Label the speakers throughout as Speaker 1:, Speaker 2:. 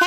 Speaker 1: Hey,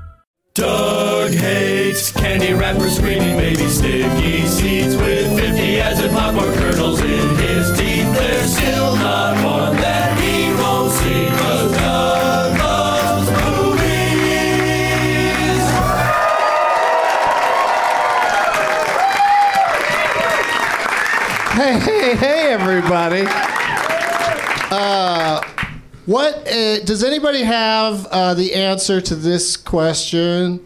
Speaker 2: Doug hates candy wrappers, screaming baby sticky seeds with 50 as in popcorn kernels in his teeth. There's still not one that he won't see 'cause Doug loves movies.
Speaker 3: Hey, hey, hey, everybody. Uh, what uh, does anybody have uh, the answer to this question?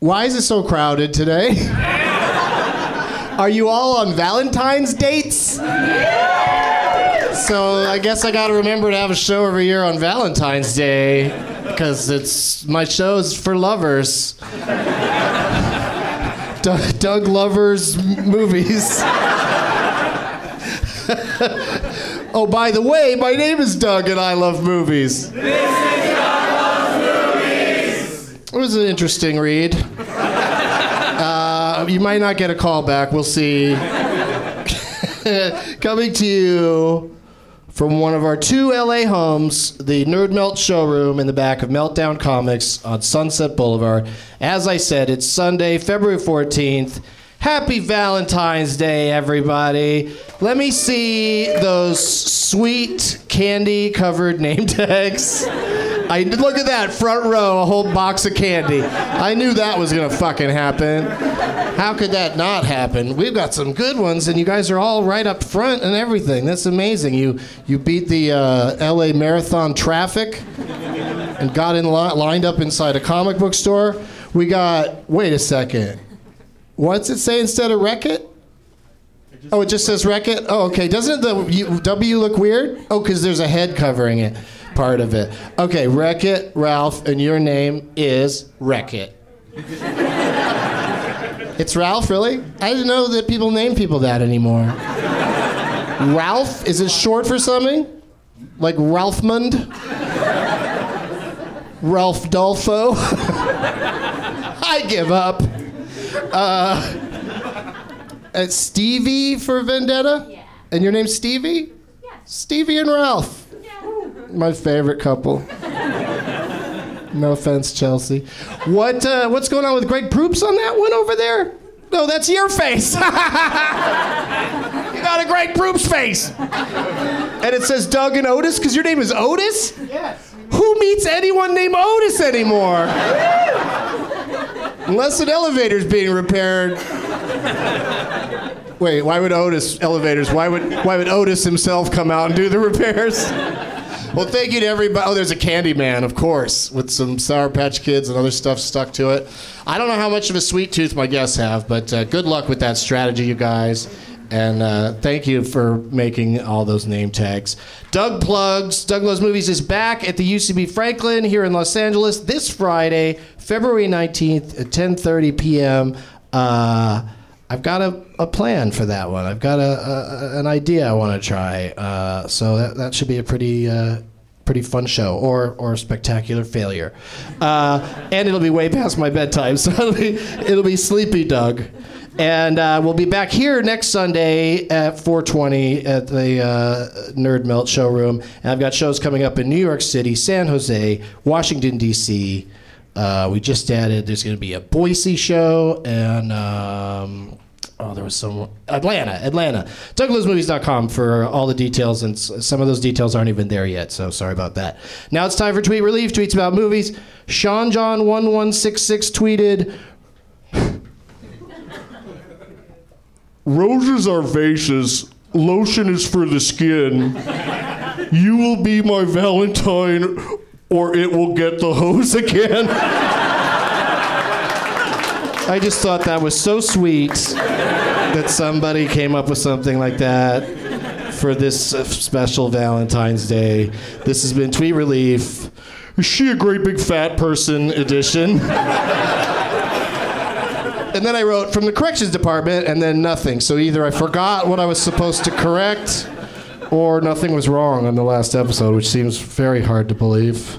Speaker 3: Why is it so crowded today? Are you all on Valentine's dates? So I guess I got to remember to have a show every year on Valentine's Day because it's my show's for lovers. Doug, Doug Lovers m- movies. Oh, by the way, my name is Doug and I love movies. This is Doug Loves Movies. It was an interesting read. Uh, you might not get a call back. We'll see. Coming to you from one of our two LA homes, the Nerd Melt showroom in the back of Meltdown Comics on Sunset Boulevard. As I said, it's Sunday, February 14th. Happy Valentine's Day, everybody. Let me see those sweet candy covered name tags. I look at that front row, a whole box of candy. I knew that was gonna fucking happen. How could that not happen? We've got some good ones, and you guys are all right up front and everything. That's amazing. You you beat the uh, L.A. marathon traffic and got in li- lined up inside a comic book store. We got. Wait a second. What's it say instead of wreck it? Oh, it just says wreck it. Oh, okay. Doesn't the U- W look weird? Oh, because there's a head covering it, part of it. Okay, wreck it, Ralph, and your name is wreck it. it's Ralph, really? I didn't know that people name people that anymore. Ralph is it short for something? Like Ralphmund? Ralph Dolfo? I give up. Uh, uh, Stevie for Vendetta? Yeah. And your name's Stevie? Yeah. Stevie and Ralph. My favorite couple. no offense, Chelsea. What uh, what's going on with Greg Proops on that one over there? No, that's your face. you got a Greg Proops face. And it says Doug and Otis because your name is Otis? Yes. Who meets anyone named Otis anymore? Unless an elevator's being repaired. Wait, why would Otis elevators? Why would why would Otis himself come out and do the repairs? Well, thank you to everybody. Oh, there's a Candy Man, of course, with some Sour Patch Kids and other stuff stuck to it. I don't know how much of a sweet tooth my guests have, but uh, good luck with that strategy, you guys. And uh, thank you for making all those name tags. Doug Plugs, Doug Loves Movies is back at the UCB Franklin here in Los Angeles this Friday, February 19th at 10.30 p.m. Uh, I've got a, a plan for that one. I've got a, a an idea I want to try. Uh, so that, that should be a pretty uh, pretty fun show or or a spectacular failure. Uh, and it'll be way past my bedtime, so it'll be it'll be sleepy, Doug. And uh, we'll be back here next Sunday at 4:20 at the uh, Nerd Melt showroom. And I've got shows coming up in New York City, San Jose, Washington D.C. Uh, we just added. There's going to be a Boise show, and um, oh, there was some Atlanta, Atlanta. DouglasMovies.com for all the details, and s- some of those details aren't even there yet. So sorry about that. Now it's time for tweet relief. Tweets about movies. Sean John one one six six tweeted. Roses are vases. Lotion is for the skin. You will be my Valentine, or it will get the hose again. I just thought that was so sweet that somebody came up with something like that for this uh, special Valentine's Day. This has been Tweet Relief. Is she a great big fat person edition? and then I wrote from the corrections department, and then nothing. So either I forgot what I was supposed to correct, or nothing was wrong on the last episode, which seems very hard to believe.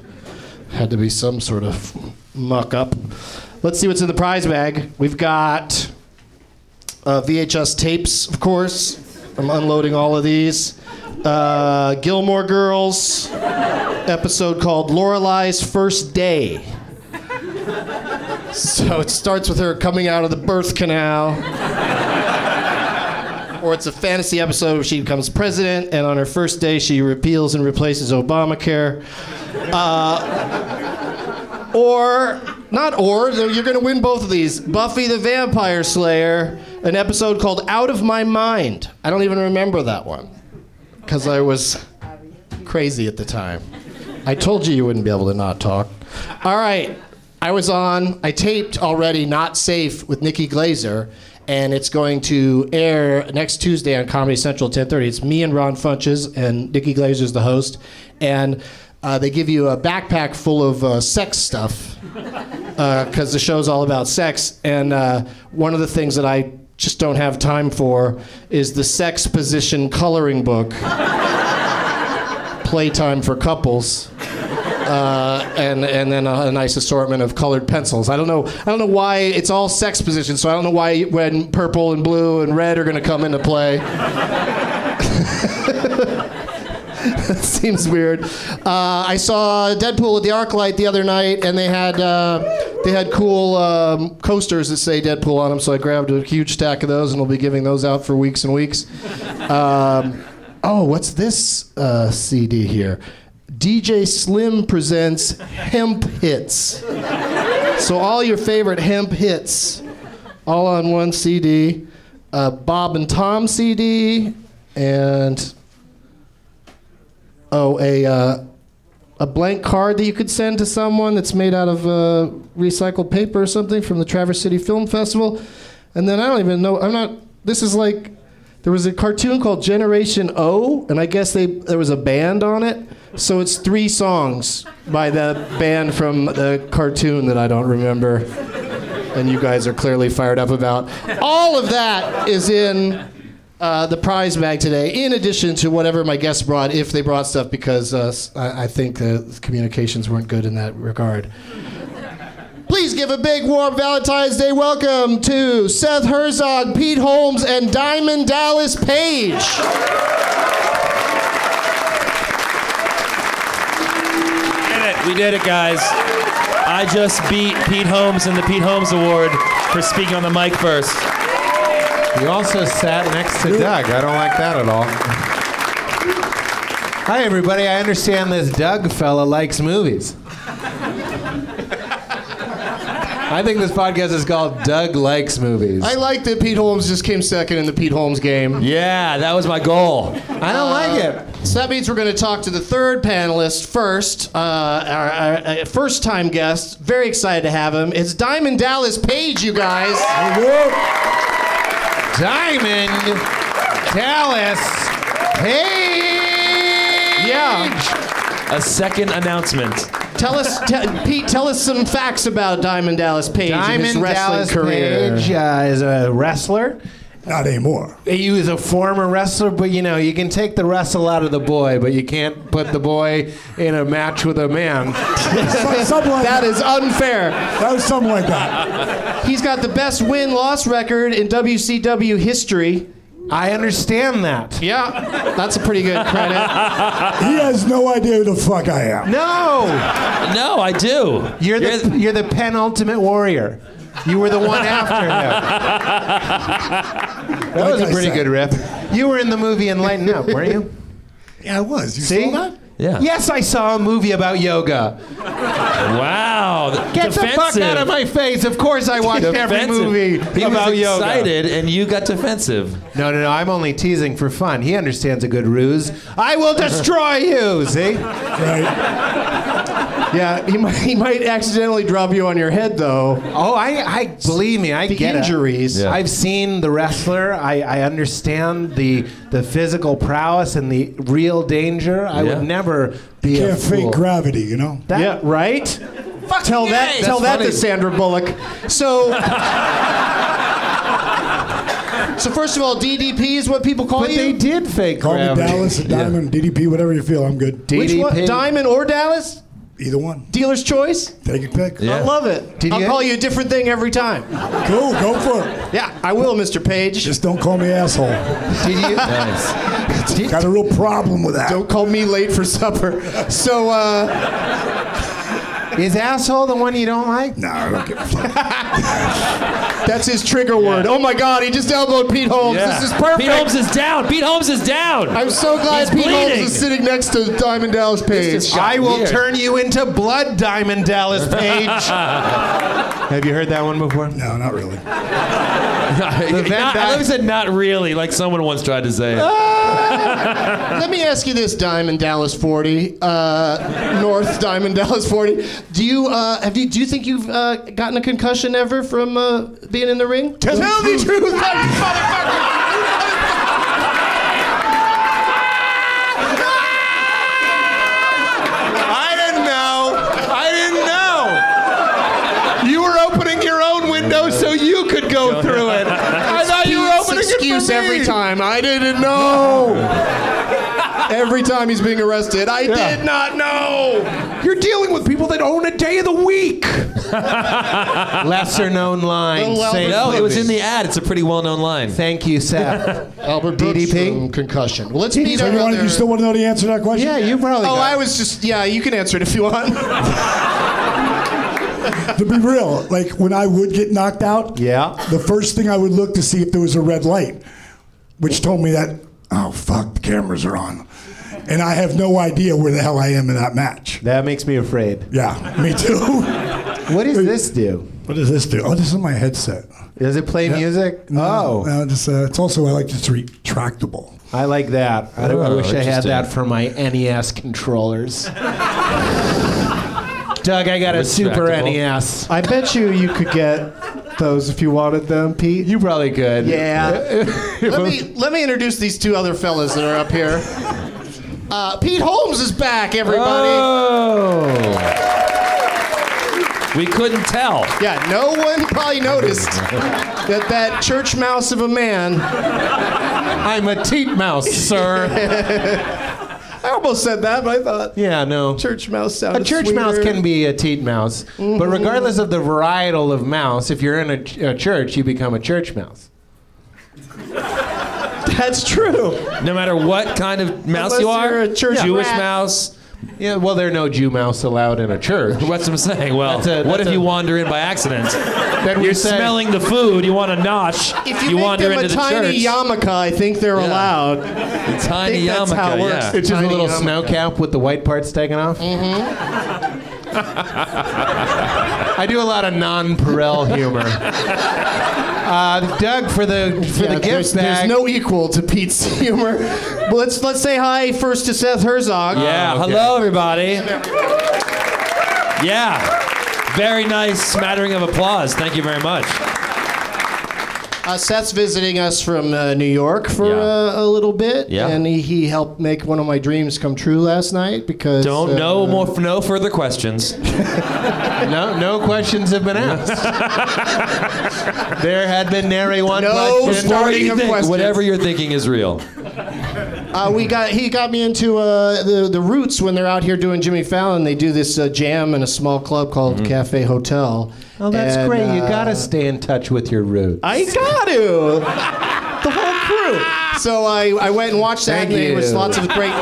Speaker 3: Had to be some sort of muck up. Let's see what's in the prize bag. We've got uh, VHS tapes, of course. I'm unloading all of these. Uh, Gilmore Girls episode called Lorelai's First Day. So it starts with her coming out of the birth canal. or it's a fantasy episode where she becomes president, and on her first day, she repeals and replaces Obamacare. Uh, or, not or, though you're going to win both of these Buffy the Vampire Slayer, an episode called Out of My Mind. I don't even remember that one because I was crazy at the time. I told you you wouldn't be able to not talk. All right. I was on, I taped already Not Safe with Nikki Glazer, and it's going to air next Tuesday on Comedy Central 1030. It's me and Ron Funches, and Nikki Glazer's the host. And uh, they give you a backpack full of uh, sex stuff because the show's all about sex. And uh, one of the things that I just don't have time for is the sex position coloring book, playtime for couples and and then a, a nice assortment of colored pencils. I don't know. I don't know why it's all sex positions. So I don't know why when purple and blue and red are going to come into play. Seems weird. Uh, I saw Deadpool at the ArcLight the other night, and they had uh, they had cool um, coasters that say Deadpool on them. So I grabbed a huge stack of those, and we'll be giving those out for weeks and weeks. Um, oh, what's this uh, CD here? DJ Slim presents Hemp Hits. So all your favorite hemp hits, all on one CD. A Bob and Tom CD, and oh, a uh, a blank card that you could send to someone that's made out of uh, recycled paper or something from the Traverse City Film Festival. And then I don't even know. I'm not. This is like there was a cartoon called Generation O, and I guess they there was a band on it. So it's three songs by the band from the cartoon that I don't remember, and you guys are clearly fired up about. All of that is in uh, the prize bag today, in addition to whatever my guests brought, if they brought stuff, because uh, s- I, I think the communications weren't good in that regard.
Speaker 4: Please give a big warm Valentine's Day welcome to Seth Herzog, Pete Holmes, and Diamond Dallas Page.
Speaker 5: did it. We did it, guys. I just beat Pete Holmes in the Pete Holmes Award for speaking on the mic first.
Speaker 3: You also sat next to Doug. I don't like that at all. Hi, everybody. I understand this Doug fella likes movies. I think this podcast is called Doug Likes Movies.
Speaker 4: I like that Pete Holmes just came second in the Pete Holmes game.
Speaker 3: yeah, that was my goal. I don't like it.
Speaker 4: So that means we're going to talk to the third panelist first. Uh, our, our, uh first time guest. Very excited to have him. It's Diamond Dallas Page, you guys.
Speaker 3: Diamond Dallas Page.
Speaker 4: Yeah.
Speaker 5: A second announcement.
Speaker 4: Tell us, te- Pete, tell us some facts about Diamond Dallas Page and his
Speaker 3: Diamond
Speaker 4: wrestling
Speaker 3: Dallas
Speaker 4: career.
Speaker 3: Page uh, is a wrestler.
Speaker 6: Not anymore.
Speaker 3: He was a former wrestler, but you know, you can take the wrestle out of the boy, but you can't put the boy in a match with a man.
Speaker 6: So- something like
Speaker 4: That
Speaker 6: that.
Speaker 4: is unfair.
Speaker 6: That was something like that.
Speaker 4: He's got the best win loss record in WCW history.
Speaker 3: I understand that.
Speaker 4: Yeah, that's a pretty good credit.
Speaker 6: He has no idea who the fuck I am.
Speaker 3: No!
Speaker 5: No, I do.
Speaker 3: You're the, you're the penultimate warrior. You were the one after him. That was a
Speaker 6: Like I
Speaker 3: pretty
Speaker 6: said.
Speaker 3: good rip. You were in the movie Enlighten Up, weren't you?
Speaker 6: Yeah, I was. You
Speaker 3: See?
Speaker 6: saw that?
Speaker 5: Yeah.
Speaker 3: Yes, I saw a movie about yoga.
Speaker 5: Wow. defensive.
Speaker 3: Get the fuck out of my face. Of course I watched every
Speaker 5: Defensive.
Speaker 3: movie
Speaker 5: He was
Speaker 3: about yoga.
Speaker 5: excited, and you got defensive.
Speaker 3: No, no, no. I'm only teasing for fun. He understands a good ruse. I will destroy you. See?
Speaker 6: Right.
Speaker 4: yeah, he might, he might accidentally drop you on your head though.
Speaker 3: Oh, I, I believe me. I
Speaker 4: The
Speaker 3: get it.
Speaker 4: injuries.
Speaker 5: Yeah.
Speaker 3: I've seen the wrestler. I, I understand the the physical prowess and the real danger. I
Speaker 5: Yeah.
Speaker 3: would never be a
Speaker 6: Can't
Speaker 3: fool.
Speaker 6: fake gravity, you know?
Speaker 3: That-
Speaker 4: Yeah, right? tell that
Speaker 3: That's
Speaker 4: tell that
Speaker 3: funny.
Speaker 4: to Sandra Bullock. So So first of all, DDP is what people call
Speaker 3: But
Speaker 4: you.
Speaker 3: they did fake
Speaker 6: Call me
Speaker 3: gravity.
Speaker 6: Dallas, a diamond, DDP, whatever you feel. I'm good.
Speaker 4: Which one?
Speaker 3: DDP.
Speaker 4: Diamond or Dallas?
Speaker 6: Either one.
Speaker 4: Dealer's choice?
Speaker 6: Take your pick.
Speaker 5: Yeah.
Speaker 4: I love it.
Speaker 3: Did
Speaker 4: I'll
Speaker 3: you-
Speaker 4: call you a different thing every time.
Speaker 6: Cool. Go for it.
Speaker 4: Yeah, I will, Mr. Page.
Speaker 6: Just don't call me asshole.
Speaker 3: Did you?
Speaker 5: Nice.
Speaker 3: did-
Speaker 6: Got a real problem with that.
Speaker 4: Don't call me late for supper. So uh,
Speaker 3: is asshole the one you don't like?
Speaker 6: No, I don't give a fuck.
Speaker 4: that's his trigger word. Oh my God, he just elbowed Pete Holmes.
Speaker 5: Yeah.
Speaker 4: This is perfect.
Speaker 5: Pete Holmes is down. Pete Holmes is down.
Speaker 4: I'm so
Speaker 5: He's
Speaker 4: glad Pete Holmes
Speaker 5: bleeding.
Speaker 4: is sitting next to Diamond Dallas Page.
Speaker 5: is-
Speaker 3: I will
Speaker 5: Weird.
Speaker 3: turn you into blood, Diamond Dallas Page. Have you heard that one before?
Speaker 6: No, not really.
Speaker 3: Van
Speaker 5: not, I
Speaker 3: Dyke-
Speaker 5: always said not really, like someone once tried to say. it.
Speaker 3: Ah.
Speaker 4: Let me ask you this, Diamond Dallas 40, uh, North Diamond Dallas 40. Do you uh, have you do you think you've uh, gotten a concussion ever from uh, being in the ring? Tell, the truth, you motherfucker!
Speaker 3: I didn't know. I didn't know. You were opening your own window so you could go through it. I thought you were
Speaker 4: Pete's
Speaker 3: opening
Speaker 4: excuse
Speaker 3: it for me.
Speaker 4: every time. I didn't know. every time he's being arrested, I did not know.
Speaker 3: You're dealing with people that own a day of the week. Lesser known oh, line.
Speaker 4: Little
Speaker 3: same
Speaker 4: Albert
Speaker 5: No, it was
Speaker 3: movie.
Speaker 5: in the ad. It's a pretty well-known line.
Speaker 3: Thank you, Seth.
Speaker 4: Albert
Speaker 3: DDP?
Speaker 4: DDP concussion. Well, let's meet
Speaker 6: So
Speaker 4: our
Speaker 6: you, want,
Speaker 4: other-
Speaker 6: you still want to know the answer to that question?
Speaker 3: yeah, you probably.
Speaker 4: Oh,
Speaker 3: got
Speaker 4: I
Speaker 3: it.
Speaker 4: was just yeah. You can answer it if you want.
Speaker 6: To be real, like when I would get knocked out,
Speaker 3: Yeah.
Speaker 6: the first thing I would look to see if there was a red light, which told me that, oh, fuck, the cameras are on. And I have no idea where the hell I am in that match.
Speaker 3: That makes me afraid.
Speaker 6: Yeah, me too.
Speaker 3: What does this do?
Speaker 6: What does this do? Oh, this is my headset.
Speaker 3: Does it play music? oh,
Speaker 6: No, it's, uh, it's also I like it's retractable.
Speaker 3: I like that. I, I
Speaker 5: Oh,
Speaker 3: wish I had
Speaker 5: interesting.
Speaker 3: that for my NES controllers. Doug, I got a Super E
Speaker 5: Retractable.
Speaker 3: NES.
Speaker 4: I bet you you could get those if you wanted them, Pete.
Speaker 3: You probably could.
Speaker 4: Yeah. let me let me introduce these two other fellas that are up here. Uh, Pete Holmes is back, everybody.
Speaker 3: Uh.
Speaker 5: Oh. We couldn't tell.
Speaker 4: Yeah, no one probably noticed that that church mouse of a man.
Speaker 3: I'm a teat mouse, sir.
Speaker 4: I almost said that, but I thought
Speaker 3: Yeah, no.
Speaker 4: church mouse sounded
Speaker 3: a church mouse
Speaker 4: sweeter.
Speaker 3: can
Speaker 4: Mm-hmm.
Speaker 3: be a teat mouse, but regardless of the varietal of mouse, if you're in a, ch- a church, you become a church mouse.
Speaker 4: That's true.
Speaker 5: No matter what kind of mouse
Speaker 4: Unless
Speaker 5: you are,
Speaker 4: you're a church
Speaker 5: Jewish
Speaker 4: rat.
Speaker 5: mouse.
Speaker 3: Yeah, well, there are no Jew mouse allowed in a church.
Speaker 5: What's I'm saying? Well,
Speaker 3: That's a-
Speaker 5: what
Speaker 3: that's
Speaker 5: if
Speaker 3: a-
Speaker 5: you wander in by accident?
Speaker 3: Then we
Speaker 5: You're
Speaker 3: said-
Speaker 5: smelling the food. You want to nosh.
Speaker 4: If you, make
Speaker 5: wander
Speaker 4: them
Speaker 5: into
Speaker 4: a
Speaker 5: the
Speaker 4: tiny
Speaker 5: church.
Speaker 4: yarmulke, I think they're
Speaker 5: Yeah.
Speaker 4: allowed.
Speaker 5: tiny
Speaker 4: think that's
Speaker 5: yarmulke,
Speaker 4: how it works.
Speaker 5: yeah.
Speaker 3: It's just a
Speaker 4: Tiny um,
Speaker 3: little
Speaker 4: yarmulke.
Speaker 3: snow cap with the white parts taken off. Mm-hmm. I do a lot of non-Perel humor. Uh, Doug, for the for
Speaker 4: Yeah,
Speaker 3: the
Speaker 4: there's,
Speaker 3: gift bag.
Speaker 4: there's no equal to Pete's humor. well, let's let's say hi first to Seth Herzog.
Speaker 5: Yeah.
Speaker 3: Oh, okay.
Speaker 5: Hello, everybody. Yeah. Very nice smattering of applause. Thank you very much.
Speaker 4: Uh, Seth's visiting us from uh, New York for
Speaker 5: Yeah.
Speaker 4: uh, a little bit,
Speaker 5: Yeah.
Speaker 4: and he, he helped make one of my dreams come true last night because
Speaker 5: Don't
Speaker 4: uh,
Speaker 5: no more no further questions.
Speaker 3: No, no questions have been asked. there had been nary one
Speaker 4: No
Speaker 3: question.
Speaker 4: starting
Speaker 5: Whatever you
Speaker 4: of
Speaker 5: think-
Speaker 4: questions.
Speaker 5: Whatever you're thinking is real.
Speaker 4: Uh, we got he got me into uh, the the Roots when they're out here doing Jimmy Fallon. They do this uh, jam in a small club called
Speaker 5: Mm-hmm.
Speaker 4: Cafe Hotel.
Speaker 3: Oh, that's
Speaker 4: And,
Speaker 3: great. You
Speaker 4: uh,
Speaker 3: gotta stay in touch with your roots.
Speaker 4: I got to. the whole crew. So I, I went and watched that.
Speaker 3: Thank
Speaker 4: and There was
Speaker 3: you.
Speaker 4: lots of great.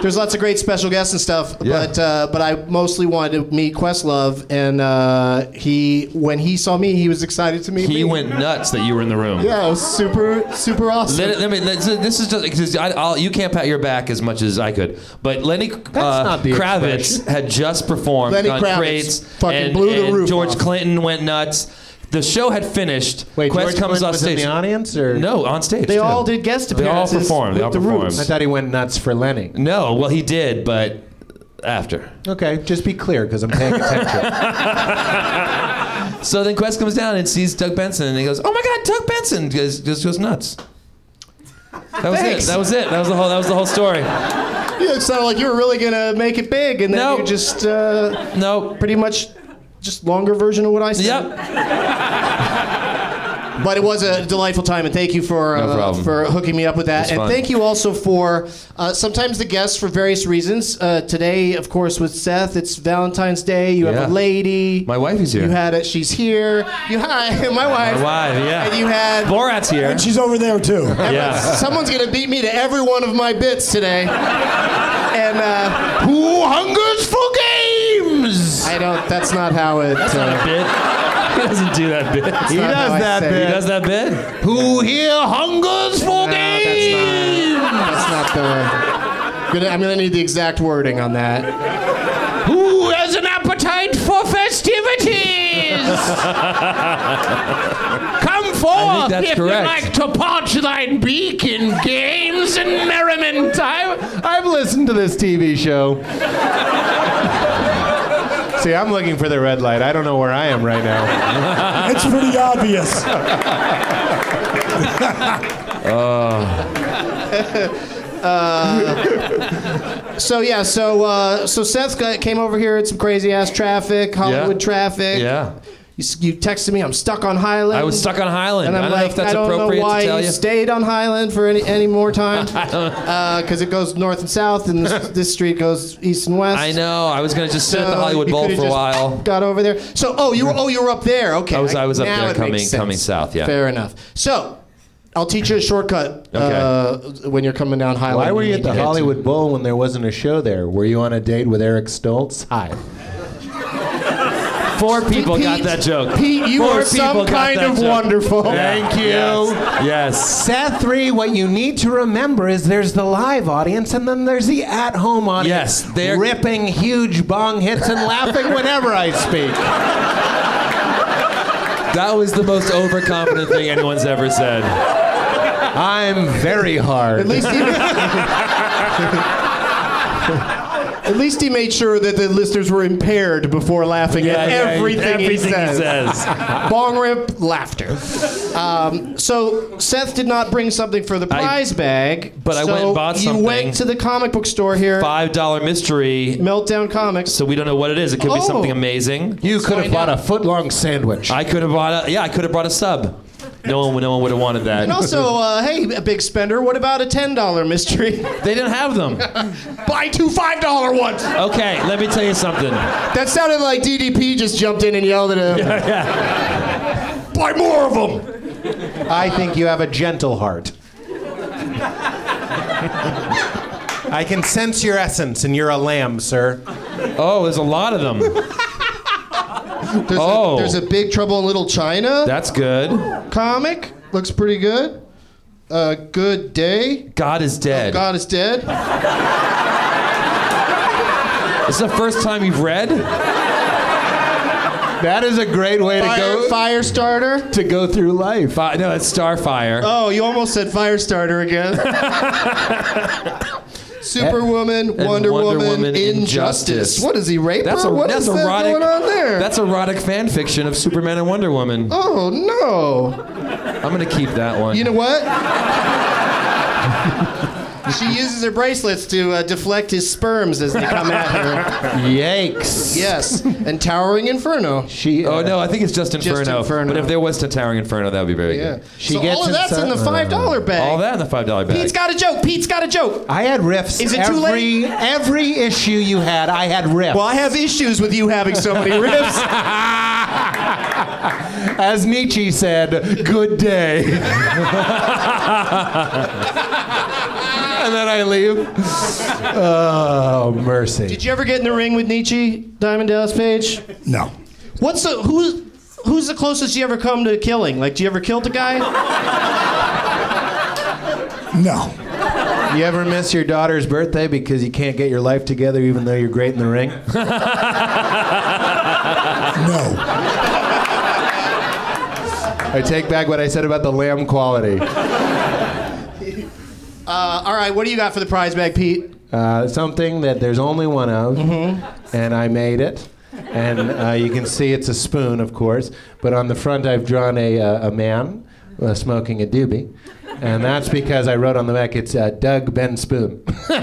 Speaker 4: There's lots of great special guests and stuff,
Speaker 3: Yeah.
Speaker 4: but uh, but I mostly wanted to meet Questlove, and uh, he when he saw me, he was excited to meet me.
Speaker 5: He went nuts that you were in the room.
Speaker 4: Yeah, it was super super awesome.
Speaker 5: Let, let me. Let, this is just because I, I'll, you can't pat your back as much as I could. But Lenny uh,
Speaker 3: not the
Speaker 5: Kravitz
Speaker 3: expression.
Speaker 5: had just performed
Speaker 4: Lenny
Speaker 5: on
Speaker 4: Kravitz
Speaker 5: Crates,
Speaker 4: fucking
Speaker 5: and,
Speaker 4: blew the
Speaker 5: and
Speaker 4: roof
Speaker 5: George
Speaker 4: off.
Speaker 5: Clinton went nuts. The show had finished.
Speaker 3: Wait,
Speaker 5: Quest
Speaker 3: George
Speaker 5: comes
Speaker 3: Clinton
Speaker 5: off
Speaker 3: was
Speaker 5: stage.
Speaker 3: in the audience, or
Speaker 5: No, on stage.
Speaker 4: They
Speaker 5: too.
Speaker 4: all did guest
Speaker 5: They all
Speaker 4: appearances.
Speaker 5: performed. They
Speaker 4: with
Speaker 5: all
Speaker 4: the
Speaker 5: performed.
Speaker 3: I
Speaker 4: Roots.
Speaker 3: thought he went nuts for Lenny.
Speaker 5: No, well he did, but after.
Speaker 3: Okay, just be clear because I'm paying attention.
Speaker 5: So then Quest comes down and sees Doug Benson, and he goes, "Oh my God, Doug Benson!" Goes, just goes nuts. That was
Speaker 4: Thanks.
Speaker 5: it. That was it. That was the whole. That was the whole story.
Speaker 4: Yeah, it sounded like you were really gonna make it big, and then
Speaker 5: No.
Speaker 4: you just uh,
Speaker 5: Nope.
Speaker 4: pretty much just longer version of what I said.
Speaker 5: Yep.
Speaker 4: But it was a delightful time, and thank you for
Speaker 5: No
Speaker 4: uh,
Speaker 5: problem.
Speaker 4: for hooking me up with
Speaker 5: It's
Speaker 4: that. And
Speaker 5: fun.
Speaker 4: thank you also for uh, sometimes the guests for various reasons. Uh, today, of course, with Seth, it's Valentine's Day. You
Speaker 5: Yeah.
Speaker 4: have a lady.
Speaker 5: My wife is here.
Speaker 4: You had it. She's here. You hi, my wife.
Speaker 5: My wife, yeah.
Speaker 4: And you had.
Speaker 5: Borat's here.
Speaker 6: She's over there too.
Speaker 5: Yeah.
Speaker 4: Someone's gonna beat me to every one of my bits today. and uh,
Speaker 3: Who hungers for games?
Speaker 4: I don't. That's not how it. uh, That's
Speaker 5: Not a bit. He doesn't do that bit. He
Speaker 4: not
Speaker 3: does
Speaker 4: how I
Speaker 3: that
Speaker 4: said
Speaker 3: bit.
Speaker 4: it.
Speaker 5: does that bit.
Speaker 3: Who here hungers for
Speaker 4: No, that's not. That's not the. Gonna, I'm gonna need the exact wording on that.
Speaker 3: Who has an appetite for festivities? Come forth
Speaker 5: that's
Speaker 3: if
Speaker 5: correct.
Speaker 3: you like to parch thine beak in games and merriment. I, I've listened to this TV show. See, I'm looking for the red light. I don't know where I am right now.
Speaker 6: It's pretty obvious.
Speaker 4: So yeah, so uh, so Seth got, came over here at some crazy ass traffic, Hollywood traffic.
Speaker 5: Yeah.
Speaker 4: You, s- you texted me, I'm stuck on Highland.
Speaker 5: I was stuck on Highland.
Speaker 4: And I'm
Speaker 5: I don't know
Speaker 4: like,
Speaker 5: if that's
Speaker 4: I don't
Speaker 5: appropriate
Speaker 4: know
Speaker 5: to
Speaker 4: why
Speaker 5: tell
Speaker 4: you,
Speaker 5: you.
Speaker 4: stayed on Highland for any any more time, because it goes north and south, and this, this street goes east and west.
Speaker 5: I know. I was gonna just sit at the
Speaker 4: So
Speaker 5: Hollywood
Speaker 4: you
Speaker 5: Bowl
Speaker 4: coulda
Speaker 5: for a
Speaker 4: just
Speaker 5: while.
Speaker 4: Got over there. So oh, you were oh you were up there. Okay.
Speaker 5: I was- I was up there
Speaker 4: now it makes
Speaker 5: coming-
Speaker 4: sense.
Speaker 5: coming south, yeah.
Speaker 4: Fair enough. So. I'll teach you a shortcut uh, when you're coming down Highland.
Speaker 3: Why were you
Speaker 4: need
Speaker 3: at
Speaker 4: to
Speaker 3: the
Speaker 4: get to-
Speaker 3: Hollywood Bowl when there wasn't a show there? Were you on a date with Eric Stoltz? Hi.
Speaker 5: Four people got that joke.
Speaker 4: Pete, you
Speaker 5: Four
Speaker 4: are some
Speaker 5: people got
Speaker 4: kind
Speaker 5: that
Speaker 4: of
Speaker 5: joke.
Speaker 4: wonderful.
Speaker 3: Thank you.
Speaker 5: Yes.
Speaker 3: Set three, what you need to remember is there's the live audience and then there's the at home audience.
Speaker 5: Yes, they're-
Speaker 3: ripping huge bong hits and laughing whenever I speak.
Speaker 5: That was the most overconfident thing anyone's ever said.
Speaker 3: I'm very hard.
Speaker 4: At least he. At least he made sure that the listeners were impaired before laughing at everything,
Speaker 5: everything
Speaker 4: he says.
Speaker 5: says.
Speaker 4: Bong rip, laughter. Um, so Seth did not bring something for the
Speaker 5: I-
Speaker 4: prize bag,
Speaker 5: but I
Speaker 4: so
Speaker 5: went and bought
Speaker 4: You
Speaker 5: something.
Speaker 4: went to the comic book store here,
Speaker 5: Five dollar mystery.
Speaker 4: Meltdown Comics.
Speaker 5: So we don't know what it is. It could be
Speaker 4: Oh.
Speaker 5: something amazing.
Speaker 3: you could have bought a foot long sandwich.
Speaker 5: I could have bought a yeah. I could have brought a sub. No one, no one would have wanted that.
Speaker 4: And also, uh, hey, a big spender, what about a $10 mystery?
Speaker 5: They didn't have them.
Speaker 4: Buy two $5 ones.
Speaker 5: okay, let me tell you something.
Speaker 4: That sounded like DDP just jumped in and yelled at him. Buy more of them.
Speaker 3: I think you have a gentle heart. I can sense your essence, and you're a lamb, sir.
Speaker 5: Oh, there's a lot of them.
Speaker 4: There's,
Speaker 5: Oh.
Speaker 4: a, there's a Big Trouble in Little China
Speaker 5: That's good.
Speaker 4: comic. Looks pretty good. Uh, good Day. Oh,
Speaker 5: God is dead.
Speaker 4: God is Dead.
Speaker 5: This is the first time you've read?
Speaker 7: That is a great way to go
Speaker 4: Firestarter.
Speaker 7: to go through life.
Speaker 5: Fi- no, it's Starfire.
Speaker 4: Oh, you almost said Firestarter again. Superwoman,
Speaker 5: And
Speaker 4: Wonder,
Speaker 5: Wonder
Speaker 4: Woman,
Speaker 5: Woman,
Speaker 4: Injustice.
Speaker 5: Injustice.
Speaker 4: What is he rape
Speaker 5: that's
Speaker 4: her?
Speaker 5: a,
Speaker 4: What
Speaker 5: that's
Speaker 4: is that
Speaker 5: erotic.
Speaker 4: going on there?
Speaker 5: That's erotic fan fiction of Superman and Wonder Woman.
Speaker 4: oh no!
Speaker 5: I'm gonna keep that one.
Speaker 4: You know what? she uses her bracelets to uh, deflect his sperms as they come at her.
Speaker 3: Yikes.
Speaker 4: Yes, and Towering Inferno.
Speaker 3: She. uh,
Speaker 5: Oh no, I think it's just Inferno.
Speaker 4: Inferno.
Speaker 5: But if there was a Towering Inferno, that would be very
Speaker 4: Yeah.
Speaker 5: good.
Speaker 3: She
Speaker 4: so
Speaker 3: gets
Speaker 4: all of that's in
Speaker 3: inside-
Speaker 4: the five dollar bag.
Speaker 5: All that in the five dollar bag.
Speaker 4: Pete's got a joke. Pete's got a joke.
Speaker 3: I had riffs.
Speaker 4: Is it
Speaker 3: every,
Speaker 4: too late?
Speaker 3: Every issue you had, I had riffs.
Speaker 4: Well, I have issues with you having so many riffs.
Speaker 3: As Nietzsche said, good day. and then I leave. Oh, mercy.
Speaker 4: Did you ever get in the ring with Nietzsche, Diamond Dallas Page?
Speaker 6: No.
Speaker 4: What's the who's who's the closest you ever come to killing? Like, do you ever kill the guy?
Speaker 6: No.
Speaker 3: You ever miss your daughter's birthday because you can't get your life together even though you're great in the ring?
Speaker 6: No.
Speaker 3: I take back what I said about the lamb quality.
Speaker 4: Uh, all right, what do you got for the prize bag, Pete?
Speaker 3: Uh, something that there's only one of,
Speaker 4: Mm-hmm.
Speaker 3: and I made it. And uh, you can see it's a spoon, of course, but on the front I've drawn a, uh, a man uh, smoking a doobie. And that's because I wrote on the back, it's uh, Doug Ben Spoon.
Speaker 5: the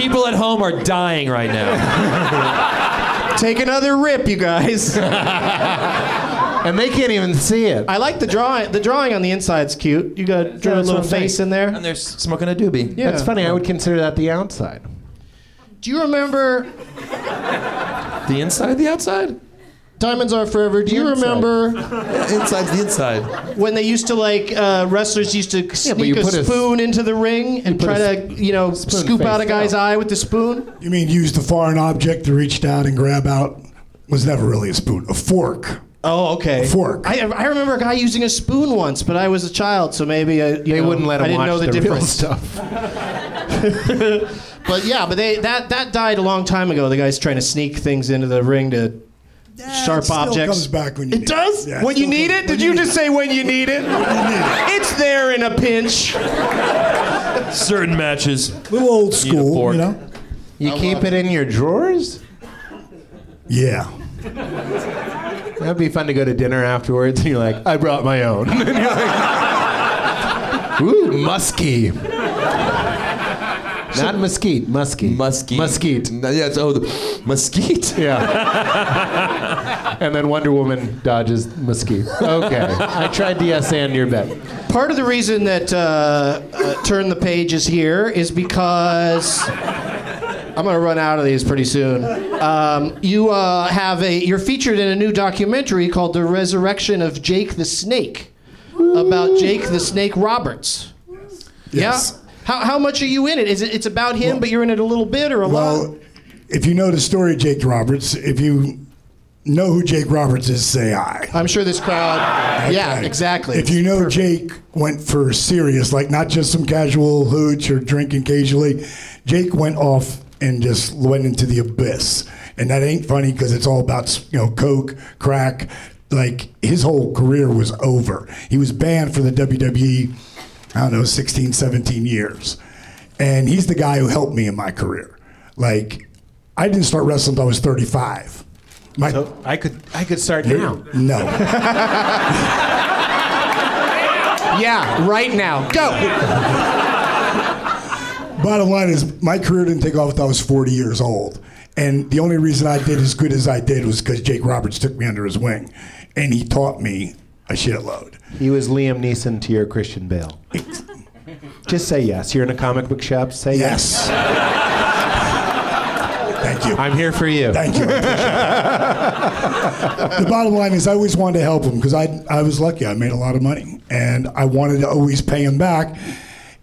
Speaker 5: people at home are dying right now.
Speaker 4: Take another rip, you guys.
Speaker 3: and they can't even see it.
Speaker 4: I like the drawing. The drawing on the inside's cute. You got drew a little face in there.
Speaker 5: And they're s- smoking a doobie.
Speaker 4: Yeah.
Speaker 3: That's funny, I would consider that the outside.
Speaker 4: Do you remember
Speaker 5: The inside, the outside?
Speaker 4: Diamonds Are Forever? Do you
Speaker 3: Inside.
Speaker 4: remember
Speaker 5: Inside's the inside.
Speaker 4: when they used to like uh, wrestlers used to sneak
Speaker 3: you
Speaker 4: a
Speaker 3: put a-
Speaker 4: spoon into the ring and
Speaker 3: put
Speaker 4: try
Speaker 3: a
Speaker 4: to you know
Speaker 3: spoon
Speaker 4: scoop out a
Speaker 3: face
Speaker 4: guy's
Speaker 3: down.
Speaker 4: eye with the spoon?
Speaker 6: You mean use the foreign object to reach down and grab out? Was never really a spoon, a fork.
Speaker 4: Oh, okay.
Speaker 6: Fork.
Speaker 4: I, I remember a guy using a spoon once, but I was a child, so maybe I, you
Speaker 3: They
Speaker 4: know,
Speaker 3: wouldn't let
Speaker 4: I
Speaker 3: him
Speaker 4: didn't
Speaker 3: watch
Speaker 4: know the,
Speaker 3: the real
Speaker 4: difference.
Speaker 3: stuff.
Speaker 4: But yeah, but they that that died a long time ago. The guy's trying to sneak things into the ring to sharp
Speaker 6: it still
Speaker 4: objects.
Speaker 6: comes back when you
Speaker 4: it
Speaker 6: need it.
Speaker 4: does.
Speaker 6: Yeah, it
Speaker 4: when you
Speaker 6: still
Speaker 4: need
Speaker 6: comes-
Speaker 4: it?
Speaker 6: when
Speaker 4: Did
Speaker 6: you
Speaker 4: you
Speaker 6: need
Speaker 4: just say when you need it? it's there in a pinch.
Speaker 5: Certain matches.
Speaker 6: little old
Speaker 5: Need a
Speaker 6: school,
Speaker 5: fork.
Speaker 6: you know?
Speaker 3: You keep it in your drawers?
Speaker 6: Yeah.
Speaker 3: That'd be fun to go to dinner afterwards and you're like, I brought my own. and you're like, ooh, musky. Not mesquite, musky.
Speaker 5: Musky.
Speaker 3: Mesquite.
Speaker 5: Yeah, it's oh, the mesquite.
Speaker 3: Yeah. and then Wonder Woman dodges mesquite. Okay. I tried DSN your bet.
Speaker 4: Part of the reason that uh, uh, Turn the Page is here is because I'm going to run out of these pretty soon. Um, you uh, have a you're featured in a new documentary called The Resurrection of Jake the Snake about Jake the Snake Roberts.
Speaker 6: Yes.
Speaker 4: Yeah. How, how much are you in it? Is it it's about him, but you're in it a little bit or a lot?
Speaker 6: Well, if you know the story of Jake Roberts, if you know who Jake Roberts is, say I.
Speaker 4: I'm sure this crowd. Yeah,
Speaker 6: Okay.
Speaker 4: exactly.
Speaker 6: If you know Jake went for serious, like not just some casual hooch or drink occasionally, Jake went off and just went into the abyss. And that ain't funny because it's all about you know coke, crack. Like his whole career was over. He was banned for the WWE. I don't know, 16, 17 years. And he's the guy who helped me in my career. Like, I didn't start wrestling until I was 35. My,
Speaker 3: I could I could start now.
Speaker 6: no.
Speaker 4: yeah, right now. Go.
Speaker 6: Bottom line is, my career didn't take off until I was 40 years old. And the only reason I did as good as I did was because Jake Roberts took me under his wing, and he taught me a shitload.
Speaker 3: He was Liam Neeson to your Christian Bale. Just say yes. You're in a comic book shop. Say yes.
Speaker 6: Thank you.
Speaker 3: I'm here for you.
Speaker 6: Thank you. the bottom line is, I always wanted to help him because I I was lucky. I made a lot of money, and I wanted to always pay him back.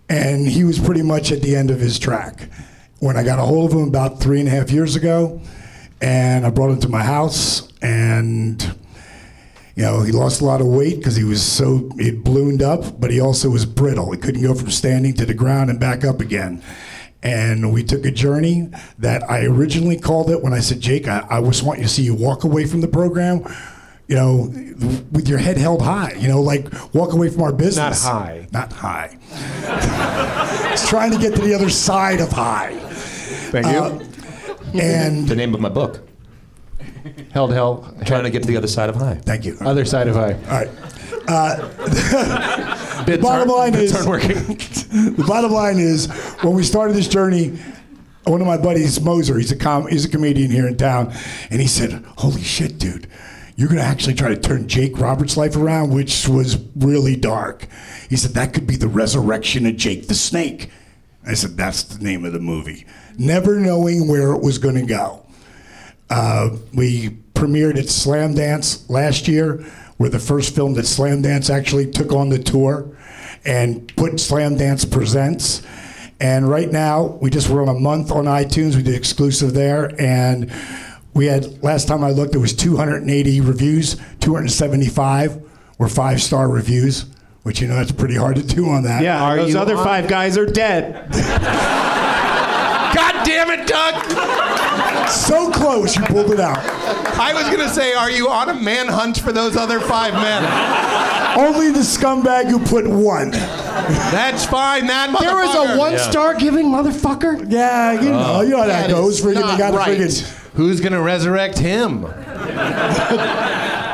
Speaker 6: And he was pretty much at the end of his track when I got a hold of him about three and a half years ago, and I brought him to my house, and you know he lost a lot of weight because he was so he had ballooned up, but he also was brittle. He couldn't go from standing to the ground and back up again. And we took a journey that I originally called it when I said, Jake, I, I just want you to see you walk away from the program, you know, with your head held high, you know, like walk away from our business.
Speaker 3: Not high.
Speaker 6: Not high. It's trying to get to the other side of high. Uh,
Speaker 8: Thank you.
Speaker 6: and
Speaker 8: the name of my book.
Speaker 3: Held hell.
Speaker 8: Trying to get to the other side of high.
Speaker 6: Thank you.
Speaker 3: Other side of high.
Speaker 6: All right. Uh, the bottom line is the bottom line is when we started this journey. One of my buddies, Moser, he's a com- he's a comedian here in town, and he said, "Holy shit, dude." You're gonna actually try to turn Jake Roberts' life around, which was really dark. He said that could be the resurrection of Jake the Snake. I said that's the name of the movie. Never knowing where it was gonna go. Uh, we premiered at Slam Dance last year. We're the first film that Slam Dance actually took on the tour and put Slam Dance Presents. And right now, we just were on a month on iTunes. We did exclusive there. And we had, last time I looked, it was 280 reviews, 275 were five star reviews, which, you know, that's pretty hard to do on that.
Speaker 4: Yeah, those other five guys are dead.
Speaker 9: God damn it, Doug!
Speaker 6: So close, you pulled it out.
Speaker 9: I was gonna say, are you on a manhunt for those other five men?
Speaker 6: Only the scumbag who put one.
Speaker 9: That's fine, that motherfucker.
Speaker 4: There was a one star giving motherfucker?
Speaker 6: Yeah, you know, you know how that,
Speaker 3: That
Speaker 6: goes.
Speaker 3: is
Speaker 6: Friggin',
Speaker 3: not
Speaker 6: they got
Speaker 3: right.
Speaker 6: friggin'.
Speaker 3: Who's gonna resurrect him?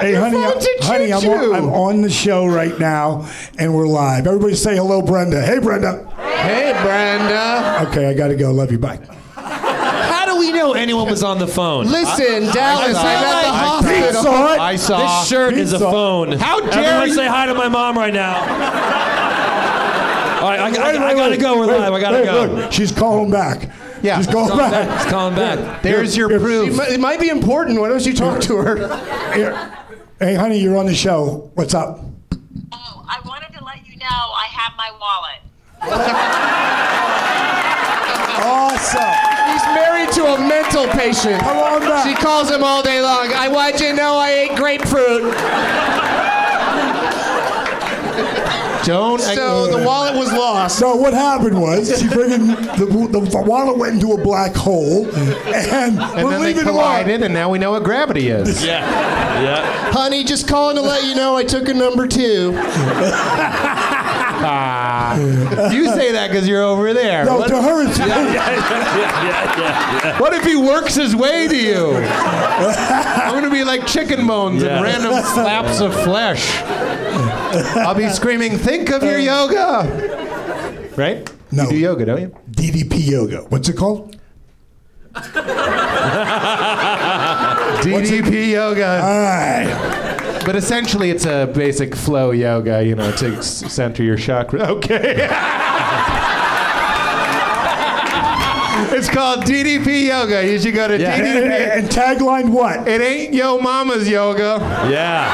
Speaker 6: Hey, honey, I, honey I'm, on, I'm on the show right now, and we're live. Everybody say hello, Brenda. Hey, Brenda.
Speaker 3: Hey, Brenda.
Speaker 6: Okay, I got to go. Love you. Bye.
Speaker 5: How do we know anyone was on the phone?
Speaker 4: Listen, Dallas, I'm at the hospital.
Speaker 5: I
Speaker 4: saw it.
Speaker 5: I
Speaker 4: saw.
Speaker 5: This shirt
Speaker 4: Pete
Speaker 5: is a
Speaker 4: saw it.
Speaker 5: phone.
Speaker 4: How dare
Speaker 5: Everyone
Speaker 4: you-
Speaker 5: say hi to my mom right now. All right, I, I-
Speaker 6: Wait,
Speaker 5: I
Speaker 6: wait,
Speaker 5: gotta
Speaker 6: wait.
Speaker 5: go. We're
Speaker 6: Wait,
Speaker 5: live. I gotta
Speaker 6: wait,
Speaker 5: go.
Speaker 6: look, she's calling back.
Speaker 3: Yeah.
Speaker 6: She's calling
Speaker 5: Calling
Speaker 6: back.
Speaker 5: back. She's calling back.
Speaker 3: There's your proof.
Speaker 4: It might be important. Why don't you talk to her?
Speaker 6: Hey, honey, you're on the show. What's up?
Speaker 10: Oh, I wanted to let you know I have my wallet.
Speaker 6: Awesome.
Speaker 4: He's married to a mental patient.
Speaker 6: Come on back.
Speaker 4: She calls him all day long. I want you to know I ate grapefruit.
Speaker 3: Don't.
Speaker 4: So the wallet was lost.
Speaker 6: So what happened was she friggin' the, the wallet went into a black hole, and,
Speaker 3: And then
Speaker 6: we're
Speaker 3: they
Speaker 6: leaving it alone.
Speaker 3: collided, and now we know what gravity is.
Speaker 5: Yeah. Yeah.
Speaker 4: Honey, just calling to let you know I took a number two.
Speaker 3: Ah. you say that because you're over there.
Speaker 6: No,
Speaker 3: What-
Speaker 6: to her it's
Speaker 3: What if he works his way to you? I'm gonna be like chicken bones
Speaker 5: Yeah.
Speaker 3: and random slaps of flesh. I'll be screaming, "Think of your yoga!" Right?
Speaker 6: No.
Speaker 3: You do yoga, don't you?
Speaker 6: DDP yoga. What's it called?
Speaker 3: DDP yoga.
Speaker 6: All right.
Speaker 3: But essentially, it's a basic flow yoga, you know, to s- center your chakra. Okay. it's called DDP yoga. You should go to
Speaker 5: Yeah.
Speaker 6: And,
Speaker 3: DDP.
Speaker 6: and tagline what?
Speaker 3: It ain't yo mama's yoga.
Speaker 5: Yeah.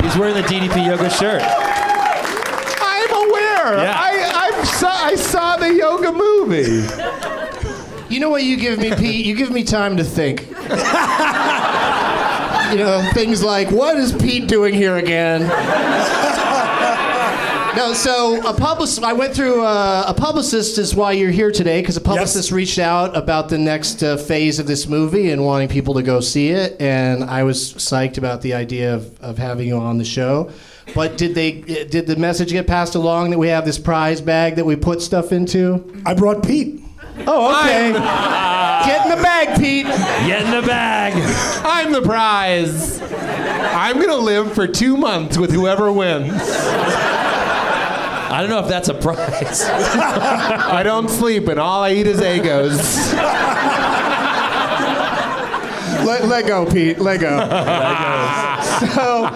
Speaker 5: He's wearing the DDP yoga shirt.
Speaker 3: I'm aware.
Speaker 5: Yeah.
Speaker 3: I, I've saw, I saw the yoga movie.
Speaker 4: You know what you give me, Pete? You give me time to think. you know, things like, what is Pete doing here again? No, so a publicist. I went through uh, a publicist is why you're here today because a publicist reached out about the next uh, phase of this movie and wanting people to go see it, and I was psyched about the idea of, of having you on the show. But did they did the message get passed along that we have this prize bag that we put stuff into?
Speaker 6: I brought Pete.
Speaker 4: Oh, okay. Get in the bag, Pete.
Speaker 5: Get in the bag.
Speaker 3: I'm the prize. I'm going to live for two months with whoever wins.
Speaker 5: I don't know if that's a prize.
Speaker 3: I don't sleep, and all I eat is Egos.
Speaker 6: Le- Lego, Pete. Lego.
Speaker 4: so,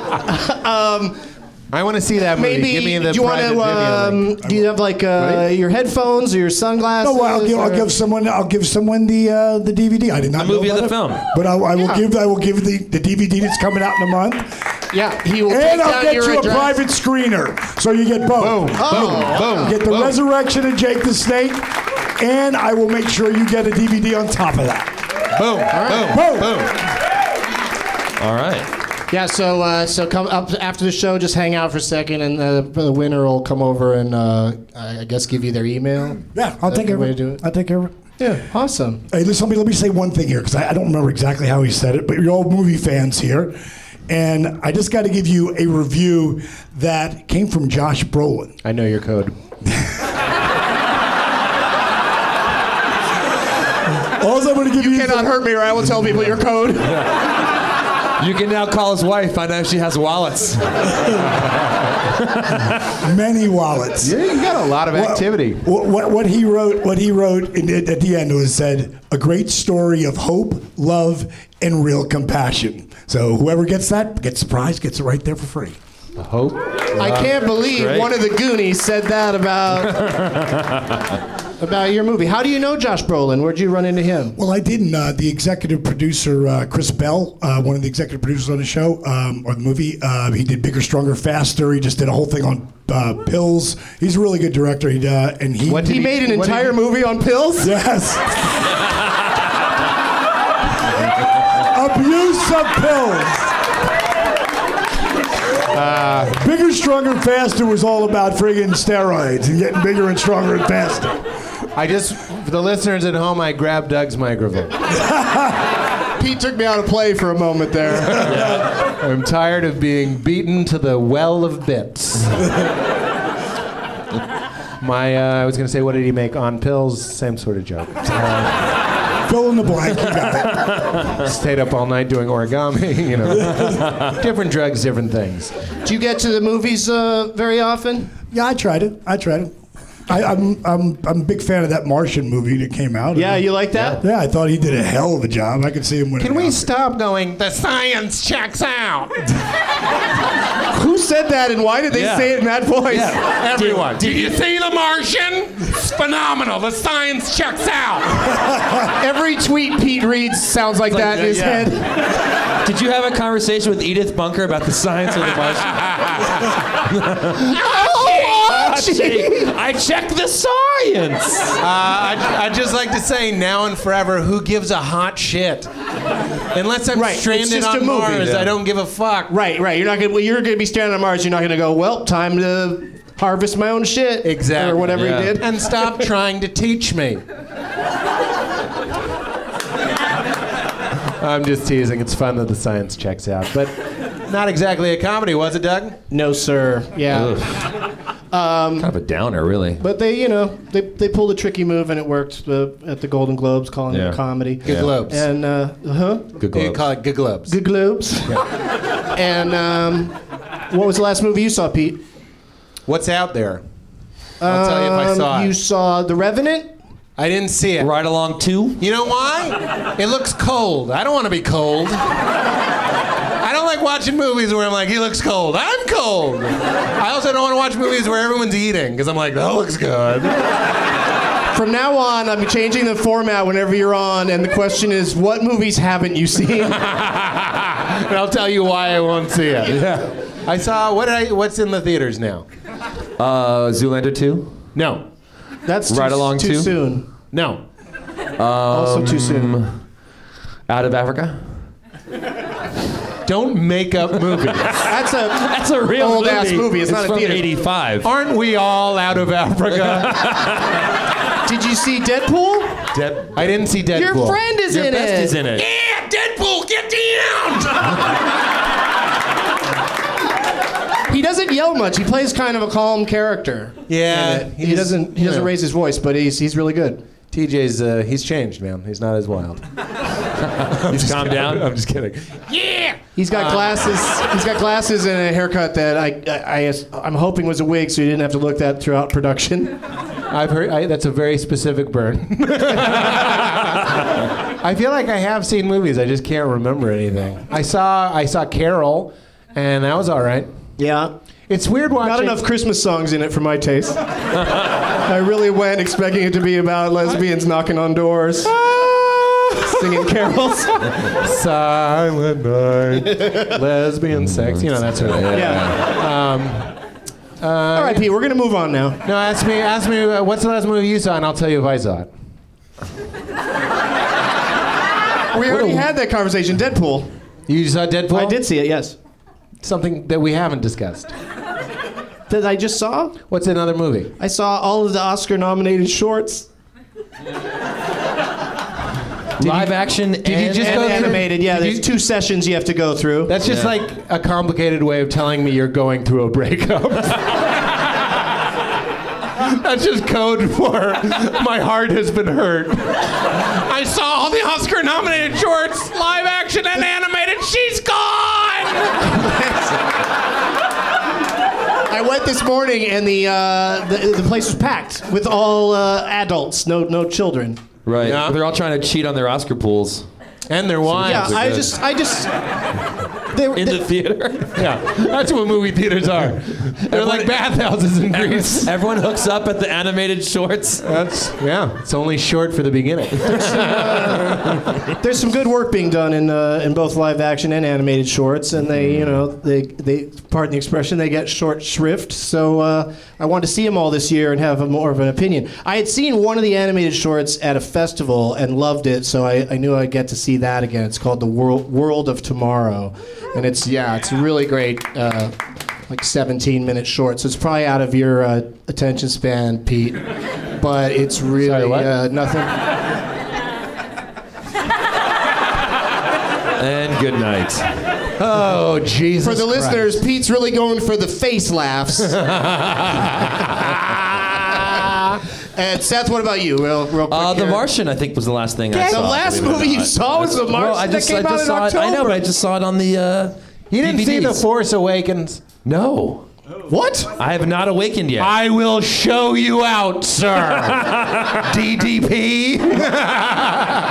Speaker 4: um,
Speaker 3: I want to see that movie.
Speaker 4: maybe
Speaker 3: Give me the
Speaker 4: do you want
Speaker 3: private
Speaker 4: to?
Speaker 3: video link.
Speaker 4: Um, do you have like uh,
Speaker 3: Right?
Speaker 4: your headphones or your sunglasses?
Speaker 6: No, well, I'll give, I'll
Speaker 4: or-
Speaker 6: give someone. I'll give someone the uh, the DVD. I did not.
Speaker 4: The movie
Speaker 6: know
Speaker 4: and
Speaker 6: about
Speaker 4: the
Speaker 6: it,
Speaker 4: film.
Speaker 6: But I, I will
Speaker 4: Yeah.
Speaker 6: give. I will give the, the DVD that's coming out in a month.
Speaker 4: Yeah, he will.
Speaker 6: And
Speaker 4: take
Speaker 6: I'll
Speaker 4: down
Speaker 6: get
Speaker 4: your
Speaker 6: you
Speaker 4: address.
Speaker 6: a private screener, so you get both. Boom,
Speaker 4: Oh, boom, boom,
Speaker 6: Get the
Speaker 4: boom.
Speaker 6: resurrection of Jake the Snake, and I will make sure you get a DVD on top of that.
Speaker 11: Boom,
Speaker 6: boom,
Speaker 11: All right.
Speaker 4: Yeah, so uh, so come up after the show. Just hang out for a second, and uh, the winner will come over and uh, I I guess give you their email.
Speaker 6: Yeah, I'll
Speaker 4: Is that
Speaker 6: take
Speaker 4: the
Speaker 6: care of
Speaker 4: way to
Speaker 6: it.
Speaker 4: do it.
Speaker 6: I'll take care of it.
Speaker 4: Yeah, awesome.
Speaker 6: Hey, listen, let me, let me say one thing here because I, I don't remember exactly how he said it, but you're all movie fans here. And I just got to give you a review that came from Josh Brolin.
Speaker 3: I know your code.
Speaker 6: Also, I'm going to give you. You cannot
Speaker 4: hurt me, or I will tell people your code.
Speaker 11: You can now call his wife. I know she has wallets.
Speaker 6: many wallets.
Speaker 3: Yeah, you got a lot of activity.
Speaker 6: What, what, what he wrote, what he wrote in, at the end was said, "A great story of hope, love, and real compassion." So whoever gets that gets the prize, gets it right there for free.
Speaker 3: I hope.
Speaker 4: I can't believe one of the Goonies said that about about your movie. How do you know Josh Brolin? Where'd you run into him?
Speaker 6: Well, I didn't. Uh, the executive producer, uh, Chris Bell, uh, one of the executive producers on the show um, or the movie, uh, he did Bigger, Stronger, Faster. He just did a whole thing on uh, pills. He's a really good director. He uh, and he
Speaker 4: He made an entire movie on pills.
Speaker 6: Yes. Abuse of pills. bigger, stronger, faster was all about friggin' steroids and getting bigger and stronger and faster.
Speaker 3: I just, for the listeners at home, I grabbed Doug's microphone.
Speaker 4: Pete took me out of play for a moment there.
Speaker 3: I'm tired of being beaten to the well of bits. My, uh, I was going to say, what did he make on pills? Same sort of joke.
Speaker 6: Fill in the blank. You got it.
Speaker 3: Stayed up all night doing origami. You know, different drugs, different things.
Speaker 4: Do you get to the movies uh, very often?
Speaker 6: Yeah, I tried it. I tried it. I, I'm, I'm, I'm a big fan of that Martian movie that came out.
Speaker 4: Yeah, you like that?
Speaker 6: Yeah, I thought he did a hell of a job. I could see him winning.
Speaker 3: Can we stop going? The science checks out.
Speaker 4: Who said that, and why did they
Speaker 11: Yeah.
Speaker 4: say it in that voice?
Speaker 11: Yeah. Everyone.
Speaker 12: Did you see The Martian? It's phenomenal. The science checks out.
Speaker 4: Every tweet Pete reads sounds like,
Speaker 12: It's like,
Speaker 4: that in his
Speaker 12: yeah, yeah.
Speaker 4: head.
Speaker 5: Did you have a conversation with Edith Bunker about the science of the
Speaker 4: Oh,
Speaker 5: Martian? I checked the science.
Speaker 3: Uh, I'd, I'd just like to say, now and forever, who gives a hot shit? Unless I'm
Speaker 4: Right, it's
Speaker 3: stranded
Speaker 4: just a
Speaker 3: on
Speaker 4: movie.
Speaker 3: Mars,
Speaker 4: Yeah.
Speaker 3: I don't give a fuck.
Speaker 4: Right, right. You're not gonna. well, You're gonna be standing on Mars. You're not gonna go. Well, time to harvest my own shit.
Speaker 3: Exactly.
Speaker 4: Or whatever
Speaker 3: Yeah.
Speaker 4: he did.
Speaker 3: And stop trying to teach me. I'm just teasing. It's fun that the science checks out, but not exactly a comedy, was it, Doug? Um,
Speaker 4: No, sir. Yeah.
Speaker 11: kind of a downer, really.
Speaker 4: But they, you know, they, they pulled a tricky move and it worked uh, at the Golden Globes, calling
Speaker 11: Yeah.
Speaker 4: it a comedy.
Speaker 11: Good Yeah. Globes.
Speaker 4: And, uh, huh?
Speaker 11: Good
Speaker 3: You
Speaker 11: globes.
Speaker 3: call it Good Globes.
Speaker 4: Good Globes. and um, what was the last movie you saw, Pete?
Speaker 3: What's out there? I'll tell you if I
Speaker 4: Um,
Speaker 3: saw it.
Speaker 4: You saw The Revenant?
Speaker 3: I didn't see it.
Speaker 5: Ride along two.
Speaker 3: You know why? It looks cold. I don't want to be cold. I don't like watching movies where I'm like, he looks cold. I'm cold. I also don't want to watch movies where everyone's eating because I'm like, that looks good.
Speaker 4: From now on, I'm changing the format whenever you're on, and the question is, what movies haven't you seen?
Speaker 3: and I'll tell you why I won't see it.
Speaker 11: Yeah.
Speaker 3: I saw what did I, what's in the theaters now?
Speaker 11: Uh, Zoolander 2?
Speaker 3: No,
Speaker 4: That's too,
Speaker 11: Right along
Speaker 4: too
Speaker 11: too? Um,
Speaker 4: soon.
Speaker 3: no.
Speaker 4: also too soon.
Speaker 11: Out of Africa?
Speaker 3: Don't make up movies.
Speaker 4: That's a
Speaker 5: That's a real
Speaker 4: old
Speaker 5: movie.
Speaker 4: ass movie. It's, not a
Speaker 5: from
Speaker 4: theater.
Speaker 5: '85.
Speaker 3: Aren't we all out of Africa?
Speaker 4: Did you see Deadpool?
Speaker 3: Dead, I didn't see Deadpool.
Speaker 4: Your friend is
Speaker 5: Your
Speaker 4: in
Speaker 5: best
Speaker 4: it.
Speaker 5: is in it.
Speaker 12: yeah, Deadpool, get down!
Speaker 4: He doesn't yell much. He plays kind of a calm character.
Speaker 3: Yeah,
Speaker 4: And he
Speaker 3: he's-
Speaker 4: doesn't. He
Speaker 3: you
Speaker 4: doesn't
Speaker 3: know.
Speaker 4: raise his voice, but he's he's really good.
Speaker 3: TJ's uh, he's changed, man. He's not as wild.
Speaker 5: Just calm down.
Speaker 3: I'm just kidding.
Speaker 12: yeah!
Speaker 4: He's
Speaker 3: Uh,
Speaker 4: got glasses. He's got glasses and a haircut that I, I, I am hoping was a wig, so you didn't have to look that throughout production.
Speaker 3: I've heard I, that's a very specific burn. I feel like I have seen movies. I just can't remember anything. I saw I saw Carol, and that was all right.
Speaker 4: Yeah.
Speaker 3: It's weird watching.
Speaker 4: Not enough Christmas songs in it for my taste. I really went expecting it to be about lesbians knocking on doors, singing carols.
Speaker 3: Silent night, lesbian sex. You know that's sort of thing. Yeah. Um, uh, All
Speaker 4: right, Pete. We're gonna move on now.
Speaker 3: No, ask me. Ask me. Uh, what's the last movie you saw, and I'll tell you if I saw it.
Speaker 4: We already had that conversation. Deadpool.
Speaker 3: You saw Deadpool?
Speaker 4: I did see it. Yes.
Speaker 3: Something that we haven't discussed.
Speaker 4: That I just saw.
Speaker 3: What's another movie?
Speaker 4: I saw all of the Oscar-nominated shorts.
Speaker 5: Live action.
Speaker 3: Did you just
Speaker 4: and
Speaker 3: go through-
Speaker 4: animated? Yeah,
Speaker 3: did
Speaker 4: there's
Speaker 3: you-
Speaker 4: two sessions you have to go through.
Speaker 3: That's just like a complicated way of telling me you're going through a breakup. That's just code for my heart has been hurt.
Speaker 13: I saw all the Oscar nominated shorts, live action and animated. She's gone!
Speaker 4: I went this morning and the uh, the, the place was packed with all uh, adults, no no children.
Speaker 5: Right. They're all trying to cheat on their Oscar pools.
Speaker 3: And their wine.
Speaker 4: Yeah, I just I just they were
Speaker 5: In the theater?
Speaker 3: yeah. That's what movie theaters are. They're like bathhouses in Greece.
Speaker 5: Everyone hooks up at the animated shorts.
Speaker 3: That's yeah. It's only short for the beginning.
Speaker 4: There's some good work being done in uh, in both live action and animated shorts, and they you know they they pardon the expression they get short shrift. So uh, I wanted to see them all this year and have a more of an opinion. I had seen one of the animated shorts at a festival and loved it, so I, I knew I'd get to see that again. It's called the World World of Tomorrow, and it's yeah, it's really great. Uh, like 17 minute short, so it's probably out of your uh, attention span, Pete. But it's really Uh, nothing.
Speaker 5: And good night.
Speaker 3: Oh Jesus!
Speaker 4: For the
Speaker 3: Christ.
Speaker 4: listeners, Pete's really going for the face laughs. and Seth, what about you? Real, real quick.
Speaker 5: Uh, the
Speaker 4: here.
Speaker 5: Martian, I think, was the last thing I
Speaker 4: Yes.
Speaker 5: saw.
Speaker 4: The last
Speaker 5: believe it or
Speaker 4: movie you
Speaker 5: not.
Speaker 4: saw was The
Speaker 5: Well, I
Speaker 4: Martian that
Speaker 5: just,
Speaker 4: came
Speaker 5: I
Speaker 4: out
Speaker 5: just
Speaker 4: in
Speaker 5: saw It, I know,
Speaker 4: October.
Speaker 5: but I just saw it on the. Uh,
Speaker 3: you didn't see The
Speaker 5: DVDs.
Speaker 3: Force Awakens.
Speaker 5: No,
Speaker 4: What?
Speaker 5: I have not awakened yet.
Speaker 3: I will show you out, sir. DDP.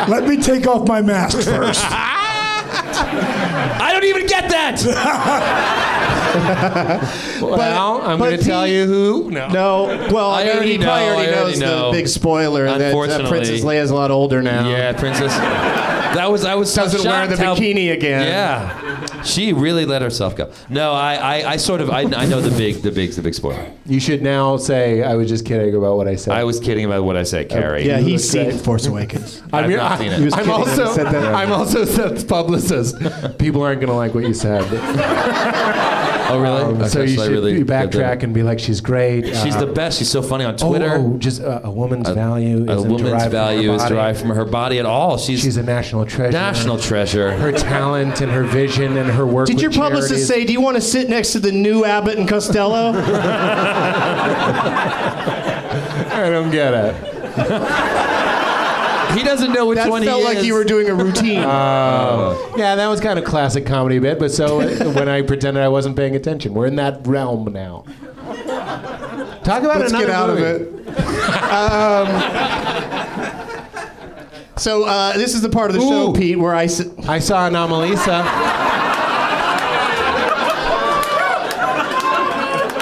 Speaker 6: Let me take off my mask first.
Speaker 5: I don't even get that.
Speaker 3: well, I'm
Speaker 4: but
Speaker 3: going to tell
Speaker 4: Pete-
Speaker 3: you who. No.
Speaker 4: No. Well, I,
Speaker 5: I
Speaker 4: mean, he
Speaker 5: already
Speaker 4: probably
Speaker 5: know,
Speaker 4: already
Speaker 5: I already
Speaker 4: knows
Speaker 5: know.
Speaker 4: the big spoiler that uh,
Speaker 5: Unfortunately.
Speaker 4: Princess Leia's a lot older now.
Speaker 5: Yeah, Princess. That was I was so
Speaker 4: Doesn't wear
Speaker 5: shocked
Speaker 4: the
Speaker 5: how-
Speaker 4: bikini again.
Speaker 5: Yeah, she really let herself go. No, I, I, I sort of I, I know the big the big the big spoiler.
Speaker 3: You should now say I was just kidding about what I said.
Speaker 5: I was kidding about what I said, Carrie.
Speaker 4: Yeah, he's
Speaker 3: Looks
Speaker 4: seen
Speaker 3: great.
Speaker 4: Force Awakens.
Speaker 5: I've not seen it.
Speaker 4: He was
Speaker 3: I'm
Speaker 4: kidding when he
Speaker 3: also
Speaker 4: said that.
Speaker 3: I'm also Seth's publicist. People aren't going to like what you said.
Speaker 5: Oh really?
Speaker 3: Um,
Speaker 5: Okay,
Speaker 3: so you
Speaker 5: I
Speaker 3: should
Speaker 5: really
Speaker 3: you backtrack and be like, she's great.
Speaker 5: She's
Speaker 3: uh,
Speaker 5: the best. She's so funny on
Speaker 3: oh,
Speaker 5: Twitter.
Speaker 3: Oh, just uh, a woman's value.
Speaker 5: a
Speaker 3: isn't
Speaker 5: woman's
Speaker 3: derived from her
Speaker 5: value is
Speaker 3: body.
Speaker 5: derived from her body at all. She's
Speaker 3: She's a national treasure.
Speaker 5: national treasure.
Speaker 3: Her talent and her vision and her work.
Speaker 4: Did
Speaker 3: with
Speaker 4: your publicist
Speaker 3: charities.
Speaker 4: say, "Do you want to sit next to the new Abbott and Costello"?
Speaker 3: I don't get it.
Speaker 5: He doesn't know which
Speaker 4: that
Speaker 5: one
Speaker 4: felt
Speaker 5: he
Speaker 4: like
Speaker 5: is.
Speaker 4: you were doing a routine.
Speaker 3: Yeah, that was kind of classic comedy bit. But so when I pretended I wasn't paying attention, we're in that realm now. Talk about
Speaker 4: Let's
Speaker 3: another
Speaker 4: get out
Speaker 3: movie.
Speaker 4: of it. um, so uh, this is the part of the show,
Speaker 3: Ooh.
Speaker 4: Pete, where I s-
Speaker 3: I saw Anomalisa.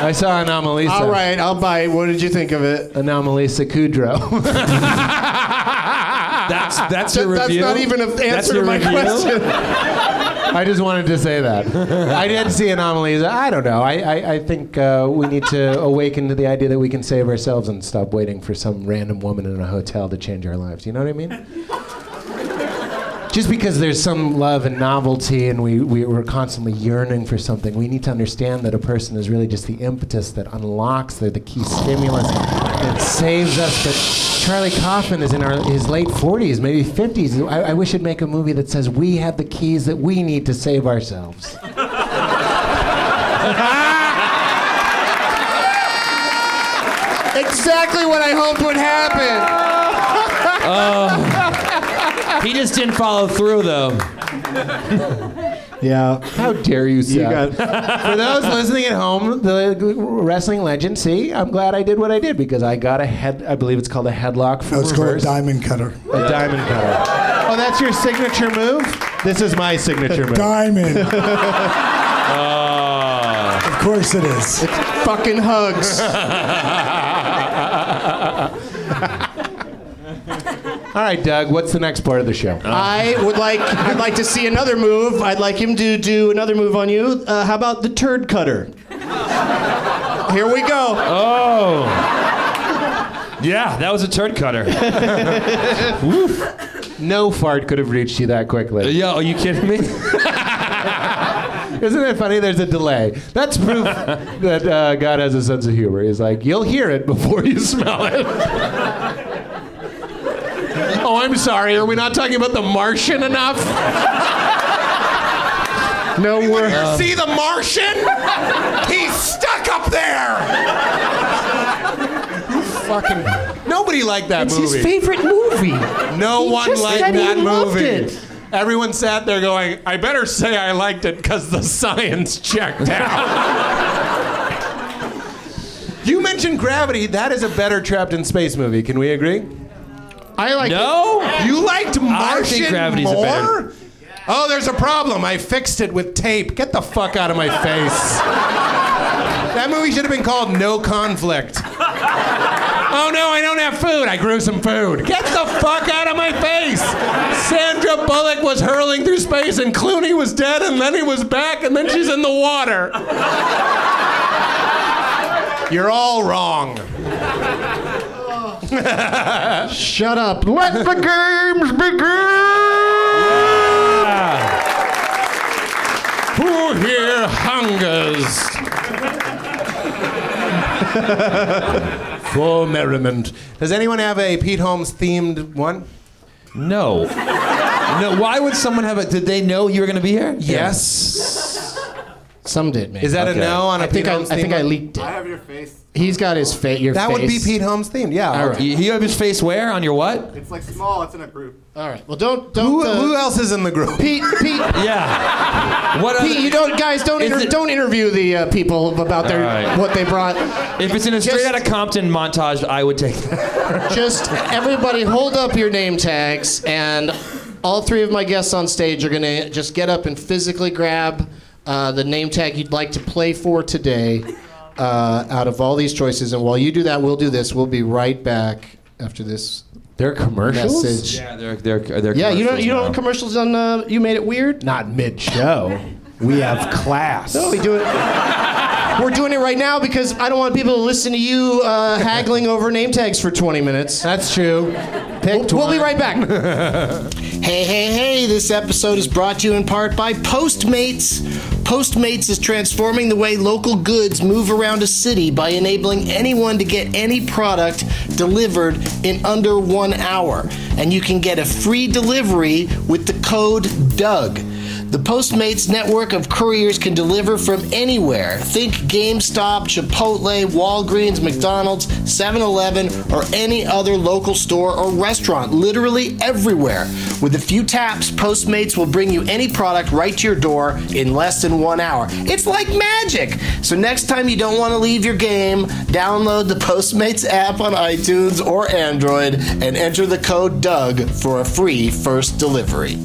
Speaker 3: I saw Anomalisa.
Speaker 4: all right, I'll buy. it. What did you think of it?
Speaker 3: Anomalisa Kudrow.
Speaker 5: That's that's
Speaker 4: That-
Speaker 5: your
Speaker 4: that's
Speaker 5: review.
Speaker 4: not even an
Speaker 5: That's
Speaker 4: answer to
Speaker 5: your
Speaker 4: my
Speaker 5: review?
Speaker 4: question.
Speaker 3: I just wanted to say that. I did see Anomalisa. I don't know. I, I, I think uh, we need to awaken to the idea that we can save ourselves and stop waiting for some random woman in a hotel to change our lives. You know what I mean? Just because there's some love and novelty and we, we, we're constantly yearning for something, we need to understand that a person is really just the impetus that unlocks, they're the key stimulus that saves us. But Charlie Kaufman is in our, his late 40s, maybe 50s. I, I wish he'd make a movie that says we have the keys that we need to save ourselves.
Speaker 4: exactly what I hoped would happen.
Speaker 5: He just didn't follow through though.
Speaker 4: Yeah,
Speaker 3: How dare you, Seth?
Speaker 4: you got.
Speaker 3: For those listening at home, the wrestling legend. See, I'm glad I did what I did because I got a head. I believe it's called a headlock. From
Speaker 6: No, it's called a
Speaker 3: reverse.
Speaker 6: diamond cutter.
Speaker 3: A diamond cutter.
Speaker 5: Oh, that's your signature move? This is my signature move.
Speaker 6: Diamond.
Speaker 5: of
Speaker 6: course it is. It's
Speaker 14: fucking hugs.
Speaker 5: All right, Doug, what's the next part of the show?
Speaker 14: I would like I'd like to see another move. I'd like him to do another move on you. Uh, how about the turd cutter? Here we go.
Speaker 15: Oh. Yeah, that was a turd cutter.
Speaker 5: Woof. No fart could have reached you that quickly.
Speaker 15: Yeah, are you kidding me?
Speaker 5: Isn't it funny? There's a delay. That's proof that uh, God has a sense of humor. He's like, you'll hear it before you smell it.
Speaker 4: Oh, I'm sorry. Are we not talking about The Martian enough?
Speaker 5: No word.
Speaker 15: um,
Speaker 4: You see The Martian? He's stuck up there. You
Speaker 5: fucking.
Speaker 4: Nobody liked that
Speaker 5: It's his
Speaker 4: movie.
Speaker 5: favorite movie.
Speaker 4: No
Speaker 5: He
Speaker 4: one
Speaker 5: just
Speaker 4: liked
Speaker 5: said he
Speaker 4: that
Speaker 5: loved
Speaker 4: movie.
Speaker 5: it.
Speaker 4: Everyone sat there going, "I better say I liked it because the science checked out."
Speaker 5: You mentioned Gravity. That is a better Trapped in Space movie. Can we agree?
Speaker 14: I like
Speaker 4: No? You liked Martian
Speaker 5: Gravity's a
Speaker 4: more?
Speaker 5: better-
Speaker 4: Oh, there's a problem. I fixed it with tape. Get the fuck out of my face. that movie should have been called No Conflict. oh no, I don't have food. I grew some food. Get the fuck out of my face. Sandra Bullock was hurling through space and Clooney was dead and then he was back and then she's in the water. You're all wrong.
Speaker 14: Shut up. Let the games
Speaker 4: begin. Who here hungers?
Speaker 5: For merriment. Does anyone have a Pete Holmes themed one?
Speaker 16: No. no. Why would someone have a? Did they know you were going to be here?
Speaker 14: Yes. Some did, man.
Speaker 5: Is that a no on a
Speaker 14: I think
Speaker 5: Pete
Speaker 14: I,
Speaker 5: Holmes
Speaker 14: I think
Speaker 5: theme?
Speaker 14: I leaked it. I have your face. He's got his face. Your
Speaker 5: that would be
Speaker 14: face.
Speaker 5: Pete Holmes themed. Yeah.
Speaker 14: All right.
Speaker 16: You, you have his face where on your what?
Speaker 14: It's like small. It's in a group. All right. Well, don't don't.
Speaker 5: Who,
Speaker 14: uh,
Speaker 5: who else is in the group?
Speaker 14: Pete. Pete.
Speaker 16: Yeah. What?
Speaker 14: Pete,
Speaker 16: other-
Speaker 14: you don't guys don't
Speaker 16: Is
Speaker 14: inter-
Speaker 16: it-
Speaker 14: don't interview the uh, people about their
Speaker 16: All right.
Speaker 14: what they brought.
Speaker 16: If it's in a straight out of Compton montage, I would take that.
Speaker 14: Just everybody hold up your name tags, and all three of my guests on stage are gonna just get up and physically grab uh, the name tag you'd like to play for today, uh, out of all these choices. And while you do that, we'll do this. We'll be right back after this.
Speaker 5: They're commercials?
Speaker 14: Message.
Speaker 16: Yeah, they're, they're, they're
Speaker 14: Yeah, you don't you don't
Speaker 16: commercials
Speaker 14: have commercials on. Uh, you made it weird.
Speaker 5: Not mid show. We have class.
Speaker 14: No, we do it. We're doing it right now because I don't want people to listen to you uh, haggling over name tags for 20 minutes.
Speaker 5: That's true.
Speaker 14: We'll, we'll be right back.
Speaker 3: Hey, hey, hey, this episode is brought to you in part by Postmates. Postmates is transforming the way local goods move around a city by enabling anyone to get any product delivered in under one hour. And you can get a free delivery with the code DUG. The Postmates network of couriers can deliver from anywhere. Think GameStop, Chipotle, Walgreens, McDonald's, 7 Eleven, or any other local store or restaurant, literally everywhere. With a few taps, Postmates will bring you any product right to your door in less than one hour. It's like magic! So next time you don't want to leave your game, download the Postmates app on iTunes or Android and enter the code DUG for a free first delivery.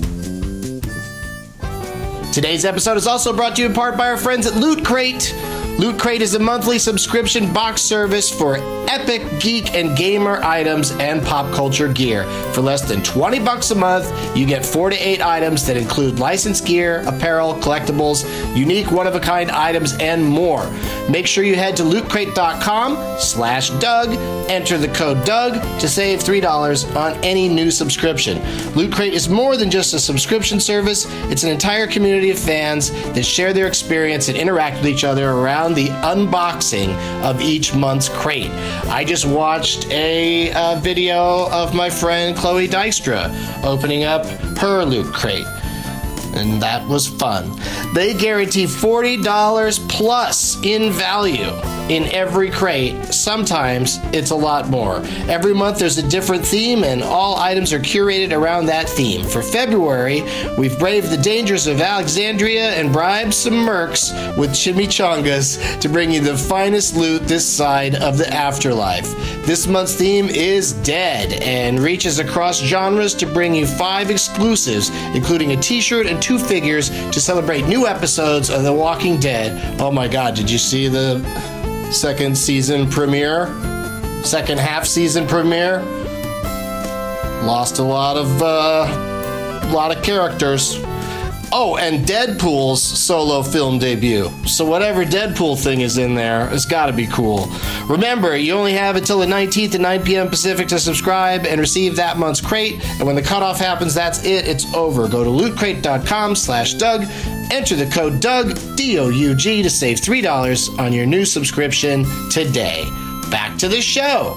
Speaker 3: Today's episode is also brought to you in part by our friends at Loot Crate. Loot Crate is a monthly subscription box service for epic geek and gamer items and pop culture gear. For less than 20 bucks a month, you get 4 to 8 items that include licensed gear, apparel, collectibles, unique one-of-a-kind items and more. Make sure you head to lootcrate.com/doug, enter the code doug to save $3 on any new subscription. Loot Crate is more than just a subscription service. It's an entire community of fans that share their experience and interact with each other around the unboxing of each month's crate. I just watched a, uh video of my friend Chloe Dykstra opening up her Loot Crate.
Speaker 17: and that was fun. They guarantee $40 plus in value in every crate. Sometimes it's a lot more. Every month there's a different theme, and all items are curated around that theme. For February, we've braved the dangers of Alexandria and bribed some mercs with chimichangas to bring you the finest loot this side of the afterlife. This month's theme is Dead and reaches across genres to bring you five exclusives, including a t shirt and two figures to celebrate new episodes of The Walking Dead. Oh my god, did you see the second season premiere? Second half season premiere? Lost a lot of, uh, lot of characters. Oh, and Deadpool's solo film debut. So whatever Deadpool thing is in there, it's got to be cool. Remember, you only have until the 19th at 9 p.m. Pacific to subscribe and receive that month's crate. And when the cutoff happens, that's it. It's over. Go to lootcrate.com/doug. Enter the code Doug D O U G to save three dollars on your new subscription today. Back to the show.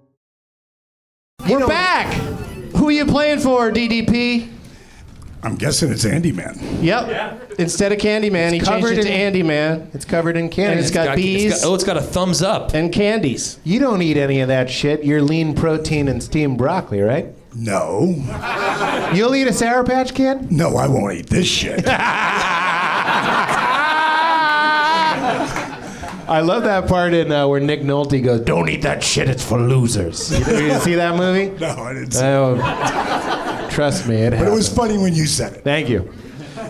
Speaker 3: We're back. Who are you playing for, DDP?
Speaker 6: I'm guessing it's Andy Man.
Speaker 3: Yep. Instead of Candyman, he changed
Speaker 18: covered
Speaker 3: it to
Speaker 18: in-
Speaker 3: Andy Man. It's covered in
Speaker 18: candy.
Speaker 3: And it's got, bees.
Speaker 18: oh, it's got a thumbs up.
Speaker 3: And candies.
Speaker 18: You don't eat any of that shit. You're lean protein and steamed broccoli, right?
Speaker 6: No.
Speaker 18: You'll eat a Sour Patch Kid?
Speaker 6: No, I won't eat this shit.
Speaker 18: I love that part in uh, where Nick Nolte goes, "Don't eat that shit. It's for losers." You, you see that movie?
Speaker 6: No, I didn't. See
Speaker 18: Oh, trust me, it.
Speaker 6: But it was funny when you said it.
Speaker 18: Thank you.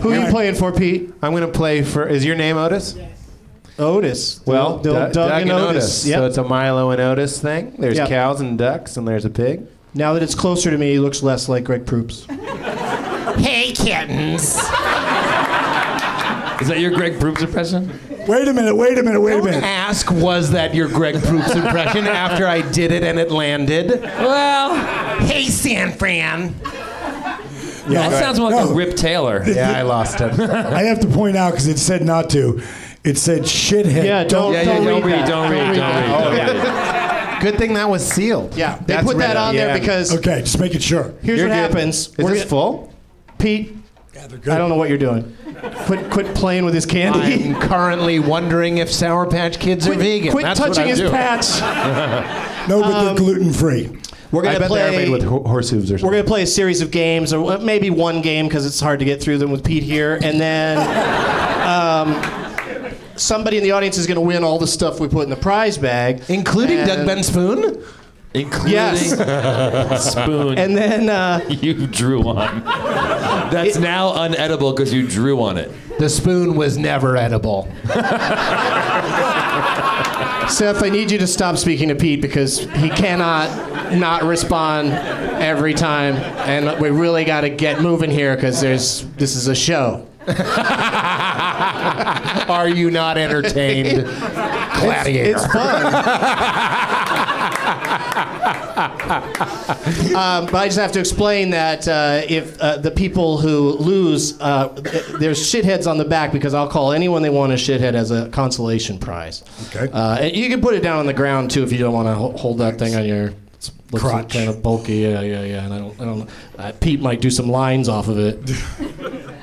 Speaker 18: Who
Speaker 6: are you
Speaker 18: playing for, Pete? I'm going to play for. Is your name Otis?
Speaker 3: Otis.
Speaker 18: Well,
Speaker 3: Doug- Doug and Otis. Yep.
Speaker 18: So it's a Milo and Otis thing. There's
Speaker 3: Yep.
Speaker 18: cows and ducks, and there's a pig.
Speaker 3: Now that it's closer to me, he looks less like Greg Proops.
Speaker 18: Hey, kittens.
Speaker 4: Is that your Greg Proops impression?
Speaker 6: Wait a minute, wait a minute, wait a minute.
Speaker 18: Ask, was that your Greg Proops impression after I did it and it landed? Well, hey, San Fran.
Speaker 6: Yeah.
Speaker 4: that sounds more like
Speaker 6: No.
Speaker 4: a Rip Taylor.
Speaker 6: Yeah, I
Speaker 18: lost him.
Speaker 6: I have to point out because it said not to. It said shithead.
Speaker 3: Yeah, don't- Yeah, yeah, don't don't read read, that. don't read, Don't read don't read, that. don't read,
Speaker 18: don't Oh, Good thing that was sealed.
Speaker 3: Yeah, they put that on there because
Speaker 6: Okay, just making sure.
Speaker 3: here's
Speaker 6: You're
Speaker 3: what
Speaker 6: good.
Speaker 3: happens.
Speaker 6: Is
Speaker 18: this full?
Speaker 3: Pete, I don't know what you're doing. Quit, quit playing with his candy.
Speaker 18: I'm currently wondering if Sour Patch Kids are
Speaker 3: Quit-
Speaker 18: vegan.
Speaker 3: quit
Speaker 18: That's what
Speaker 3: touching
Speaker 18: I'm
Speaker 3: his
Speaker 18: doing.
Speaker 3: patch.
Speaker 6: No, but they're gluten free.
Speaker 3: We're gonna
Speaker 18: I bet
Speaker 3: play-
Speaker 18: they're made with ho- horse hooves or
Speaker 3: We're gonna play a series of games, or uh, maybe one game because it's hard to get through them with Pete here, and then. Um, Somebody in the audience is going to win all the stuff we put in the prize bag,
Speaker 18: including Doug Ben Spoon.
Speaker 4: Including
Speaker 3: Yes.
Speaker 4: spoon.
Speaker 3: And then uh,
Speaker 4: you drew on. That's now unedible because you drew on it.
Speaker 18: The spoon was never edible.
Speaker 3: Seth, I need you to stop speaking to Pete because he cannot not respond every time, and we really got to get moving here because there's this is a show.
Speaker 18: Are you not entertained, gladiator?
Speaker 3: It's, it's fun. um, but I just have to explain that uh, if uh, the people who lose, uh, th- there's shitheads on the back because I'll call anyone they want a shithead as a consolation prize.
Speaker 6: Okay.
Speaker 3: Uh, and you can put it down on the ground too if you don't want to hold that thing on your. It looks
Speaker 6: Crotch.
Speaker 3: kind of bulky. Yeah, yeah, yeah. And I don't, I don't. Uh, Pete might do some lines off of it.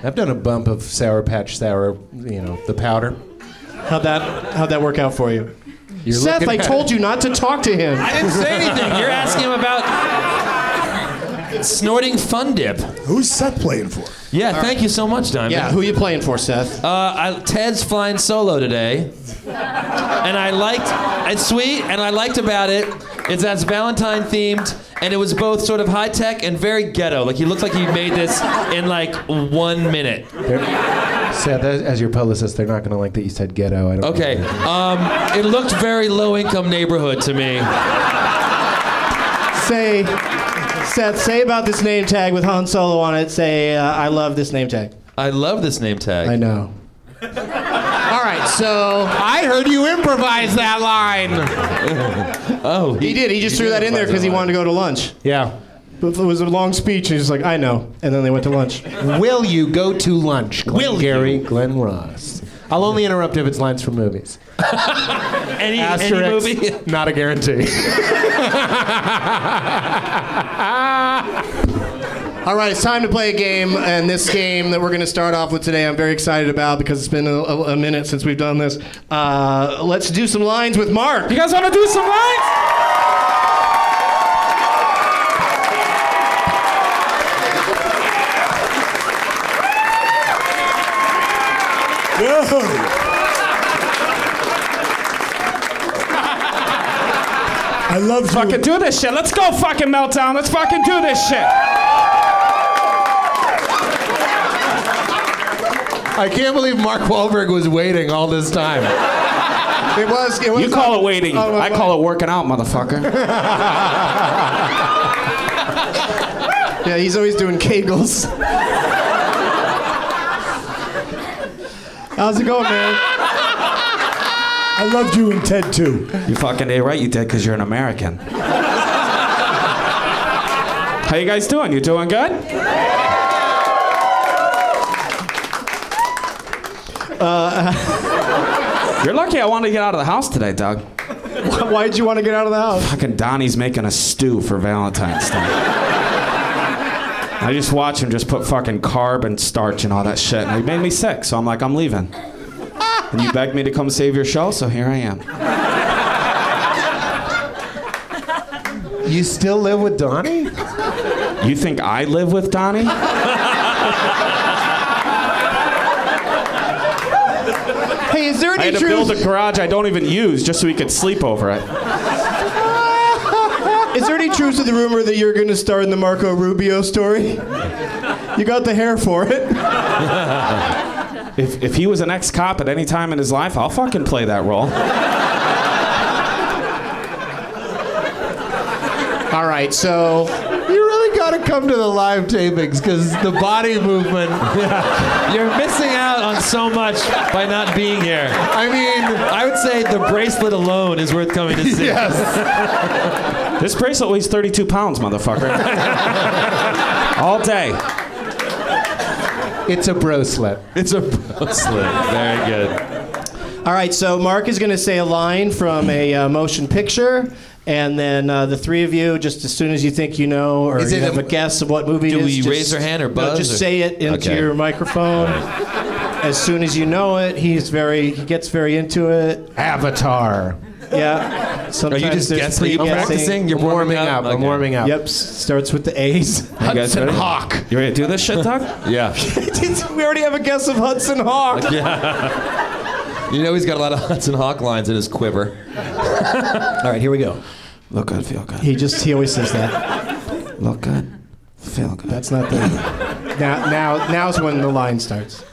Speaker 18: I've done a bump of Sour Patch Sour, you know, the powder.
Speaker 3: How'd that How'd that work out for you? Seth, I told you not to talk to him.
Speaker 4: I didn't say anything. You're asking him about snorting fun dip.
Speaker 6: Who's Seth playing for?
Speaker 4: Yeah, thank you so much, Diamond.
Speaker 3: Yeah, who you playing for, Seth?
Speaker 4: Uh, I, Ted's flying solo today, and I liked it's sweet, and I liked about it is that it's Valentine themed, and it was both sort of high tech and very ghetto. Like he looked like he made this in like one minute.
Speaker 18: Seth, as, as your publicist, they're not going to like that you said ghetto. I don't
Speaker 4: Okay, um, it looked very low income neighborhood to me.
Speaker 3: Say, Seth, say about this name tag with Han Solo on it. Say, uh, I love this name tag.
Speaker 4: I love this name tag.
Speaker 3: I know.
Speaker 4: All right, so
Speaker 19: I heard you improvise that line.
Speaker 4: oh,
Speaker 3: He did. He just threw that in there because he wanted to go to lunch.
Speaker 19: Yeah.
Speaker 3: But it was a long speech. He's like, I know. And then they went to lunch.
Speaker 18: Will you go to lunch, Glenn Will Gary, Glenn Ross? I'll only interrupt if it's lines from movies.
Speaker 4: any,
Speaker 18: Asterisk, Not a guarantee.
Speaker 3: All right, it's time to play a game, and this game that we're going to start off with today, I'm very excited about because it's been a, a minute since we've done this. Uh, let's do some lines with Mark. You
Speaker 5: guys want to do some lines?
Speaker 6: I love
Speaker 5: fucking do this shit. Let's go fucking meltdown. Let's fucking do this shit.
Speaker 18: I can't believe Mark Wahlberg was waiting all this time.
Speaker 3: It was. It
Speaker 18: was
Speaker 5: You call it waiting.
Speaker 3: Oh,
Speaker 5: I call it working out, motherfucker.
Speaker 3: Yeah, he's always doing kegels. How's it going, man?
Speaker 6: I loved you in Ted too.
Speaker 20: You fucking ain't right, you did, because you're an American.
Speaker 5: How you guys doing? You doing good?
Speaker 20: You're lucky I wanted to get out of the house today, Doug.
Speaker 3: Why'd you want to get out of the house?
Speaker 20: Fucking Donnie's making a stew for Valentine's Day. I just watch him just put fucking carb and starch and all that shit, and it made me sick. So I'm like, I'm leaving. And you begged me to come save your show, so here I am.
Speaker 18: You still live with Donnie?
Speaker 20: You think I live with Donnie?
Speaker 3: Hey, is there
Speaker 5: I
Speaker 3: any
Speaker 5: had to
Speaker 3: truth?
Speaker 5: build a garage I don't even use just so we could sleep over it.
Speaker 3: Is there any truth to the rumor that you're going to star in the Marco Rubio story? You got the hair for it.
Speaker 20: If, if he was an ex cop at any time in his life, I'll fucking play that role.
Speaker 3: All right, so
Speaker 18: you really got to come to the live tapings because the body movement.
Speaker 4: You're missing out on so much by not being here.
Speaker 18: I mean,
Speaker 4: I would say the bracelet alone is worth coming to see.
Speaker 20: This bracelet weighs 32 pounds, motherfucker. All day.
Speaker 18: It's a bracelet.
Speaker 4: It's a bracelet. Very good.
Speaker 3: All right, so Mark is going to say a line from a uh, motion picture, and then uh, the three of you, just as soon as you think you know or
Speaker 4: Is
Speaker 3: you
Speaker 4: it
Speaker 3: have a,
Speaker 4: a-
Speaker 3: guess of what movie
Speaker 4: Do
Speaker 3: it is,
Speaker 4: we
Speaker 3: just-
Speaker 4: raise our hand or
Speaker 3: no,
Speaker 4: buzz
Speaker 3: just
Speaker 4: or-
Speaker 3: say it into
Speaker 4: Okay.
Speaker 3: your microphone. As soon as you know it, he's very he gets very into it.
Speaker 18: Avatar.
Speaker 3: Yeah. Sometimes
Speaker 18: just
Speaker 3: there's
Speaker 18: guessing? Are you
Speaker 3: pre-guessing.
Speaker 18: practicing? You're warming Warming up? up? I'm Okay. warming up.
Speaker 3: Yep. s- Starts with the A's.
Speaker 4: You guys ready? You ready to do this shit, Doug? yeah.
Speaker 3: we already have a guess of Hudson Hawk.
Speaker 4: yeah. You know he's got a lot of Hudson Hawk lines in his quiver.
Speaker 3: All right, here we go.
Speaker 20: Look good, feel good.
Speaker 3: He just he always says that.
Speaker 20: Look good, feel good.
Speaker 3: That's not the. now now now's when the line starts.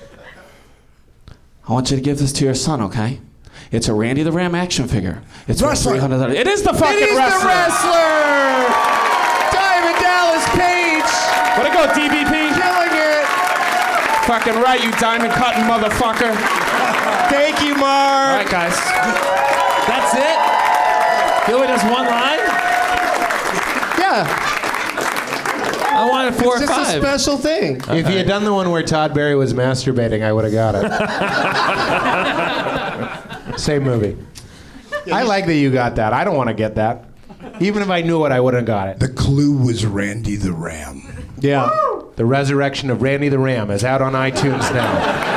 Speaker 20: I want you to give this to your son, okay? It's a Randy the Ram action figure. It's worth
Speaker 3: Wrestler.
Speaker 20: $300. It is the fucking
Speaker 3: It is the
Speaker 20: wrestler.
Speaker 3: wrestler. Diamond Dallas Page.
Speaker 5: Way to go, DBP.
Speaker 3: Killing it.
Speaker 5: Fucking right, you diamond cutting motherfucker.
Speaker 3: Thank you, Mark.
Speaker 5: All right, guys. That's it. He only does one line.
Speaker 3: Yeah.
Speaker 4: I wanted four
Speaker 3: it's
Speaker 4: or
Speaker 3: just
Speaker 4: five.
Speaker 3: a special thing.
Speaker 18: If you had done the one where Todd Berry was masturbating, I would have got it. Same movie. I like that you got that. I don't want to get that. Even if I knew it, I wouldn't have got it.
Speaker 6: The clue was Randy the Ram.
Speaker 3: Yeah.
Speaker 18: The Resurrection of Randy the Ram is out on iTunes now.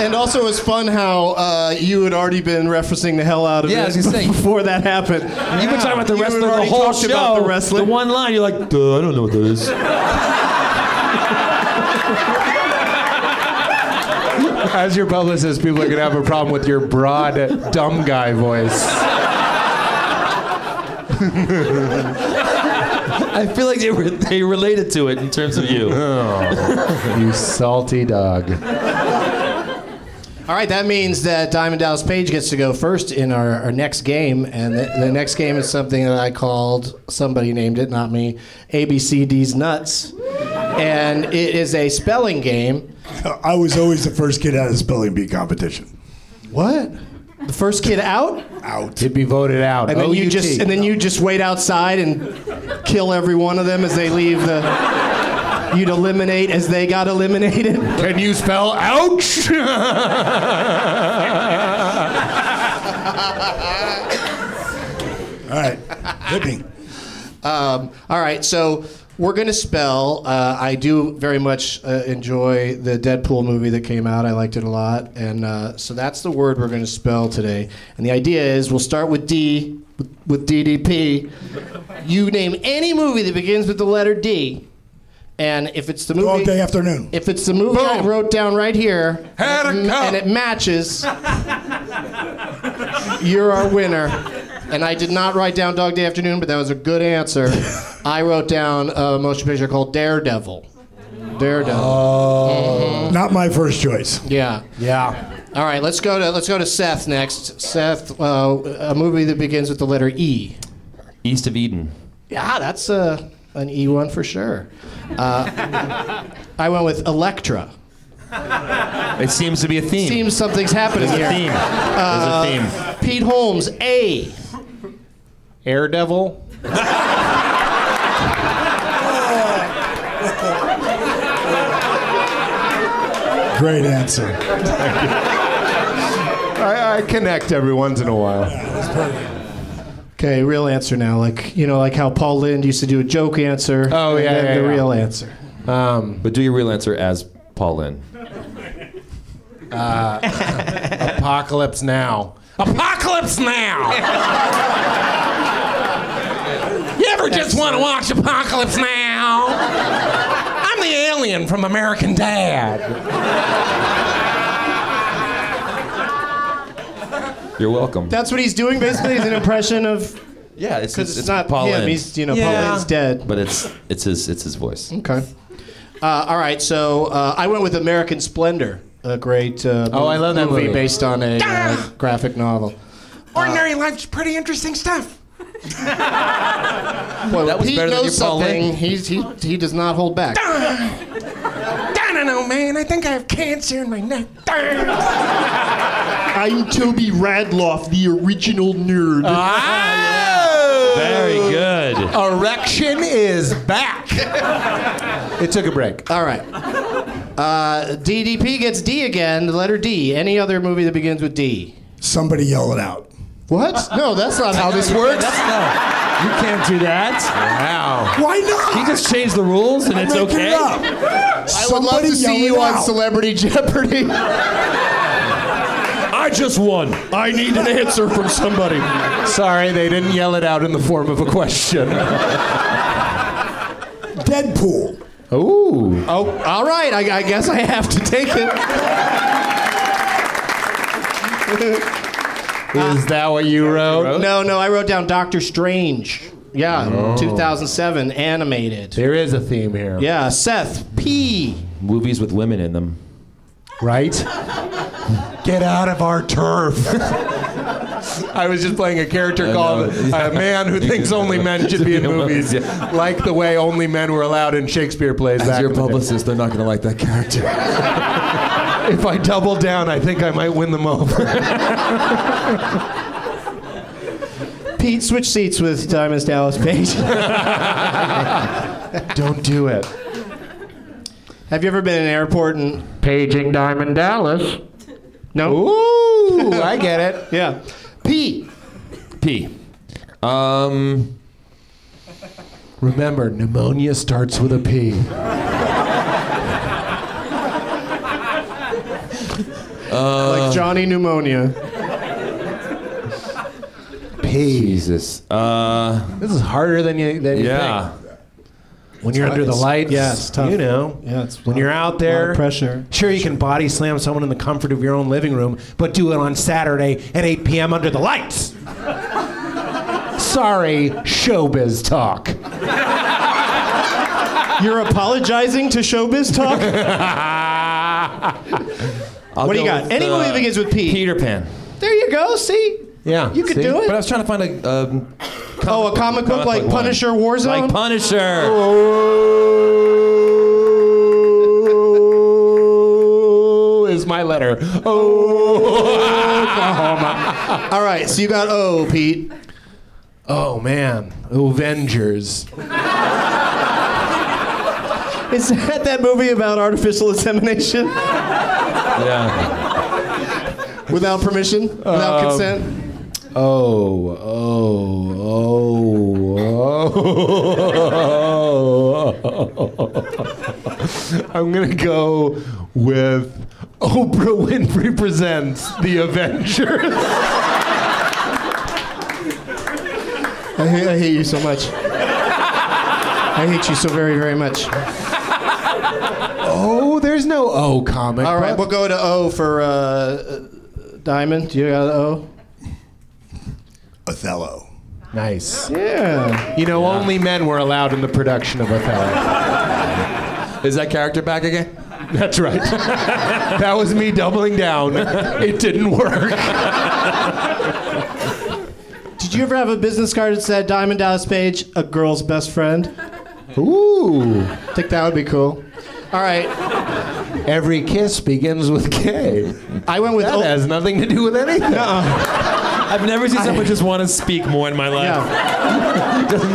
Speaker 3: And also, it was fun how uh, you had already been referencing the hell out of
Speaker 4: Yeah, I
Speaker 3: it
Speaker 4: was gonna say-
Speaker 3: before that happened.
Speaker 4: You've been talking about the
Speaker 3: You had
Speaker 4: wrestler the
Speaker 3: already
Speaker 4: whole
Speaker 3: talked
Speaker 4: show.
Speaker 3: about the wrestler.
Speaker 4: one line, you're like, Duh, I don't know what that is.
Speaker 18: As your publicist, people are going to have a problem with your broad, dumb guy voice.
Speaker 4: I feel like they were they related to it in terms of you.
Speaker 18: Oh, you salty dog.
Speaker 3: All right, that means that Diamond Dallas Page gets to go first in our, our next game, and the, the next game is something that I called somebody named it, not me, ABCD's Nuts, and it is a spelling game.
Speaker 6: I was always the first kid out of the spelling bee competition.
Speaker 3: What? The first kid out?
Speaker 6: Out.
Speaker 18: He'd be voted out.
Speaker 3: And then you just and then you just wait outside and kill every one of them as they leave the. You'd eliminate as they got eliminated.
Speaker 19: Can you spell ouch?
Speaker 6: All right, Whipping.
Speaker 3: Um, all right, so we're going to spell. Uh, I do very much uh, enjoy the Deadpool movie that came out. I liked it a lot. And uh, so that's the word we're going to spell today. And the idea is we'll start with D, with, with DDP. You name any movie that begins with the letter D. And if it's the movie.
Speaker 6: Dog Day Afternoon.
Speaker 3: If it's the movie I wrote down right here, and it, and it matches, you're our winner. And I did not write down Dog Day Afternoon, but that was a good answer. I wrote down a motion picture called Daredevil. Daredevil.
Speaker 6: Not my first choice.
Speaker 3: Yeah. Yeah. All right, let's go to let's go to Seth next. Seth, uh, a movie that begins with the letter E.
Speaker 4: East of Eden.
Speaker 3: Yeah, that's uh an E one for sure. Uh, I went with Electra.
Speaker 4: It seems to be a theme.
Speaker 3: Seems something's happening
Speaker 4: There's
Speaker 3: here.
Speaker 4: a theme.
Speaker 3: Uh,
Speaker 4: There's a
Speaker 3: Pete Holmes, A.
Speaker 18: Air Devil.
Speaker 6: Great answer.
Speaker 18: I, I connect every once in a while.
Speaker 3: Okay, real answer now. Like you know, like how Paul Lind used to do a joke answer.
Speaker 18: Oh,
Speaker 3: and
Speaker 18: yeah,
Speaker 3: then
Speaker 18: yeah,
Speaker 3: the
Speaker 18: yeah.
Speaker 3: real answer.
Speaker 4: Um, but do your real answer as Paul Lynn.
Speaker 18: Apocalypse Now.
Speaker 19: Uh, Apocalypse Now. you ever just want to watch Apocalypse Now? I'm the alien from American Dad.
Speaker 4: You're welcome.
Speaker 3: That's what he's doing. Basically, he's an impression of.
Speaker 4: yeah, it's,
Speaker 3: 'Cause
Speaker 4: it's,
Speaker 3: it's not
Speaker 4: Paul
Speaker 3: him,
Speaker 4: Lynn.
Speaker 3: he's, you know, Paul Yeah. Lynn's dead.
Speaker 4: But it's it's his it's his voice.
Speaker 3: Okay. Uh, all right, so uh, I went with American Splendor, a great uh,
Speaker 18: Oh, I love that movie. Ah!
Speaker 3: based on a uh, graphic novel.
Speaker 19: Ordinary life's pretty interesting stuff.
Speaker 3: Boy,
Speaker 19: That was
Speaker 3: Pete
Speaker 19: better than
Speaker 3: knows
Speaker 19: your Paul Lynn.
Speaker 3: something. He's, he he does not hold back.
Speaker 19: I don't know, man. I think I have cancer in my neck.
Speaker 3: I'm Toby Radloff, the original nerd.
Speaker 4: Very good.
Speaker 19: Erection is back.
Speaker 18: It took a break.
Speaker 3: All right. Uh, DDP gets D again, the letter D. Any other movie that begins with D?
Speaker 6: Somebody yell it out.
Speaker 3: What? No, that's not how this works.
Speaker 4: That's not. You can't do that. Wow.
Speaker 6: Why not?
Speaker 4: He just changed the rules and it's
Speaker 6: Make
Speaker 4: okay.
Speaker 6: it up.
Speaker 3: I would love to see you on Celebrity Jeopardy.
Speaker 4: I just won.
Speaker 3: I need an answer from somebody.
Speaker 18: Sorry, they didn't yell it out in the form of a question.
Speaker 6: Deadpool.
Speaker 18: Ooh.
Speaker 3: Oh, all right. I, I guess I have to take it.
Speaker 18: Is that what you wrote?
Speaker 3: no, no. I wrote down Doctor Strange. Yeah, 2007 animated.
Speaker 18: There is a theme here.
Speaker 3: Yeah, Seth P.
Speaker 4: Movies with women in them.
Speaker 18: Right?
Speaker 19: Get out of our turf. I was just playing a character
Speaker 4: I
Speaker 19: called
Speaker 4: know, yeah.
Speaker 19: a man who thinks only men should be in movies, like the way only men were allowed in Shakespeare plays.
Speaker 4: As
Speaker 19: back
Speaker 4: your
Speaker 19: in the day.
Speaker 4: publicist, they're not going to like that character.
Speaker 19: If I double down, I think I might win them over.
Speaker 3: Pete, switch seats with Diamonds Dallas Page.
Speaker 18: Don't do it.
Speaker 3: Have you ever been in an airport and paging Diamond Dallas? No.
Speaker 18: Ooh, I get it.
Speaker 3: Yeah. Pete.
Speaker 4: P. Um,
Speaker 18: Remember, pneumonia starts with a P.
Speaker 4: Um,
Speaker 3: like Johnny Pneumonia.
Speaker 4: Jesus. Uh,
Speaker 18: This is harder than you than you
Speaker 4: yeah.
Speaker 18: think. When you're under the lights,
Speaker 3: yeah, it's tough.
Speaker 18: you know.
Speaker 3: Yeah, it's
Speaker 18: when you're out there,
Speaker 3: pressure.
Speaker 18: Sure, you can body slam someone in the comfort of your own living room, but do it on Saturday at 8 p.m. under the lights. Sorry, showbiz talk.
Speaker 3: You're apologizing to Showbiz Talk?
Speaker 4: I'll
Speaker 3: What do you
Speaker 4: go
Speaker 3: got?
Speaker 4: with,
Speaker 3: Any
Speaker 4: uh,
Speaker 3: movie that begins with P.
Speaker 4: Peter Pan.
Speaker 3: There you go. See.
Speaker 4: Yeah,
Speaker 3: You could
Speaker 4: see?
Speaker 3: do it.
Speaker 4: But I was trying to find a. Um,
Speaker 3: oh, a comic book like
Speaker 4: one.
Speaker 3: Punisher Warzone.
Speaker 4: Like Punisher.
Speaker 18: Oh,
Speaker 3: O is my letter. Oklahoma. All right, so you got O, Pete.
Speaker 18: Oh man, Avengers.
Speaker 3: Is that that movie about artificial insemination?
Speaker 4: Yeah.
Speaker 3: Without permission? Without
Speaker 18: Um,
Speaker 3: consent?
Speaker 18: Oh, oh, oh, oh. I'm going to go with Oprah Winfrey Presents The Avengers.
Speaker 3: I hate, I hate you so much. I hate you so very, very much.
Speaker 18: Oh, there's no O comic.
Speaker 3: All right,
Speaker 18: book.
Speaker 3: we'll go to O for uh, uh, Diamond. You got O?
Speaker 18: Othello. Nice.
Speaker 3: Yeah.
Speaker 18: You know, only men were allowed in the production of Othello.
Speaker 4: Is that character back again?
Speaker 18: That's right. that was me doubling down. It didn't work.
Speaker 3: Did you ever have a business card that said Diamond Dallas Page, a girl's best friend?
Speaker 18: Ooh.
Speaker 3: think that would be cool. All right.
Speaker 18: Every kiss begins with K.
Speaker 3: I went with
Speaker 18: that has nothing to do with anything.
Speaker 4: I've never seen someone just want to speak more in my life.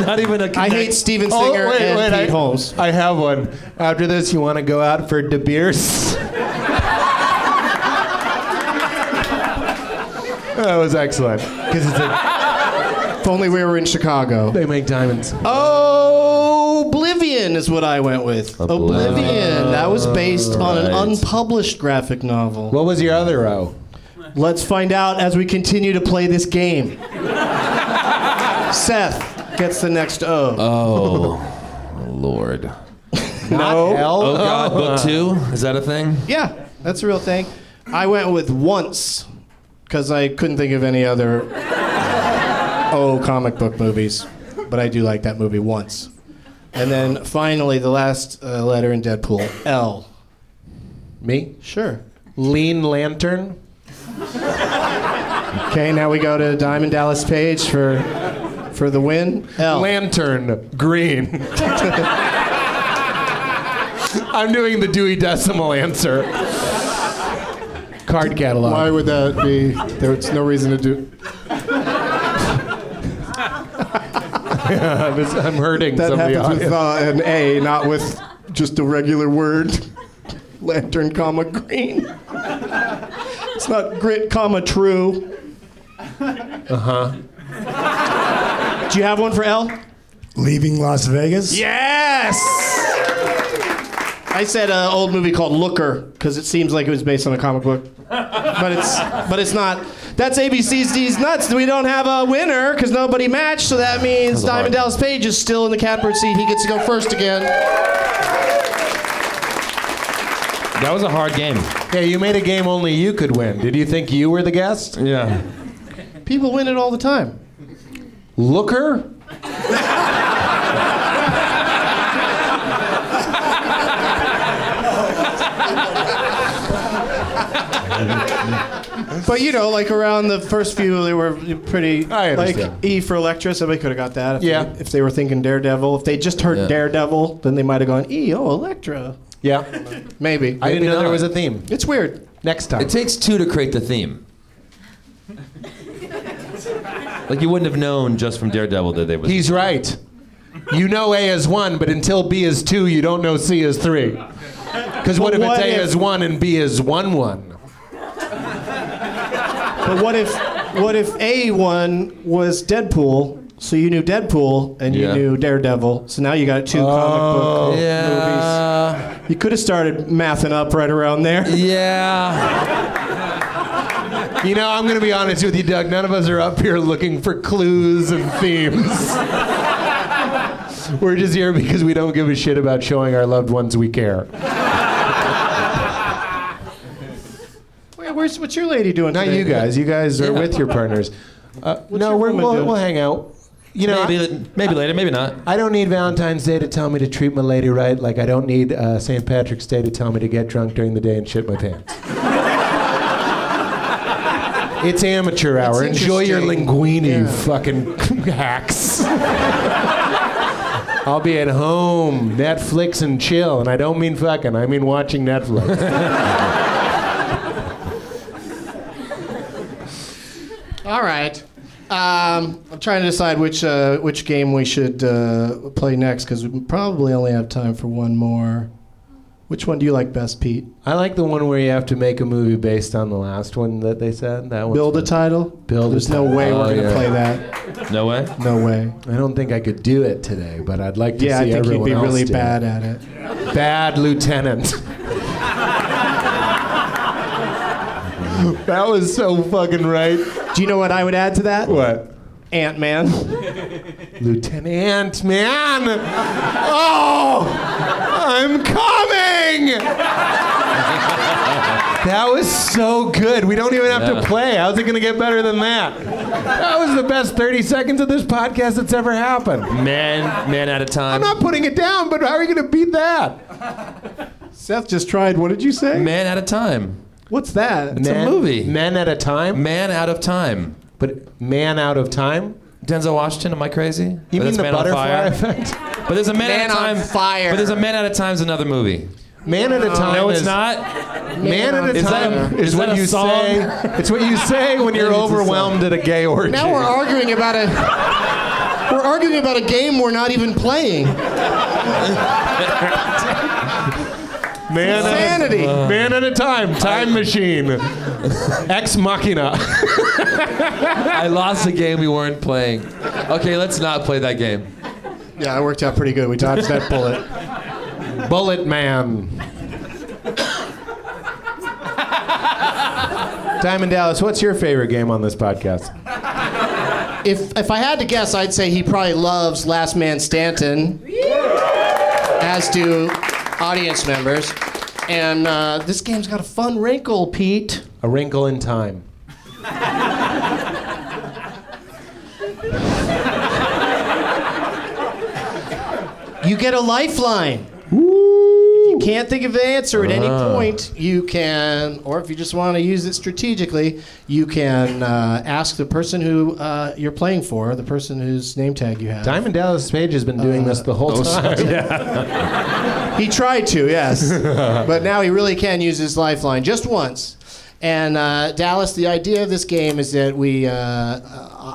Speaker 4: Not even a
Speaker 3: I hate Steven Singer
Speaker 18: oh, wait,
Speaker 3: and
Speaker 18: wait,
Speaker 3: Pete
Speaker 18: I,
Speaker 3: Holmes.
Speaker 18: I have one. After this, you want to go out for De Beers? that was excellent. Because it's a,
Speaker 3: If only we were in Chicago.
Speaker 18: they make diamonds.
Speaker 3: Oblivion is what I went with. Oblivion. That was based on an
Speaker 18: Right.
Speaker 3: unpublished graphic novel.
Speaker 18: What was your other O?
Speaker 3: Let's find out as we continue to play this game. Seth gets the next O.
Speaker 4: Uh, Oh, Lord.
Speaker 18: No.
Speaker 4: Oh, God, book two? Is that a thing?
Speaker 3: Yeah, that's a real thing. I went with once because I couldn't think of any other oh comic book movies, but I do like that movie once. And then finally, the last uh, letter in Deadpool L.
Speaker 18: Me?
Speaker 3: Sure.
Speaker 18: Lean Lantern.
Speaker 3: Okay, now we go to Diamond Dallas Page for for the win. L.
Speaker 18: Lantern green. I'm doing the Dewey Decimal answer. Card catalog.
Speaker 6: Why would that be? There's no reason to do.
Speaker 18: This- I'm hurting
Speaker 6: That
Speaker 18: somebody.
Speaker 6: happens with uh, an A, not with just a regular word. Lantern, comma green.
Speaker 3: It's not grit, comma true.
Speaker 18: Uh huh.
Speaker 3: Do you have one for L?
Speaker 6: Leaving Las Vegas.
Speaker 3: Yes. I said an old movie called Looker because it seems like it was based on a comic book, but it's but it's not. That's ABC's D's nuts. We don't have a winner because nobody matched, so that means
Speaker 4: That was
Speaker 3: Diamond
Speaker 4: hard.
Speaker 3: Dallas Page is still in the catbird seat. He gets to go first again.
Speaker 4: That was a hard game.
Speaker 18: Yeah, you made a game only you could win. Did you think you were the guest?
Speaker 4: Yeah.
Speaker 3: People win it all the time.
Speaker 18: Looker?
Speaker 3: But you know, like around the first few, they were pretty
Speaker 18: I
Speaker 3: like
Speaker 18: understand.
Speaker 3: E for Electra. Somebody could have got that. If
Speaker 18: Yeah.
Speaker 3: They, if they were thinking Daredevil, if they just heard
Speaker 4: Yeah.
Speaker 3: Daredevil, then they might have gone E. Oh, Electra.
Speaker 18: Yeah.
Speaker 3: Maybe.
Speaker 18: I didn't know there
Speaker 4: not.
Speaker 18: was a theme.
Speaker 3: It's weird.
Speaker 18: Next time.
Speaker 4: It takes two to create the theme. Like you wouldn't have known just from Daredevil that they was.
Speaker 18: He's right. You know A is one, but until B is two, you don't know C is three. Because what if
Speaker 3: But
Speaker 18: it's
Speaker 3: what
Speaker 18: A
Speaker 3: if-
Speaker 18: is one and B is one one?
Speaker 3: But what if what if A one was Deadpool? So you knew Deadpool and you
Speaker 4: Yeah.
Speaker 3: knew Daredevil. So now you got two
Speaker 18: Oh.
Speaker 4: Oh,
Speaker 3: comic book
Speaker 4: yeah.
Speaker 3: movies. You could have started mathing up right around there.
Speaker 4: Yeah.
Speaker 18: You know, I'm going to be honest with you, Doug. None of us are up here looking for clues and themes. We're just here because we don't give a shit about showing our loved ones we care.
Speaker 3: Wait, where's what's your lady doing?
Speaker 18: Not
Speaker 3: today?
Speaker 18: you guys. You guys are with your partners. Uh, no,
Speaker 3: your
Speaker 18: we're,
Speaker 3: woman
Speaker 18: we'll,
Speaker 3: doing?
Speaker 18: we'll hang out. You know, I-
Speaker 4: Maybe, maybe later, maybe not.
Speaker 18: I don't need Valentine's Day to tell me to treat my lady right. Like I don't need uh, St. Patrick's Day to tell me to get drunk during the day and shit my pants.
Speaker 3: It's amateur hour.
Speaker 21: That's
Speaker 3: Enjoy your
Speaker 21: interesting.
Speaker 3: linguine, you fucking hacks. I'll be at home, Netflix and chill, and I don't mean fucking. I mean watching Netflix.
Speaker 6: All right. Um, I'm trying to decide which uh, which game we should uh, play next because we probably only have time for one more. Which one do you like best, Pete?
Speaker 3: I like the one where you have to make a movie based on the last one that they said. That one.
Speaker 6: Build a title.
Speaker 3: Build.
Speaker 6: There's
Speaker 3: a
Speaker 6: no
Speaker 3: title.
Speaker 6: way we're
Speaker 3: Oh,
Speaker 6: gonna
Speaker 3: yeah.
Speaker 6: play that.
Speaker 3: No way.
Speaker 6: No way.
Speaker 3: I don't think I could do it today, but I'd like to
Speaker 6: Yeah,
Speaker 3: see
Speaker 6: I think you'd
Speaker 3: everyone
Speaker 6: be
Speaker 3: else
Speaker 6: really
Speaker 3: do
Speaker 6: bad
Speaker 3: it.
Speaker 6: at it.
Speaker 3: Bad lieutenant. that was so fucking right.
Speaker 6: Do you know what I would add to that?
Speaker 3: What?
Speaker 6: Ant Man.
Speaker 3: Lieutenant Ant Man. Oh, I'm coming. That was so good. We don't even have
Speaker 21: Yeah.
Speaker 3: to play. How's it going to get better than that? That was the best 30 seconds of this podcast that's ever happened.
Speaker 22: Man, man at a time.
Speaker 3: I'm not putting it down, but how are you going to beat that?
Speaker 6: Seth just tried. What did you say?
Speaker 4: Man at a time.
Speaker 6: What's that?
Speaker 4: It's a movie.
Speaker 3: Men at a time.
Speaker 4: Man out of time.
Speaker 3: But man out of time.
Speaker 4: Denzel Washington. Am I crazy?
Speaker 3: You
Speaker 4: Or
Speaker 3: mean
Speaker 4: that's
Speaker 3: the
Speaker 4: Man on
Speaker 3: butterfly
Speaker 4: Fire?
Speaker 3: effect?
Speaker 4: But there's a man,
Speaker 3: Man
Speaker 4: at
Speaker 3: on
Speaker 4: a time.
Speaker 3: Fire.
Speaker 4: But there's a man at a time's another movie.
Speaker 3: Man at a time.
Speaker 4: No, it's
Speaker 3: is-
Speaker 4: not.
Speaker 3: Man at a
Speaker 4: Is that
Speaker 3: time
Speaker 4: a-
Speaker 3: is,
Speaker 4: is
Speaker 3: what
Speaker 4: that a
Speaker 3: you
Speaker 4: song?
Speaker 3: say. It's what you say when you're
Speaker 4: Maybe it's a song.
Speaker 3: overwhelmed at a gay orgy.
Speaker 6: Now we're arguing about a we're arguing about a game we're not even playing.
Speaker 3: Man
Speaker 6: Insanity.
Speaker 3: At a, man at a time. Time machine. Ex machina.
Speaker 4: I lost a game we weren't playing. Okay, let's not play that game.
Speaker 6: Yeah, that worked out pretty good. We dodged that bullet.
Speaker 3: Bullet man. Diamond Dallas, what's your favorite game on this podcast?
Speaker 6: If if I had to guess, I'd say he probably loves Last Man Stanton, as do audience members. And uh, this game's got a fun wrinkle, Pete.
Speaker 3: A Wrinkle in Time.
Speaker 6: You get a lifeline. If you can't think of the answer at any
Speaker 4: Ah.
Speaker 3: Uh-huh.
Speaker 6: point, you can, or if you just want to use it strategically, you can uh, ask the person who uh, you're playing for, the person whose name tag you have.
Speaker 3: Diamond Dallas Page has been doing this the whole
Speaker 6: oh,
Speaker 3: time.
Speaker 6: sorry. He tried to, yes. but now he really can use his lifeline just once. And uh, Dallas, the idea of this game is that we, uh, uh,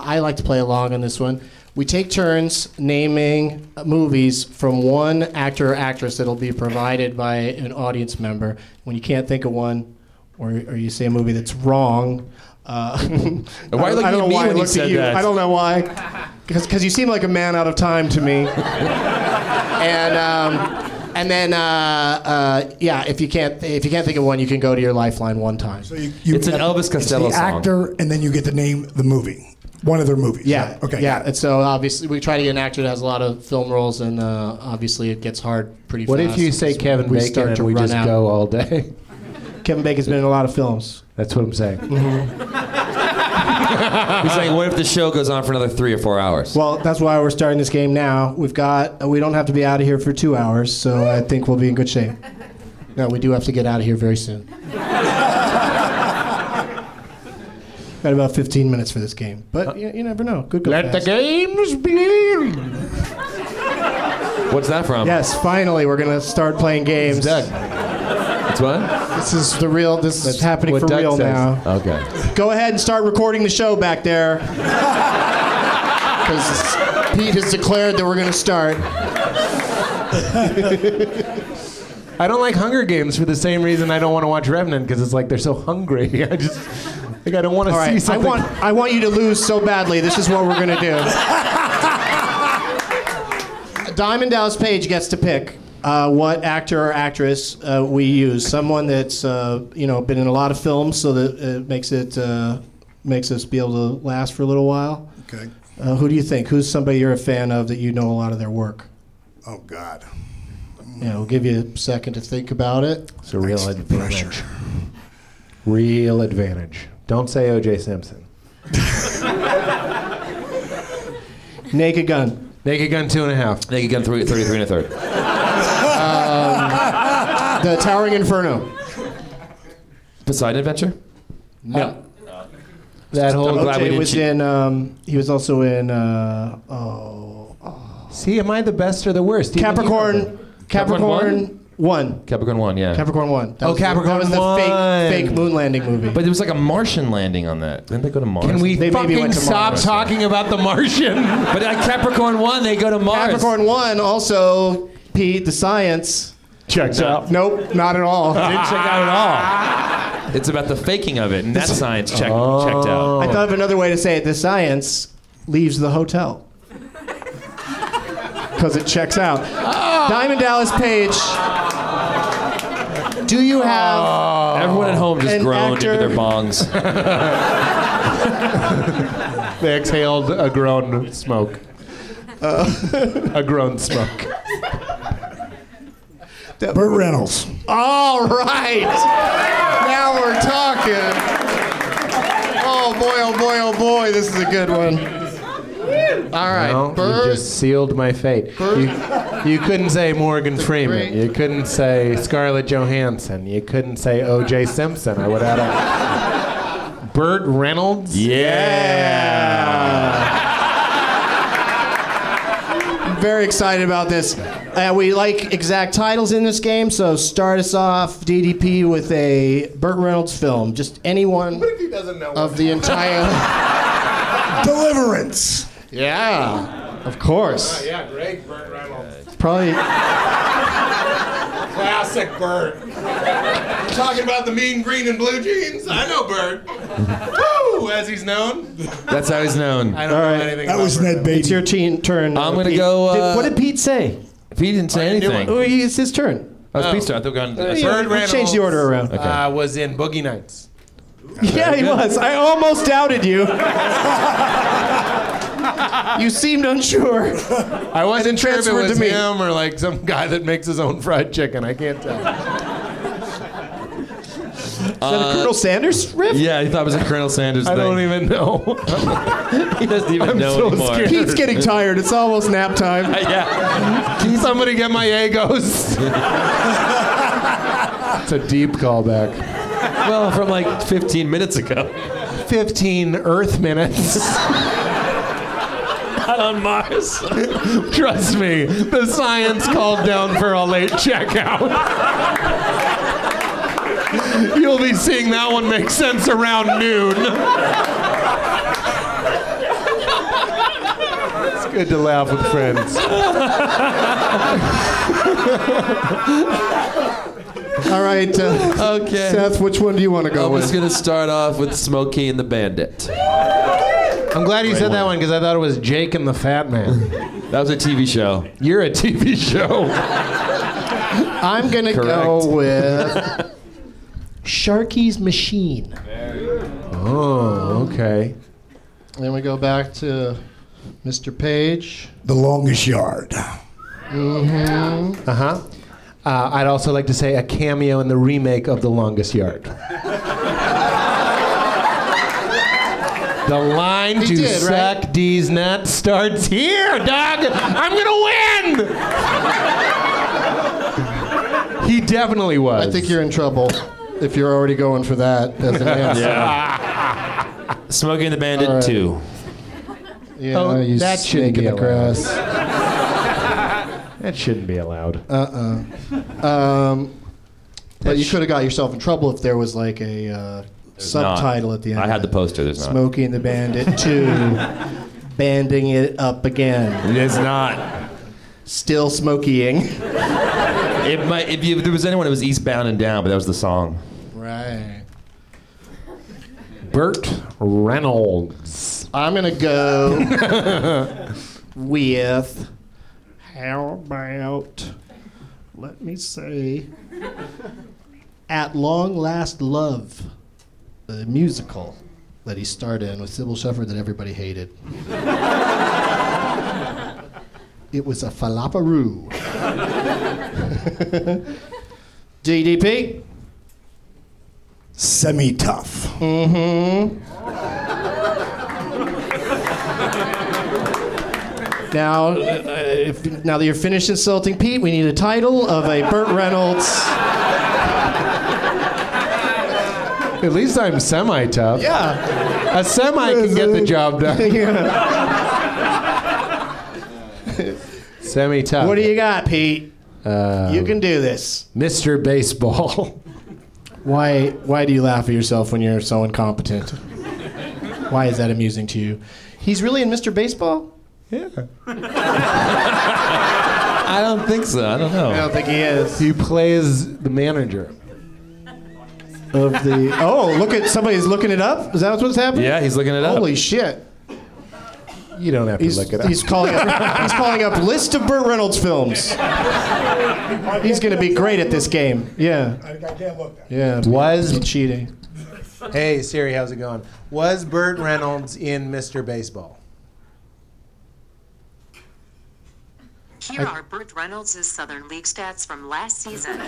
Speaker 6: I like to play along on this one. We take turns naming movies from one actor or actress that'll be provided by an audience member. When you can't think of one, or, or you say a movie that's wrong, uh,
Speaker 4: Why are you looking
Speaker 6: I don't
Speaker 4: at
Speaker 6: know
Speaker 4: me
Speaker 6: why
Speaker 4: when
Speaker 6: I
Speaker 4: you
Speaker 6: looked
Speaker 4: said
Speaker 6: at you.
Speaker 4: that?
Speaker 6: I don't know why, because you seem like a man out of time to me. and um, and then uh, uh, yeah, if you can't if you can't think of one, you can go to your lifeline one time.
Speaker 4: it's an Elvis Costello
Speaker 6: the
Speaker 4: song.
Speaker 23: Actor, and then you get to name the movie, one of their movies.
Speaker 6: Yeah.
Speaker 23: Okay.
Speaker 6: Yeah. And so obviously, we try to get an actor that has a lot of film roles, and uh, obviously, it gets hard pretty
Speaker 3: What
Speaker 6: fast.
Speaker 3: if you say
Speaker 6: So
Speaker 3: Kevin
Speaker 6: we
Speaker 3: Bacon
Speaker 6: start
Speaker 3: and
Speaker 6: to
Speaker 3: we
Speaker 6: run
Speaker 3: just
Speaker 6: out.
Speaker 3: go all day?
Speaker 6: Kevin Bacon's been in a lot of films. Mm-hmm.
Speaker 3: That's what I'm saying.
Speaker 4: He's like, what if the show goes on for another three or four hours?
Speaker 6: Well, that's why we're starting this game now. We've got we don't have to be out of here for two hours, so I think we'll be in good shape. No, we do have to get out of here very soon. Got about 15 minutes for this game, but you, you never know. Good go
Speaker 3: Uh, Let the
Speaker 6: fast.
Speaker 3: games begin.
Speaker 4: What's that from?
Speaker 6: Yes, finally we're gonna start playing games.
Speaker 4: It's what?
Speaker 6: This is the real. This is happening
Speaker 3: what
Speaker 6: for
Speaker 3: Doug
Speaker 6: real
Speaker 3: says.
Speaker 6: now.
Speaker 4: Okay.
Speaker 6: Go ahead and start recording the show back there, because Pete has declared that we're gonna start.
Speaker 3: I don't like Hunger Games for the same reason I don't want to watch Revenant because it's like they're so hungry. I just like I don't want to
Speaker 6: All
Speaker 3: see
Speaker 6: right, I
Speaker 3: something.
Speaker 6: want I want you to lose so badly. This is what we're gonna do. Diamond Dallas Page gets to pick uh, what actor or actress uh, we use. Someone that's uh, you know been in a lot of films, so that it makes it uh, makes us be able to last for a little while.
Speaker 23: Okay.
Speaker 6: Uh, who do you think? Who's somebody you're a fan of that you know a lot of their work?
Speaker 23: Oh God.
Speaker 6: Yeah, we'll give you a second to think about it.
Speaker 3: it's a real advantage.
Speaker 23: Pressure.
Speaker 3: Real advantage. Don't say O.J. Simpson.
Speaker 6: Naked Gun.
Speaker 3: Naked Gun two and a half.
Speaker 4: Naked Gun three, 33 and a third.
Speaker 6: The Towering Inferno.
Speaker 4: Poseidon Adventure?
Speaker 6: No. That whole
Speaker 3: I'm Oh, glad we
Speaker 6: OJ
Speaker 3: didn't
Speaker 6: was
Speaker 3: cheat.
Speaker 6: in. Um, he was also in. Uh, oh,
Speaker 3: See, am I the best or the worst? Even you know that.
Speaker 6: Capricorn. Capricorn. One.
Speaker 4: Capricorn One, yeah.
Speaker 6: Capricorn One. That
Speaker 4: oh,
Speaker 6: was the-
Speaker 4: Capricorn
Speaker 6: that was the fake-
Speaker 4: One.
Speaker 6: fake moon landing movie.
Speaker 4: But there was like a Martian landing on that. Didn't they go to Mars?
Speaker 6: Can we They maybe fucking went to stop Mars.
Speaker 4: talking about the Martian? but at Capricorn One, they go to Mars.
Speaker 6: Capricorn One also Pete the science.
Speaker 4: Checked out.
Speaker 6: Nope, not at all.
Speaker 4: Didn't check out at all. It's about the faking of it, and that science check, checked out.
Speaker 6: I thought of another way to say it. The science leaves the hotel because it checks out. Diamond Dallas Page. Do you have
Speaker 4: Everyone at home just
Speaker 6: an
Speaker 4: groaned
Speaker 6: actor-
Speaker 4: into their bongs.
Speaker 3: They exhaled a grown smoke. a grown smoke.
Speaker 24: Burt Reynolds.
Speaker 6: All right. Now we're talking.
Speaker 25: Oh boy, oh boy, oh boy, this is a good one.
Speaker 6: All right.
Speaker 3: No, you just sealed my fate. You, you couldn't say Morgan Freeman. You couldn't say Scarlett Johansson. You couldn't say O.J. Simpson. I would add a Burt Reynolds.
Speaker 6: Yeah. I'm very excited about this. Uh, we like exact titles in this game, so start us off DDP with a Burt Reynolds film. Just anyone of the entire
Speaker 24: Deliverance.
Speaker 6: Yeah. Of course.
Speaker 25: Oh, yeah, great Burt Reynolds.
Speaker 6: Probably
Speaker 25: Classic Burt. Talking about the mean green and blue jeans. I know Burt. Woo, as he's known.
Speaker 4: That's how he's known.
Speaker 25: I don't know anything about Burt Reynolds.
Speaker 6: It's your teen turn.
Speaker 4: I'm
Speaker 6: uh,
Speaker 4: gonna
Speaker 6: Pete.
Speaker 4: go,
Speaker 6: Did-
Speaker 4: uh,
Speaker 6: what did Pete say?
Speaker 4: Pete didn't say anything.
Speaker 6: Oh, he- it's his turn.
Speaker 4: I was Oh, Pete Star. I thought we got
Speaker 6: Uh, yeah,
Speaker 3: Burt
Speaker 6: we
Speaker 3: Reynolds.
Speaker 6: changed the order around.
Speaker 3: Uh, was in Boogie Nights.
Speaker 6: Yeah, he was. I almost doubted you. you seemed unsure.
Speaker 3: I wasn't sure if it
Speaker 6: transferred
Speaker 3: was
Speaker 6: to me.
Speaker 3: him or like some guy that makes his own fried chicken. I can't tell.
Speaker 6: Is that a Colonel Sanders riff?
Speaker 4: Yeah, he thought it was a Colonel Sanders
Speaker 3: I
Speaker 4: thing.
Speaker 3: don't even know.
Speaker 4: he doesn't even
Speaker 3: I'm
Speaker 4: know
Speaker 3: so
Speaker 4: anymore.
Speaker 3: scared.
Speaker 6: Pete's getting tired. It's almost nap time.
Speaker 4: yeah.
Speaker 3: Can somebody get my egos? it's a deep callback.
Speaker 4: Well, from like 15 minutes ago.
Speaker 3: 15 Earth minutes.
Speaker 4: Not on Mars.
Speaker 3: Trust me, the science called down for a late checkout. You'll be seeing that one make sense around noon. it's good to laugh with friends.
Speaker 6: All right. Uh,
Speaker 4: Okay.
Speaker 6: Seth, which one do you want to go
Speaker 4: I was
Speaker 6: with?
Speaker 4: gonna start off with Smokey and the Bandit. That
Speaker 3: I'm glad you said that one because I thought it was Jake and the Fat Man.
Speaker 4: was a TV show.
Speaker 3: You're a TV show.
Speaker 6: I'm going to go with Sharky's Machine.
Speaker 3: Oh, okay.
Speaker 6: And then we go back to Mr. Page.
Speaker 24: The longest yard.
Speaker 3: Uh huh. Uh, I'd also like to say a cameo in the remake of The Longest Yard. the line
Speaker 6: He
Speaker 3: to
Speaker 6: did, right?
Speaker 3: suck these nuts starts here, dog. I'm gonna win. he definitely was.
Speaker 6: I think you're in trouble if you're already going for that as an answer.
Speaker 4: Smokey and the Bandit
Speaker 6: right.
Speaker 4: 2.
Speaker 6: Yeah,
Speaker 3: Oh,
Speaker 6: you
Speaker 3: that shouldn't
Speaker 6: snake in
Speaker 3: be
Speaker 6: the
Speaker 3: allowed.
Speaker 6: grass. Uh,
Speaker 3: That shouldn't be allowed.
Speaker 6: Um, but you could have got yourself in trouble if there was like a uh, subtitle
Speaker 4: not.
Speaker 6: at the end.
Speaker 4: I
Speaker 6: of
Speaker 4: had
Speaker 6: it.
Speaker 4: the poster, there's not.
Speaker 6: Smokey and the Bandit 2. Banding it up again.
Speaker 4: It is not.
Speaker 6: Still smokying.
Speaker 4: It might, if, you, if there was anyone, it was Eastbound and Down, but that was the song.
Speaker 6: Right.
Speaker 3: Burt Reynolds.
Speaker 6: I'm going to go with how about, let me say, At Long Last Love, the musical that he starred in with Sybil Shepherd that everybody hated. it was a falaparoo. DDP?
Speaker 24: Semi tough.
Speaker 6: Mm-hmm. Now, uh, if, now that you're finished insulting Pete, we need a title of a Burt Reynolds.
Speaker 3: At least I'm semi tough.
Speaker 6: Yeah.
Speaker 19: A semi can get the job done.
Speaker 18: Semi tough.
Speaker 3: What do you got, Pete?
Speaker 18: Uh,
Speaker 3: you can do this.
Speaker 18: Mr. Baseball.
Speaker 3: why why do you laugh at yourself when you're so incompetent? why is that amusing to you? He's really in Mr. Baseball?
Speaker 18: Yeah.
Speaker 4: I don't think so. I don't know.
Speaker 3: I don't think he is.
Speaker 18: He plays the manager.
Speaker 3: Of the Oh, look at somebody's looking it up? Is that what's happening?
Speaker 4: Yeah, he's looking it up.
Speaker 3: Holy shit.
Speaker 18: You don't have
Speaker 3: He's,
Speaker 18: to look it up.
Speaker 3: he's calling up he's calling up list of Burt Reynolds films. He's gonna be great at this game. Yeah. I,
Speaker 6: can't look.
Speaker 3: Yeah.
Speaker 18: Was
Speaker 3: cheating.
Speaker 18: Hey Siri, how's it going? Was Burt Reynolds in Mr. Baseball?
Speaker 26: Here are Burt Reynolds' Southern League stats from last season.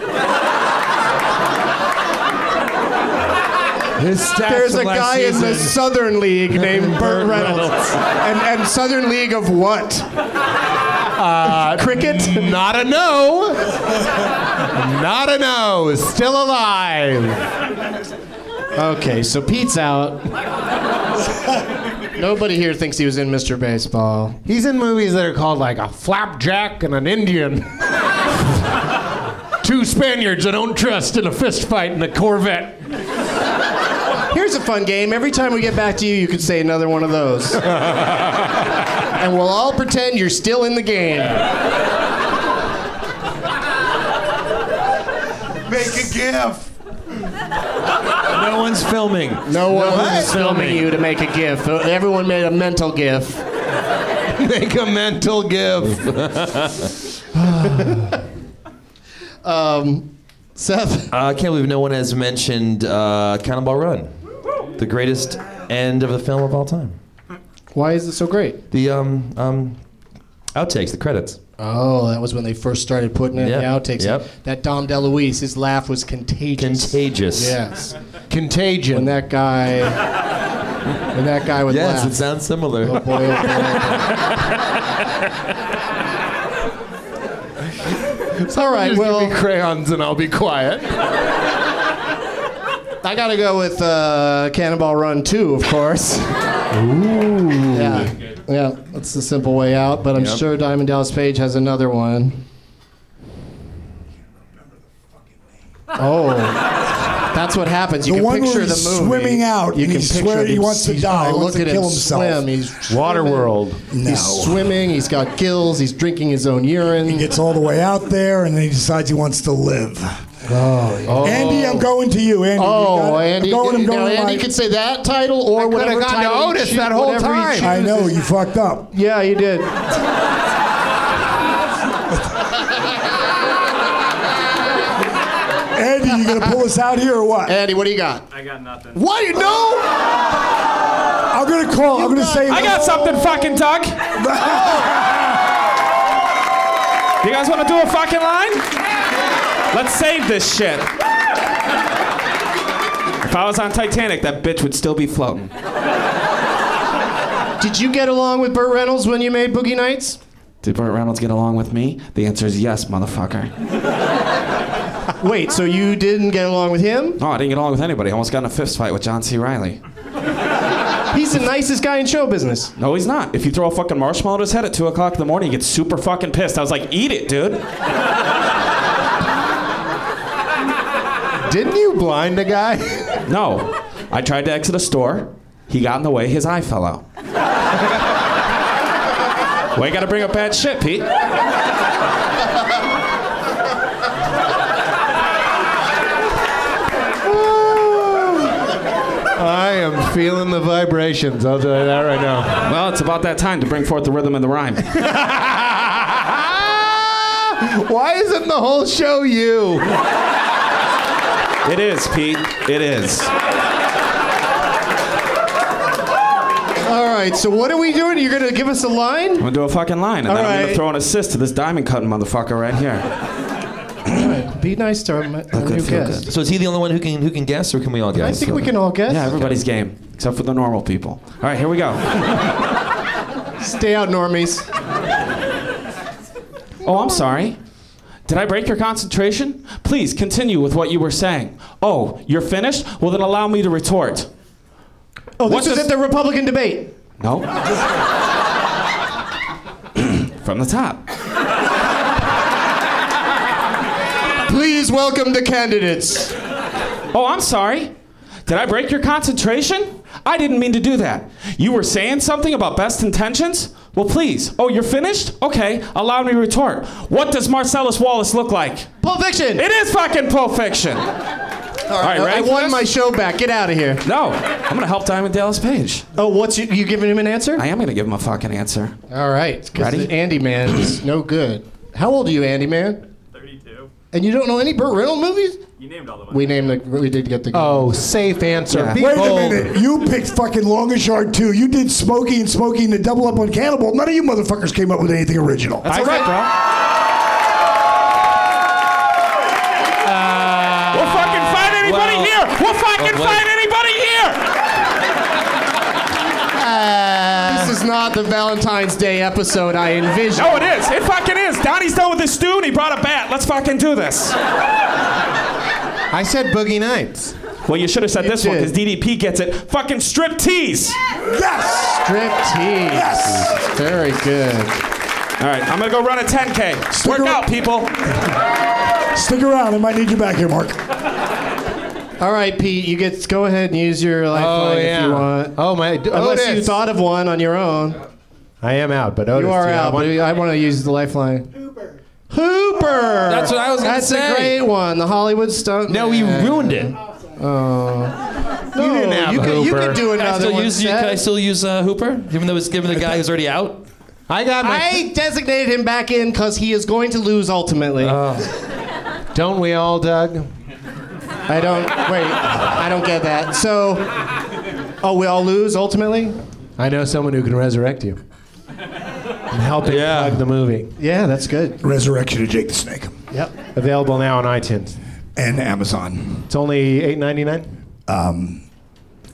Speaker 3: There's a guy in the Southern League named Burt Reynolds. and, and Southern League of what?
Speaker 19: Uh,
Speaker 3: Cricket?
Speaker 19: Not a no. Not a no. Still alive.
Speaker 3: Okay, so Pete's out. Nobody here thinks he was in Mr. Baseball.
Speaker 18: He's in movies that are called like a flapjack and an Indian.
Speaker 19: Two Spaniards I don't trust in a fist fight in a Corvette.
Speaker 3: Here's a fun game. Every time we get back to you, you can say another one of those. and we'll all pretend you're still in the game.
Speaker 19: Make a gif.
Speaker 4: No one's filming. Uh,
Speaker 3: No one
Speaker 4: one's
Speaker 3: was filming you to make a gif. Everyone made a mental gif.
Speaker 19: Make a mental gif.
Speaker 3: um, Seth.
Speaker 4: Uh, I can't believe no one has mentioned uh, Cannonball Run, the greatest end of the film of all time.
Speaker 3: Why is it so great?
Speaker 4: The um, um, outtakes, the credits.
Speaker 3: Oh, that was when they first started putting in
Speaker 4: Yep,
Speaker 3: the outtakes.
Speaker 4: yep.
Speaker 3: That Dom DeLuise, his laugh was contagious.
Speaker 4: Contagious.
Speaker 3: Yes.
Speaker 18: Contagion.
Speaker 3: When that guy, when that guy would
Speaker 4: yes,
Speaker 3: laugh.
Speaker 4: it sounds similar.
Speaker 3: Oh, boy, oh, boy.
Speaker 19: it's all right. well, give me crayons and I'll be quiet.
Speaker 3: I gotta go with uh, Cannonball Run 2, of course. Ooh. Yeah. Yeah, that's the simple way out, but I'm
Speaker 4: Yep.
Speaker 3: sure Diamond Dallas Page has another one. Oh. That's what happens. You
Speaker 6: The
Speaker 3: can
Speaker 6: one
Speaker 3: picture
Speaker 6: where he's
Speaker 3: the movie.
Speaker 6: swimming out
Speaker 3: You
Speaker 6: and
Speaker 3: can
Speaker 6: he
Speaker 3: picture
Speaker 6: swear
Speaker 3: it.
Speaker 6: he wants to
Speaker 3: He's-
Speaker 6: die,
Speaker 3: I
Speaker 6: wants
Speaker 3: look
Speaker 6: to
Speaker 3: at him
Speaker 6: kill himself.
Speaker 3: swim. He's
Speaker 18: Waterworld.
Speaker 6: No.
Speaker 3: He's swimming. He's got gills. He's drinking his own urine. He
Speaker 6: gets all the way out there, and then he decides he wants to live.
Speaker 3: Oh,
Speaker 6: Andy, I'm going to you, Andy. You
Speaker 3: Oh,
Speaker 6: got it?
Speaker 3: Andy.
Speaker 6: I'm going, I'm going
Speaker 3: now, Andy
Speaker 6: like-
Speaker 3: could say that title or whatever
Speaker 6: Could've
Speaker 3: title he choo- whatever he
Speaker 6: I know
Speaker 3: chooses.
Speaker 6: you fucked up.
Speaker 3: Yeah, you did.
Speaker 6: Andy, you gonna pull us out here or what?
Speaker 3: Andy, what do you got?
Speaker 6: I got nothing.
Speaker 3: What? No.
Speaker 6: I'm gonna call. I'm gonna say.
Speaker 2: I got something, fucking Doug. You guys want to do a fucking line? Let's save this shit.
Speaker 20: If I was on Titanic, that bitch would still be floating.
Speaker 3: Did you get along with Burt Reynolds when you made Boogie Nights?
Speaker 20: Did Burt Reynolds get along with me? The answer is yes, motherfucker.
Speaker 3: Wait, so you didn't get along with him?
Speaker 20: No, I didn't get along with anybody. I almost got in a fist fight with John C. Riley.
Speaker 3: He's the nicest guy in show business.
Speaker 20: No, he's not. If you throw a fucking marshmallow at his head at 2 o'clock in the morning, he gets super fucking pissed. I was like, eat it, dude.
Speaker 19: Didn't you blind a guy?
Speaker 20: no. I tried to exit a store. He got in the way. His eye fell out. Why you gotta bring up bad shit, Pete?
Speaker 19: I am feeling the vibrations. I'll tell you that right now.
Speaker 20: Well, it's about that time to bring forth the rhythm and the rhyme.
Speaker 3: Ah!
Speaker 19: Why isn't the whole show you?
Speaker 20: It is, Pete. It is.
Speaker 3: All right, so what are we doing? You're going to give us a line?
Speaker 20: I'm gonna do a fucking line, and
Speaker 3: All
Speaker 20: then I'm
Speaker 3: right.
Speaker 20: gonna throw an assist to this diamond cutting motherfucker right here.
Speaker 3: Be nice to our, m- our new guest.
Speaker 4: So is he the only one who can who can guess, or can we all guess?
Speaker 3: I think we can all guess.
Speaker 20: Yeah, everybody's game except for the normal people. All right, here we go.
Speaker 3: Stay out, normies.
Speaker 20: Oh, I'm sorry. Did I break your concentration? Please continue with what you were saying. Oh, you're finished? Well, then allow me to retort.
Speaker 3: Oh, this
Speaker 20: What's
Speaker 3: was
Speaker 20: the-
Speaker 3: at the Republican debate.
Speaker 20: No. From the top.
Speaker 3: Please welcome the candidates.
Speaker 20: Oh, I'm sorry. Did I break your concentration? I didn't mean to do that. You were saying something about best intentions? Well, please. Oh, you're finished? Okay, allow me to retort. What does Marcellus Wallace look like?
Speaker 3: Pulp Fiction!
Speaker 20: It is fucking Pulp Fiction! All right,
Speaker 3: I- I
Speaker 20: ready for
Speaker 3: won
Speaker 20: this?
Speaker 3: my show back. Get out of here.
Speaker 20: No, I'm gonna help Diamond Dallas Page.
Speaker 3: Oh, what's you, you giving him an answer?
Speaker 20: I am gonna give him a fucking answer.
Speaker 3: All right. 'cause
Speaker 20: Ready?
Speaker 3: the Andy Man is no good. How old are you, Andy Man? 32. And you don't know any Burt Reynolds movies? You named all the ones. We named the, we did get the
Speaker 18: Oh, safe answer. Be
Speaker 6: Wait
Speaker 18: bold.
Speaker 6: a
Speaker 3: Oh.
Speaker 6: minute. You picked fucking Longest Yard too. You did Smokey and Smokey and the Double Up on Cannibal. None of you motherfuckers came up with anything original.
Speaker 20: That's all right, bro.
Speaker 18: Uh,
Speaker 20: we'll fucking find
Speaker 5: Uh,
Speaker 20: anybody
Speaker 2: well-
Speaker 20: here. We'll fucking
Speaker 2: well, wait.
Speaker 20: find anybody here.
Speaker 3: This is not the Valentine's Day episode I envisioned.
Speaker 20: No, it is. It fucking is. Donnie's done with his stew and he brought a bat. Let's fucking do this.
Speaker 18: I said Boogie Nights.
Speaker 20: Well, you should have said this one because DDP gets it. Fucking strip tease.
Speaker 6: Yes!
Speaker 3: Strip tease. Yes! Very good.
Speaker 20: All right, I'm going to go run a 10K. Work out, people.
Speaker 6: Stick around. I might need you back here, Mark.
Speaker 3: All right, Pete, you get go ahead and use your lifeline if
Speaker 18: yeah.
Speaker 3: you want.
Speaker 18: Oh my!
Speaker 3: Unless you
Speaker 18: Otis.
Speaker 3: thought of one on your own.
Speaker 18: I am out, but Otis,
Speaker 3: you are
Speaker 18: yeah, I
Speaker 3: out,
Speaker 18: want-
Speaker 3: but I want to use the lifeline. Hooper. Hooper.
Speaker 4: That's what I was gonna
Speaker 3: That's
Speaker 4: say.
Speaker 3: a great one. The Hollywood stunt. No,
Speaker 4: we ruined it.
Speaker 3: Oh. No, you, could, you could do
Speaker 4: Can I
Speaker 3: another
Speaker 4: still
Speaker 3: one.
Speaker 4: use, Can I
Speaker 3: Seth.
Speaker 4: still use uh, Hooper, even though it's given the guy who's already out?
Speaker 18: I got
Speaker 3: I designated him back in because he is going to lose ultimately.
Speaker 18: Don't we all, Doug?
Speaker 3: I don't. Wait, I don't get that. So, oh, we all lose ultimately.
Speaker 18: I know someone who can resurrect you. I'm helping plug the movie.
Speaker 3: Yeah, that's good.
Speaker 6: Resurrection of Jake the Snake.
Speaker 3: Yep.
Speaker 18: Available now on iTunes.
Speaker 6: And Amazon.
Speaker 18: It's only eight ninety nine.
Speaker 6: Um,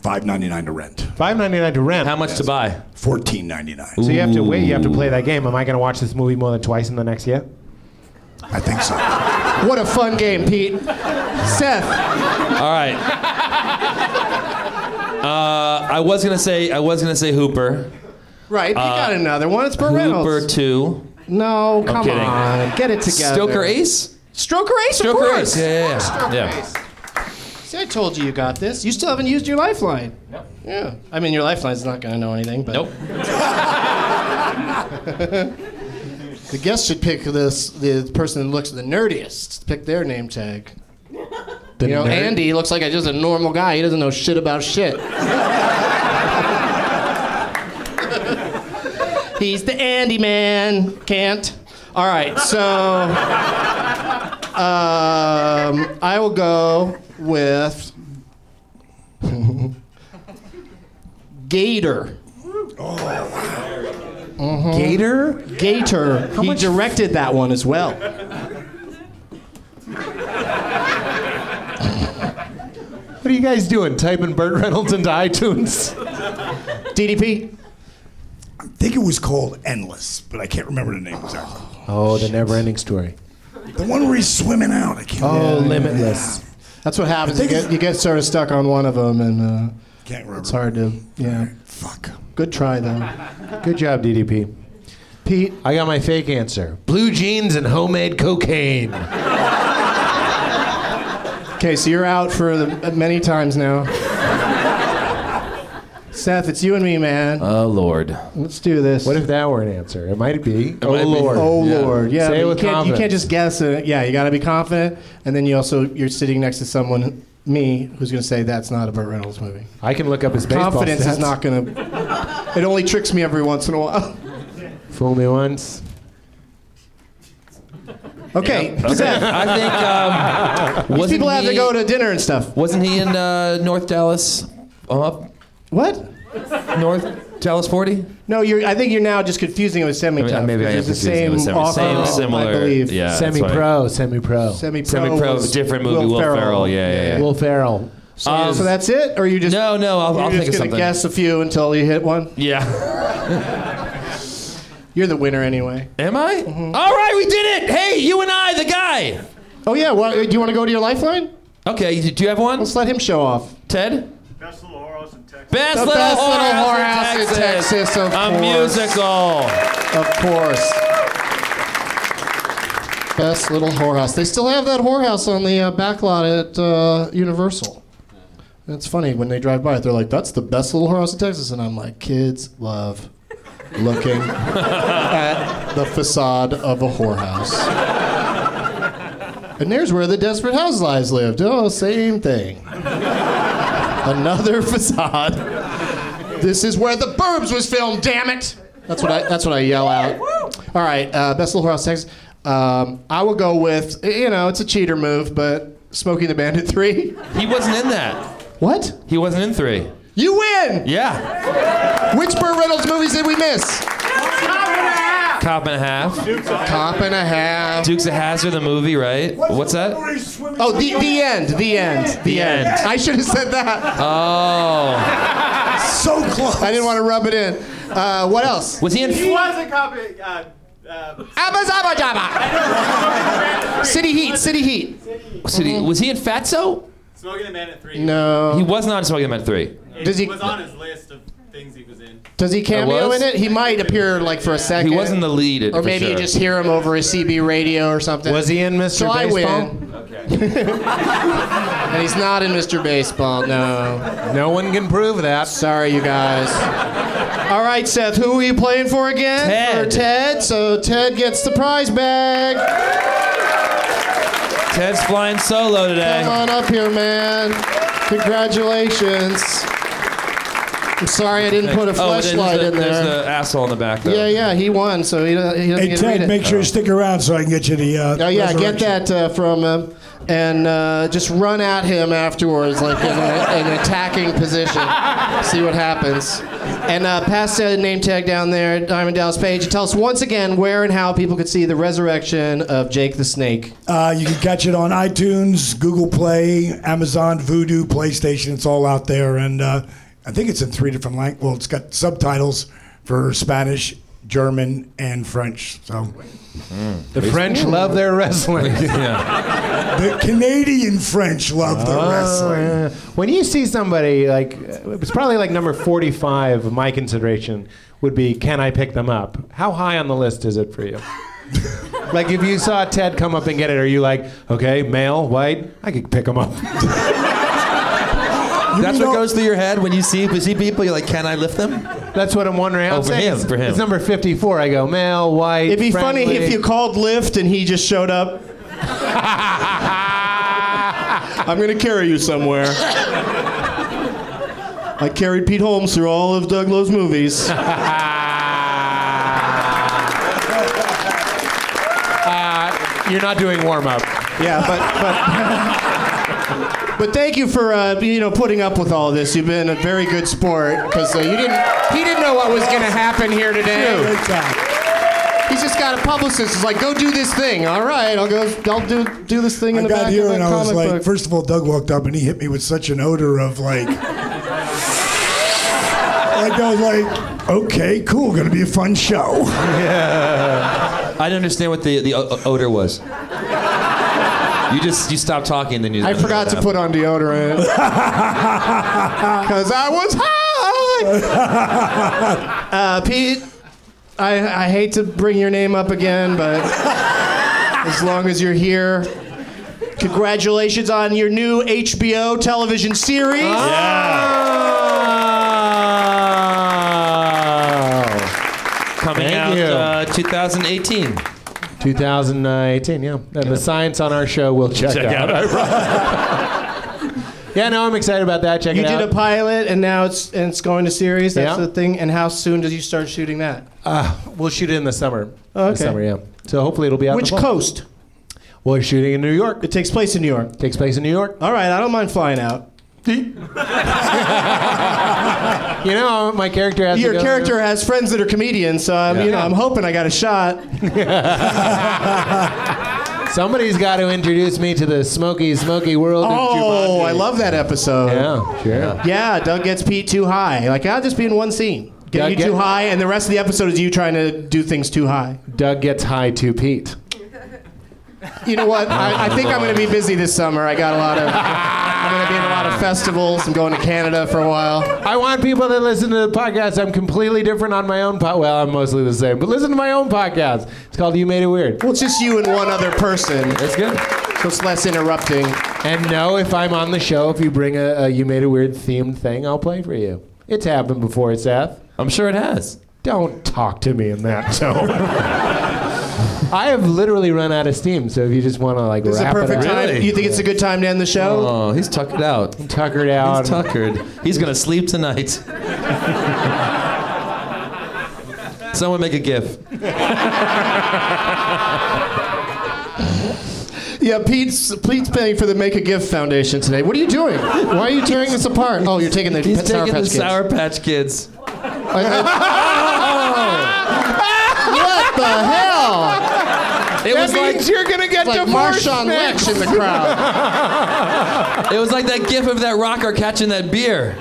Speaker 6: five ninety nine to rent.
Speaker 18: Five ninety nine to rent.
Speaker 4: How much to buy?
Speaker 6: Fourteen ninety nine.
Speaker 18: So you have to wait. You have to play that game. Am I going to watch this movie more than twice in the next year?
Speaker 6: I think so.
Speaker 3: What a fun game, Pete. Seth.
Speaker 4: All right. Uh, I was gonna say I was gonna say Hooper.
Speaker 3: Right, you
Speaker 4: Uh,
Speaker 3: got another one. It's Burt Reynolds.
Speaker 4: Hooper two.
Speaker 3: No,
Speaker 4: I'm
Speaker 3: come
Speaker 4: kidding.
Speaker 3: on. Get it together.
Speaker 4: Stoker Ace.
Speaker 3: Stroker Ace, of
Speaker 4: Stoker
Speaker 3: course.
Speaker 4: Ace. Yeah, yeah, yeah.
Speaker 3: Of course, Stoker
Speaker 4: Yeah.
Speaker 3: Ace. See, I told you you got this. You still haven't used your lifeline. Yeah. I mean, your lifeline's not going to know anything, but. Nope. the guest should pick this the person that looks the nerdiest. Pick their name tag. you know,
Speaker 18: nerd?
Speaker 3: Andy looks like a, just a normal guy. He doesn't know shit about shit. He's the Andy man. Can't. All right, so um, I will go with Gator. Mhm.
Speaker 18: Gator?
Speaker 3: Gator. he directed that one as well.
Speaker 18: What are you guys doing? Typing Burt Reynolds into iTunes?
Speaker 3: DDP.
Speaker 6: I think it was called Endless, but I can't remember the name exactly.
Speaker 18: Oh, the never-ending story.
Speaker 6: The one where he's swimming out. I can't
Speaker 18: Oh,
Speaker 6: remember.
Speaker 18: Limitless.
Speaker 3: That's what happens.
Speaker 6: I
Speaker 3: You
Speaker 6: think
Speaker 3: get, you get sort of stuck on one of them, and uh,
Speaker 6: Can't remember.
Speaker 3: it's hard to. Yeah.
Speaker 6: Fuck.
Speaker 3: Good try though.
Speaker 18: Good job, DDP.
Speaker 3: Pete,
Speaker 18: I got my fake answer. Blue jeans and homemade cocaine.
Speaker 3: Okay, so you're out for the, many times now. Seth, it's you and me, man.
Speaker 4: Oh Lord.
Speaker 3: Let's do this.
Speaker 18: What if that were an answer? It might be. oh
Speaker 4: might be.
Speaker 18: Lord.
Speaker 3: Oh Lord, yeah.
Speaker 18: Say
Speaker 3: but
Speaker 18: it
Speaker 3: you,
Speaker 18: with
Speaker 3: can't, you
Speaker 18: confidence.
Speaker 3: can't just guess it. Yeah, you got to be confident, and then you also you're sitting next to someone, me, who's going to say that's not a Burt Reynolds movie.
Speaker 18: I can look up his baseball
Speaker 3: confidence is
Speaker 18: stats.
Speaker 3: not going to. It only tricks me every once in a while.
Speaker 18: Fool me once.
Speaker 3: Okay, Seth,
Speaker 4: I think um,
Speaker 3: these
Speaker 4: wasn't
Speaker 3: people have to
Speaker 4: he-
Speaker 3: go to dinner and stuff.
Speaker 4: Wasn't he in uh, North Dallas? Uh,
Speaker 3: What?
Speaker 4: North Dallas 40?
Speaker 3: No, you're. I think you're now just confusing it with semi tough.
Speaker 4: maybe I am
Speaker 3: the
Speaker 4: confusing it
Speaker 3: same
Speaker 4: with semi-
Speaker 3: author,
Speaker 4: same, similar,
Speaker 3: I believe.
Speaker 4: yeah. that's
Speaker 18: Semi-pro. Semi-pro.
Speaker 3: Semi pro.
Speaker 4: Semi-pro, different movie, Will Ferrell, yeah, yeah, yeah.
Speaker 18: Will Ferrell.
Speaker 3: So, so that's it, or you just
Speaker 4: No, no, I'll,
Speaker 3: you're
Speaker 4: I'll
Speaker 3: just
Speaker 4: think of
Speaker 3: gonna
Speaker 4: something.
Speaker 3: guess a few until you hit one.
Speaker 4: Yeah.
Speaker 3: You're the winner anyway.
Speaker 4: Am I? All right, we did it. Hey, you and I, the guy.
Speaker 3: Oh yeah, well, do you want to go to your lifeline?
Speaker 4: Okay, do you have one?
Speaker 3: Let's let him show off.
Speaker 4: Ted?
Speaker 27: Best little whorehouse in Texas.
Speaker 4: Best little whorehouse, in Texas.
Speaker 3: of
Speaker 4: a
Speaker 3: course.
Speaker 4: musical.
Speaker 3: Of course. Best little whorehouse. They still have that whorehouse on the uh, back lot at uh, Universal. And it's funny when they drive by, they're like, "That's the best little whorehouse in Texas," and I'm like, "Kids love looking at the facade of a whorehouse." And there's where the desperate housewives lived. Oh, same thing. Another facade. This is where the Burbs was filmed. Damn it! That's what I. That's what I yell out. All right, uh, best little house Texas. Um, I will go with you know it's a cheater move, but Smoking the Bandit three.
Speaker 4: He wasn't in that.
Speaker 3: What?
Speaker 4: He wasn't in three.
Speaker 3: You win.
Speaker 4: Yeah.
Speaker 3: Which Burt Reynolds movies did we miss?
Speaker 4: Cop and a half.
Speaker 3: Cop and a half.
Speaker 4: Dukes of Hazard, the movie, right? What's that?
Speaker 3: Oh, the the end. The end. The,
Speaker 4: The
Speaker 3: end.
Speaker 4: end.
Speaker 3: I should have said that.
Speaker 4: Oh.
Speaker 3: so close. I didn't want to rub it in. Uh, what else?
Speaker 4: Was he in?
Speaker 27: He was a copy. Uh, uh,
Speaker 3: Abba Zaba Jabba. City Heat. City Heat.
Speaker 4: Was he, was he in Fatso?
Speaker 27: Smoking the Man at 3.
Speaker 3: No.
Speaker 4: He was not in Smoking the Man at three.
Speaker 27: It
Speaker 3: Does he-
Speaker 27: was on his list of things he was in.
Speaker 3: Does he cameo
Speaker 4: was?
Speaker 3: in it? He might appear like for a second.
Speaker 4: He wasn't the lead, it-
Speaker 3: Or
Speaker 4: for
Speaker 3: maybe you
Speaker 4: sure.
Speaker 3: just hear him over a CB radio or something.
Speaker 18: Was he in Mr.
Speaker 3: So I
Speaker 18: Baseball?
Speaker 3: win. and he's not in Mr. Baseball. No.
Speaker 18: No one can prove that.
Speaker 3: Sorry, you guys. All right, Seth. Who are you playing for again?
Speaker 4: Ted.
Speaker 3: For Ted. So Ted gets the prize bag.
Speaker 4: Ted's flying solo today.
Speaker 3: Come on up here, man. Congratulations. I'm sorry I didn't put a
Speaker 4: Oh, there's
Speaker 3: flashlight
Speaker 4: the-
Speaker 3: in there.
Speaker 4: There's the asshole in the back, though.
Speaker 3: Yeah, yeah, he won, so he, don't- he doesn't
Speaker 6: Hey
Speaker 3: get to read
Speaker 6: Ted,
Speaker 3: it.
Speaker 6: make sure you stick around so I can get you the. Uh,
Speaker 3: Oh yeah, get
Speaker 6: resurrection.
Speaker 3: that uh, from him, and uh, just run at him afterwards, like in a, an attacking position. See what happens. And uh, pass the name tag down there, Diamond Dallas Page, and tell us once again where and how people could see the resurrection of Jake the Snake.
Speaker 6: Uh, you can catch it on iTunes, Google Play, Amazon, Voodoo, PlayStation. It's all out there, and uh, I think it's in three different languages. Well, it's got subtitles for Spanish, German, and French. So
Speaker 18: The French love their wrestling.
Speaker 6: the Canadian French love
Speaker 3: Oh.
Speaker 6: the wrestling.
Speaker 18: yeah. When you see somebody like uh, it's probably like number 45 of my consideration would be can I pick them up? How high on the list is it for you? like if you saw Ted come up and get it are you like okay, male, white, I could pick him up.
Speaker 4: That's what goes through your head when you see busy people. You're like, can I lift them?
Speaker 18: That's what I'm wondering.
Speaker 4: Oh,
Speaker 18: I'm
Speaker 4: for
Speaker 18: saying
Speaker 4: him,
Speaker 18: it's-
Speaker 4: for him.
Speaker 18: It's number 54. I go male, white.
Speaker 3: It'd be funny
Speaker 18: friendly.
Speaker 3: if you called Lyft and he just showed up. I'm gonna carry you somewhere. I carried Pete Holmes through all of Doug Lowe's movies.
Speaker 18: uh, you're not doing warm up.
Speaker 3: Yeah, but but but thank you for uh, you know putting up with all this. You've been a very good sport because uh, you didn't he didn't know what was going to happen here today.
Speaker 6: Good
Speaker 3: He's just got a publicist. He's like, go do this thing. All right, I'll go. I'll do do this thing in the
Speaker 6: I got
Speaker 3: back
Speaker 6: here
Speaker 3: of a
Speaker 6: and I was
Speaker 3: comic
Speaker 6: like,
Speaker 3: book.
Speaker 6: first of all, Doug walked up and he hit me with such an odor of like, like I was like, okay, cool, gonna be a fun show.
Speaker 4: Yeah. I didn't understand what the, the o- odor was. You just you stopped talking, then you.
Speaker 3: I forgot to put on deodorant because I was high. uh, Pete, I, I hate to bring your name up again, but as long as you're here, congratulations on your new HBO television series.
Speaker 4: Coming out
Speaker 18: Thank you.
Speaker 4: uh, 2018.
Speaker 18: 2018, yeah. And the science on our show will check,
Speaker 4: Check
Speaker 18: out. yeah, no, I'm excited about that. Check
Speaker 3: You
Speaker 18: it out.
Speaker 3: did a pilot, and now it's and it's going to series. That's
Speaker 18: Yeah.
Speaker 3: the thing. And how soon does you start shooting that?
Speaker 18: Uh, we'll shoot it in the summer.
Speaker 3: Oh,
Speaker 18: The
Speaker 3: okay.
Speaker 18: summer, yeah. So hopefully it'll be out.
Speaker 3: Which coast?
Speaker 18: Well, we're shooting in New York.
Speaker 3: It takes place in New York.
Speaker 18: Takes place in New York.
Speaker 3: All right, I don't mind flying out.
Speaker 18: You know, my character has. to
Speaker 3: Your
Speaker 18: go-
Speaker 3: character has friends that are comedians, so I'm, you know, I'm hoping I got a shot.
Speaker 18: Somebody's got to introduce me to the smoky, smoky world.
Speaker 3: Oh, I love that episode.
Speaker 18: Yeah, sure.
Speaker 3: Yeah, Doug gets Pete too high. Like, I'll just be in one scene. Get
Speaker 18: Doug
Speaker 3: you
Speaker 18: get-
Speaker 3: too high, and the rest of the episode is you trying to do things too high.
Speaker 18: Doug gets high to Pete.
Speaker 3: You know what? I, I think I'm going to be busy this summer. I got a lot of. I'm going to be in a lot of festivals. I'm going to Canada for a while.
Speaker 18: I want people to listen to the podcast. I'm completely different on my own podcast. Well, I'm mostly the same, but listen to my own podcast. It's called You Made It Weird.
Speaker 3: Well, it's just you and one other person.
Speaker 18: That's good.
Speaker 3: So it's less interrupting.
Speaker 18: And no, if I'm on the show, if you bring a, a You Made It Weird themed thing, I'll play for you. It's happened before, Seth.
Speaker 4: I'm sure it has.
Speaker 18: Don't talk to me in that tone. I have literally run out of steam, so if you just want to like
Speaker 3: This is a
Speaker 18: wrap
Speaker 3: perfect
Speaker 18: it up.
Speaker 3: time. You think it's a good time to end the show?
Speaker 4: Oh, he's tuckered out.
Speaker 18: Tuckered out.
Speaker 4: He's tuckered. He's gonna sleep tonight. Someone make a gif.
Speaker 3: Yeah, Pete's Pete's paying for the Make a Gift Foundation today. What are you doing? Why are you tearing this apart? Oh, you're taking the
Speaker 4: He's
Speaker 3: Sour
Speaker 4: taking
Speaker 3: Patch
Speaker 4: the
Speaker 3: Kids.
Speaker 4: Sour Patch Kids.
Speaker 3: what the hell?
Speaker 4: It
Speaker 19: that
Speaker 4: was
Speaker 19: means
Speaker 4: like-
Speaker 19: you're gonna get
Speaker 3: like
Speaker 19: divorced
Speaker 3: Marshawn
Speaker 19: next.
Speaker 3: Lynch in the
Speaker 4: It was like that gif of that rocker catching that beer.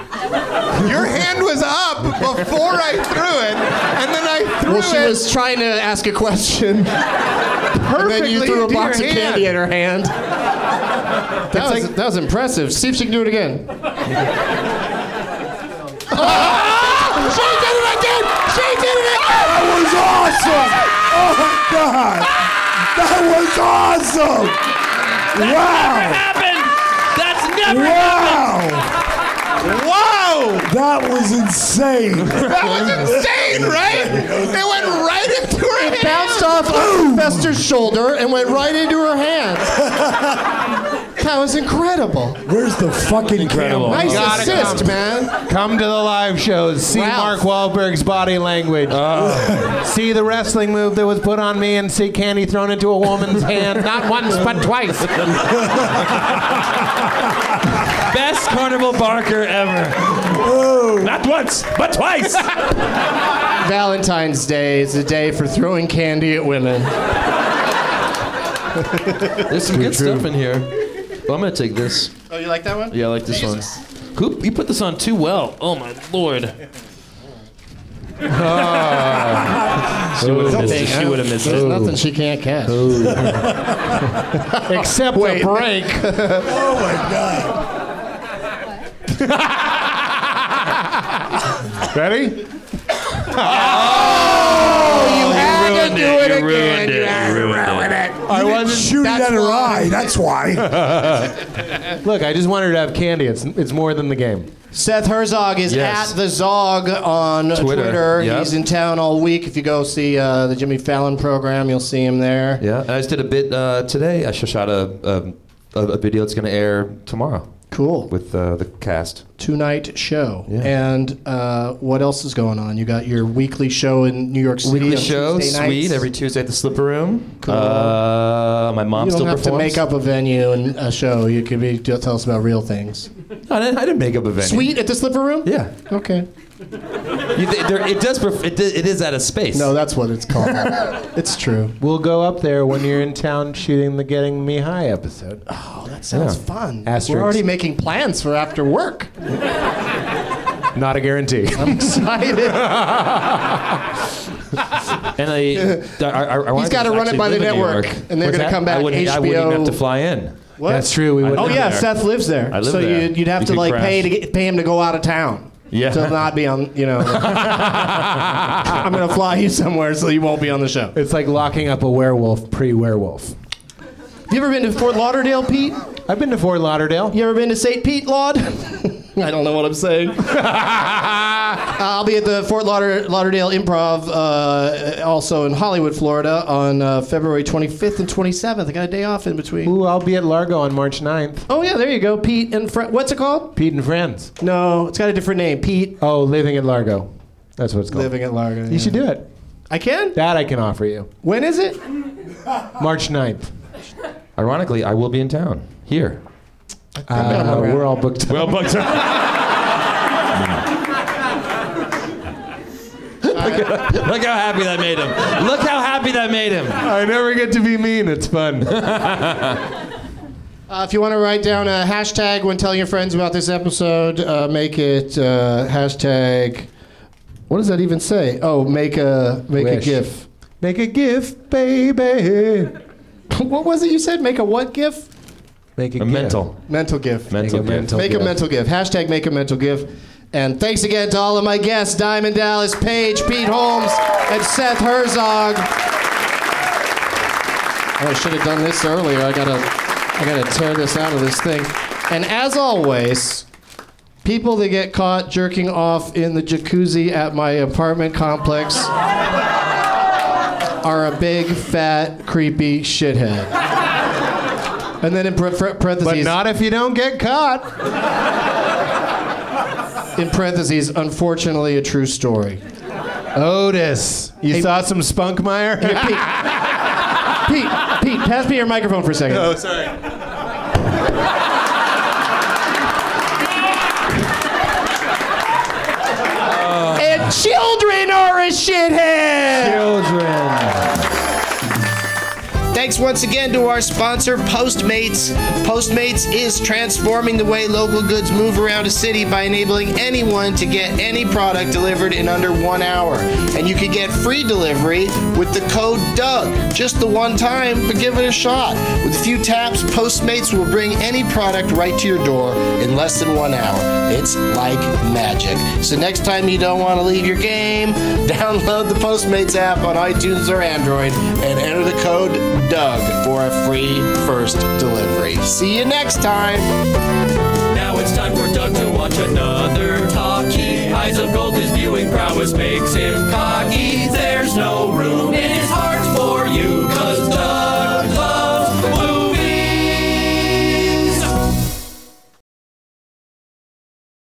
Speaker 19: Your hand was up before I threw it, and then I threw
Speaker 3: Well, she
Speaker 19: it.
Speaker 3: was trying to ask a question. and then you
Speaker 19: Perfectly
Speaker 3: threw a
Speaker 19: into
Speaker 3: box
Speaker 19: your
Speaker 3: of candy at her hand. That was,
Speaker 19: like-
Speaker 3: that was impressive. See if she can do it again.
Speaker 19: she did it again! She did it again!
Speaker 6: That was awesome! Oh my god! That was awesome! Wow!
Speaker 4: That's
Speaker 6: Wow!
Speaker 19: Whoa!
Speaker 6: That was insane!
Speaker 19: That was insane, right? It went right into her hand.
Speaker 3: It bounced off of Fester's shoulder and went right into her hand. that was incredible.
Speaker 6: Where's the fucking
Speaker 18: Incredible.
Speaker 3: Nice
Speaker 18: Oh, Gotta
Speaker 3: assist,
Speaker 18: come.
Speaker 3: man.
Speaker 18: Come to the live shows. See
Speaker 3: Ralph. Uh.
Speaker 18: Mark Wahlberg's body language. see the wrestling move that was put on me and see candy thrown into a woman's hand. Not once, but twice.
Speaker 4: Best carnival barker ever.
Speaker 6: Oh,
Speaker 4: Not once, but twice.
Speaker 3: Valentine's Day is a day for throwing candy at women.
Speaker 4: There's some good stuff in here. Well, I'm gonna take this.
Speaker 3: Oh, you like that one?
Speaker 4: Yeah, I like this one. Who you put this on too well? Oh my lord. She would have missed it. She would have missed
Speaker 3: There's
Speaker 4: it.
Speaker 3: nothing she can't catch.
Speaker 18: Except
Speaker 3: Wait.
Speaker 18: a break.
Speaker 6: Oh my god.
Speaker 18: Ready?
Speaker 3: Oh, you had to do it,
Speaker 6: You
Speaker 3: again.
Speaker 6: ruined it.
Speaker 3: You had to
Speaker 6: You ruined
Speaker 3: ruin it.
Speaker 6: I wasn't shooting at her eye. That's why.
Speaker 18: Look, I just wanted to have candy. It's, it's more than the game.
Speaker 3: Seth Herzog is
Speaker 18: Yes.
Speaker 3: at the Zog on Twitter.
Speaker 18: Twitter, yep.
Speaker 3: He's in town all week. If you go see uh, the Jimmy Fallon program, you'll see him there.
Speaker 4: Yeah, and I just did a bit uh, today. I sh- shot a, um, a a video that's gonna air tomorrow.
Speaker 3: Cool.
Speaker 4: With uh, the cast.
Speaker 3: Two night show. And uh, what else is going on? You got your weekly show in New York City.
Speaker 4: Weekly
Speaker 3: on
Speaker 4: show,
Speaker 3: Tuesday nights.
Speaker 4: sweet, every Tuesday at the Slipper Room. Uh, my mom
Speaker 3: you don't
Speaker 4: still
Speaker 3: have to
Speaker 4: performs.
Speaker 3: make up a venue and a show. You could be, just tell us about real things.
Speaker 4: No, I didn't, I didn't make up a venue.
Speaker 3: Sweet at the Slipper Room?
Speaker 4: Yeah.
Speaker 3: Okay.
Speaker 4: You thi- there, it does. Pref- it, di- it is out of space.
Speaker 3: No, that's what it's called. it's true.
Speaker 18: We'll go up there when you're in town shooting the Getting Me High episode.
Speaker 3: Oh, that sounds
Speaker 18: Yeah.
Speaker 3: fun.
Speaker 18: Asterisk.
Speaker 3: We're already making plans for after work.
Speaker 18: Not a guarantee.
Speaker 3: I'm excited.
Speaker 4: And I, I, I, I
Speaker 3: He's
Speaker 4: got to
Speaker 3: run it by the network, and they're gonna come back.
Speaker 4: I wouldn't, I wouldn't even
Speaker 3: HBO
Speaker 4: have to fly in.
Speaker 3: What?
Speaker 18: That's true. We
Speaker 4: I
Speaker 18: would.
Speaker 3: oh
Speaker 4: live
Speaker 3: yeah,
Speaker 4: there.
Speaker 3: Seth lives there.
Speaker 4: I live
Speaker 3: so
Speaker 4: there.
Speaker 3: You'd, you'd have
Speaker 4: You
Speaker 3: to
Speaker 4: could
Speaker 3: like
Speaker 4: crash.
Speaker 3: pay to get, pay him to go out of town.
Speaker 4: Yeah.
Speaker 3: To not be on, you know. I'm gonna fly you somewhere so you won't be on the show.
Speaker 18: It's like locking up a werewolf pre-werewolf.
Speaker 3: Have you ever been to Fort Lauderdale, Pete?
Speaker 18: I've been to Fort Lauderdale.
Speaker 3: You ever been to St. Pete, Laud? I don't know what I'm saying. I'll be at the Fort Lauder- Lauderdale Improv, uh, also in Hollywood, Florida, on uh, February 25th and 27th. I got a day off in between.
Speaker 18: Ooh, I'll be at Largo on March 9th.
Speaker 3: Oh yeah, there you go, Pete and Fred. What's it called?
Speaker 18: Pete and friends.
Speaker 3: No, it's got a different name. Pete
Speaker 18: Oh, living at Largo. That's what it's called.
Speaker 3: living at Largo.
Speaker 18: You should do it.
Speaker 3: I can.
Speaker 18: That I can offer you.
Speaker 3: When is it?
Speaker 18: March 9th.
Speaker 4: Ironically, I will be in town here.
Speaker 18: Uh, we're all booked up.
Speaker 4: Well booked up. look, look how happy that made him. Look how happy that made him.
Speaker 18: I never get to be mean. It's fun.
Speaker 3: Uh, if you want to write down a hashtag when telling your friends about this episode, uh, make it uh, hashtag. What does that even say? Oh, make a make a
Speaker 18: Wish.
Speaker 3: gif.
Speaker 18: Make a gift, baby.
Speaker 3: what was it you said? Make a what gif?
Speaker 6: Make a,
Speaker 4: A
Speaker 6: gift.
Speaker 4: mental.
Speaker 3: Mental gift. make a
Speaker 4: Mental gift.
Speaker 3: Mental make a mental gift. Hashtag make a mental gift. And thanks again to all of my guests Diamond Dallas, Paige, Pete Holmes, and Seth Herzog. Oh, I should have done this earlier. I gotta, I gotta tear this out of this thing. And as always, people that get caught jerking off in the jacuzzi at my apartment complex are a big, fat, creepy shithead. And then in par- parentheses, but not
Speaker 28: if you don't get caught.
Speaker 3: In parentheses, unfortunately, a true story.
Speaker 28: Otis, you saw some Spunkmeyer?
Speaker 3: Here, Pete. Pete, Pete, pass me your microphone for a second.
Speaker 28: Oh, sorry.
Speaker 3: and children are a shithead.
Speaker 4: Children.
Speaker 29: Thanks once again to our sponsor, Postmates. Postmates is transforming the way local goods move around a city by enabling anyone to get any product delivered in under one hour. And you can get free delivery with the code DUG. Just the one time, but give it a shot. With a few taps, Postmates will bring any product right to your door in less than one hour. It's like magic. So next time you don't want to leave your game, download the Postmates app on iTunes or Android and enter the code DUG for a free first delivery. See you next time.
Speaker 5: Now it's time for Doug to watch another talkie. Eyes of gold, his viewing prowess makes him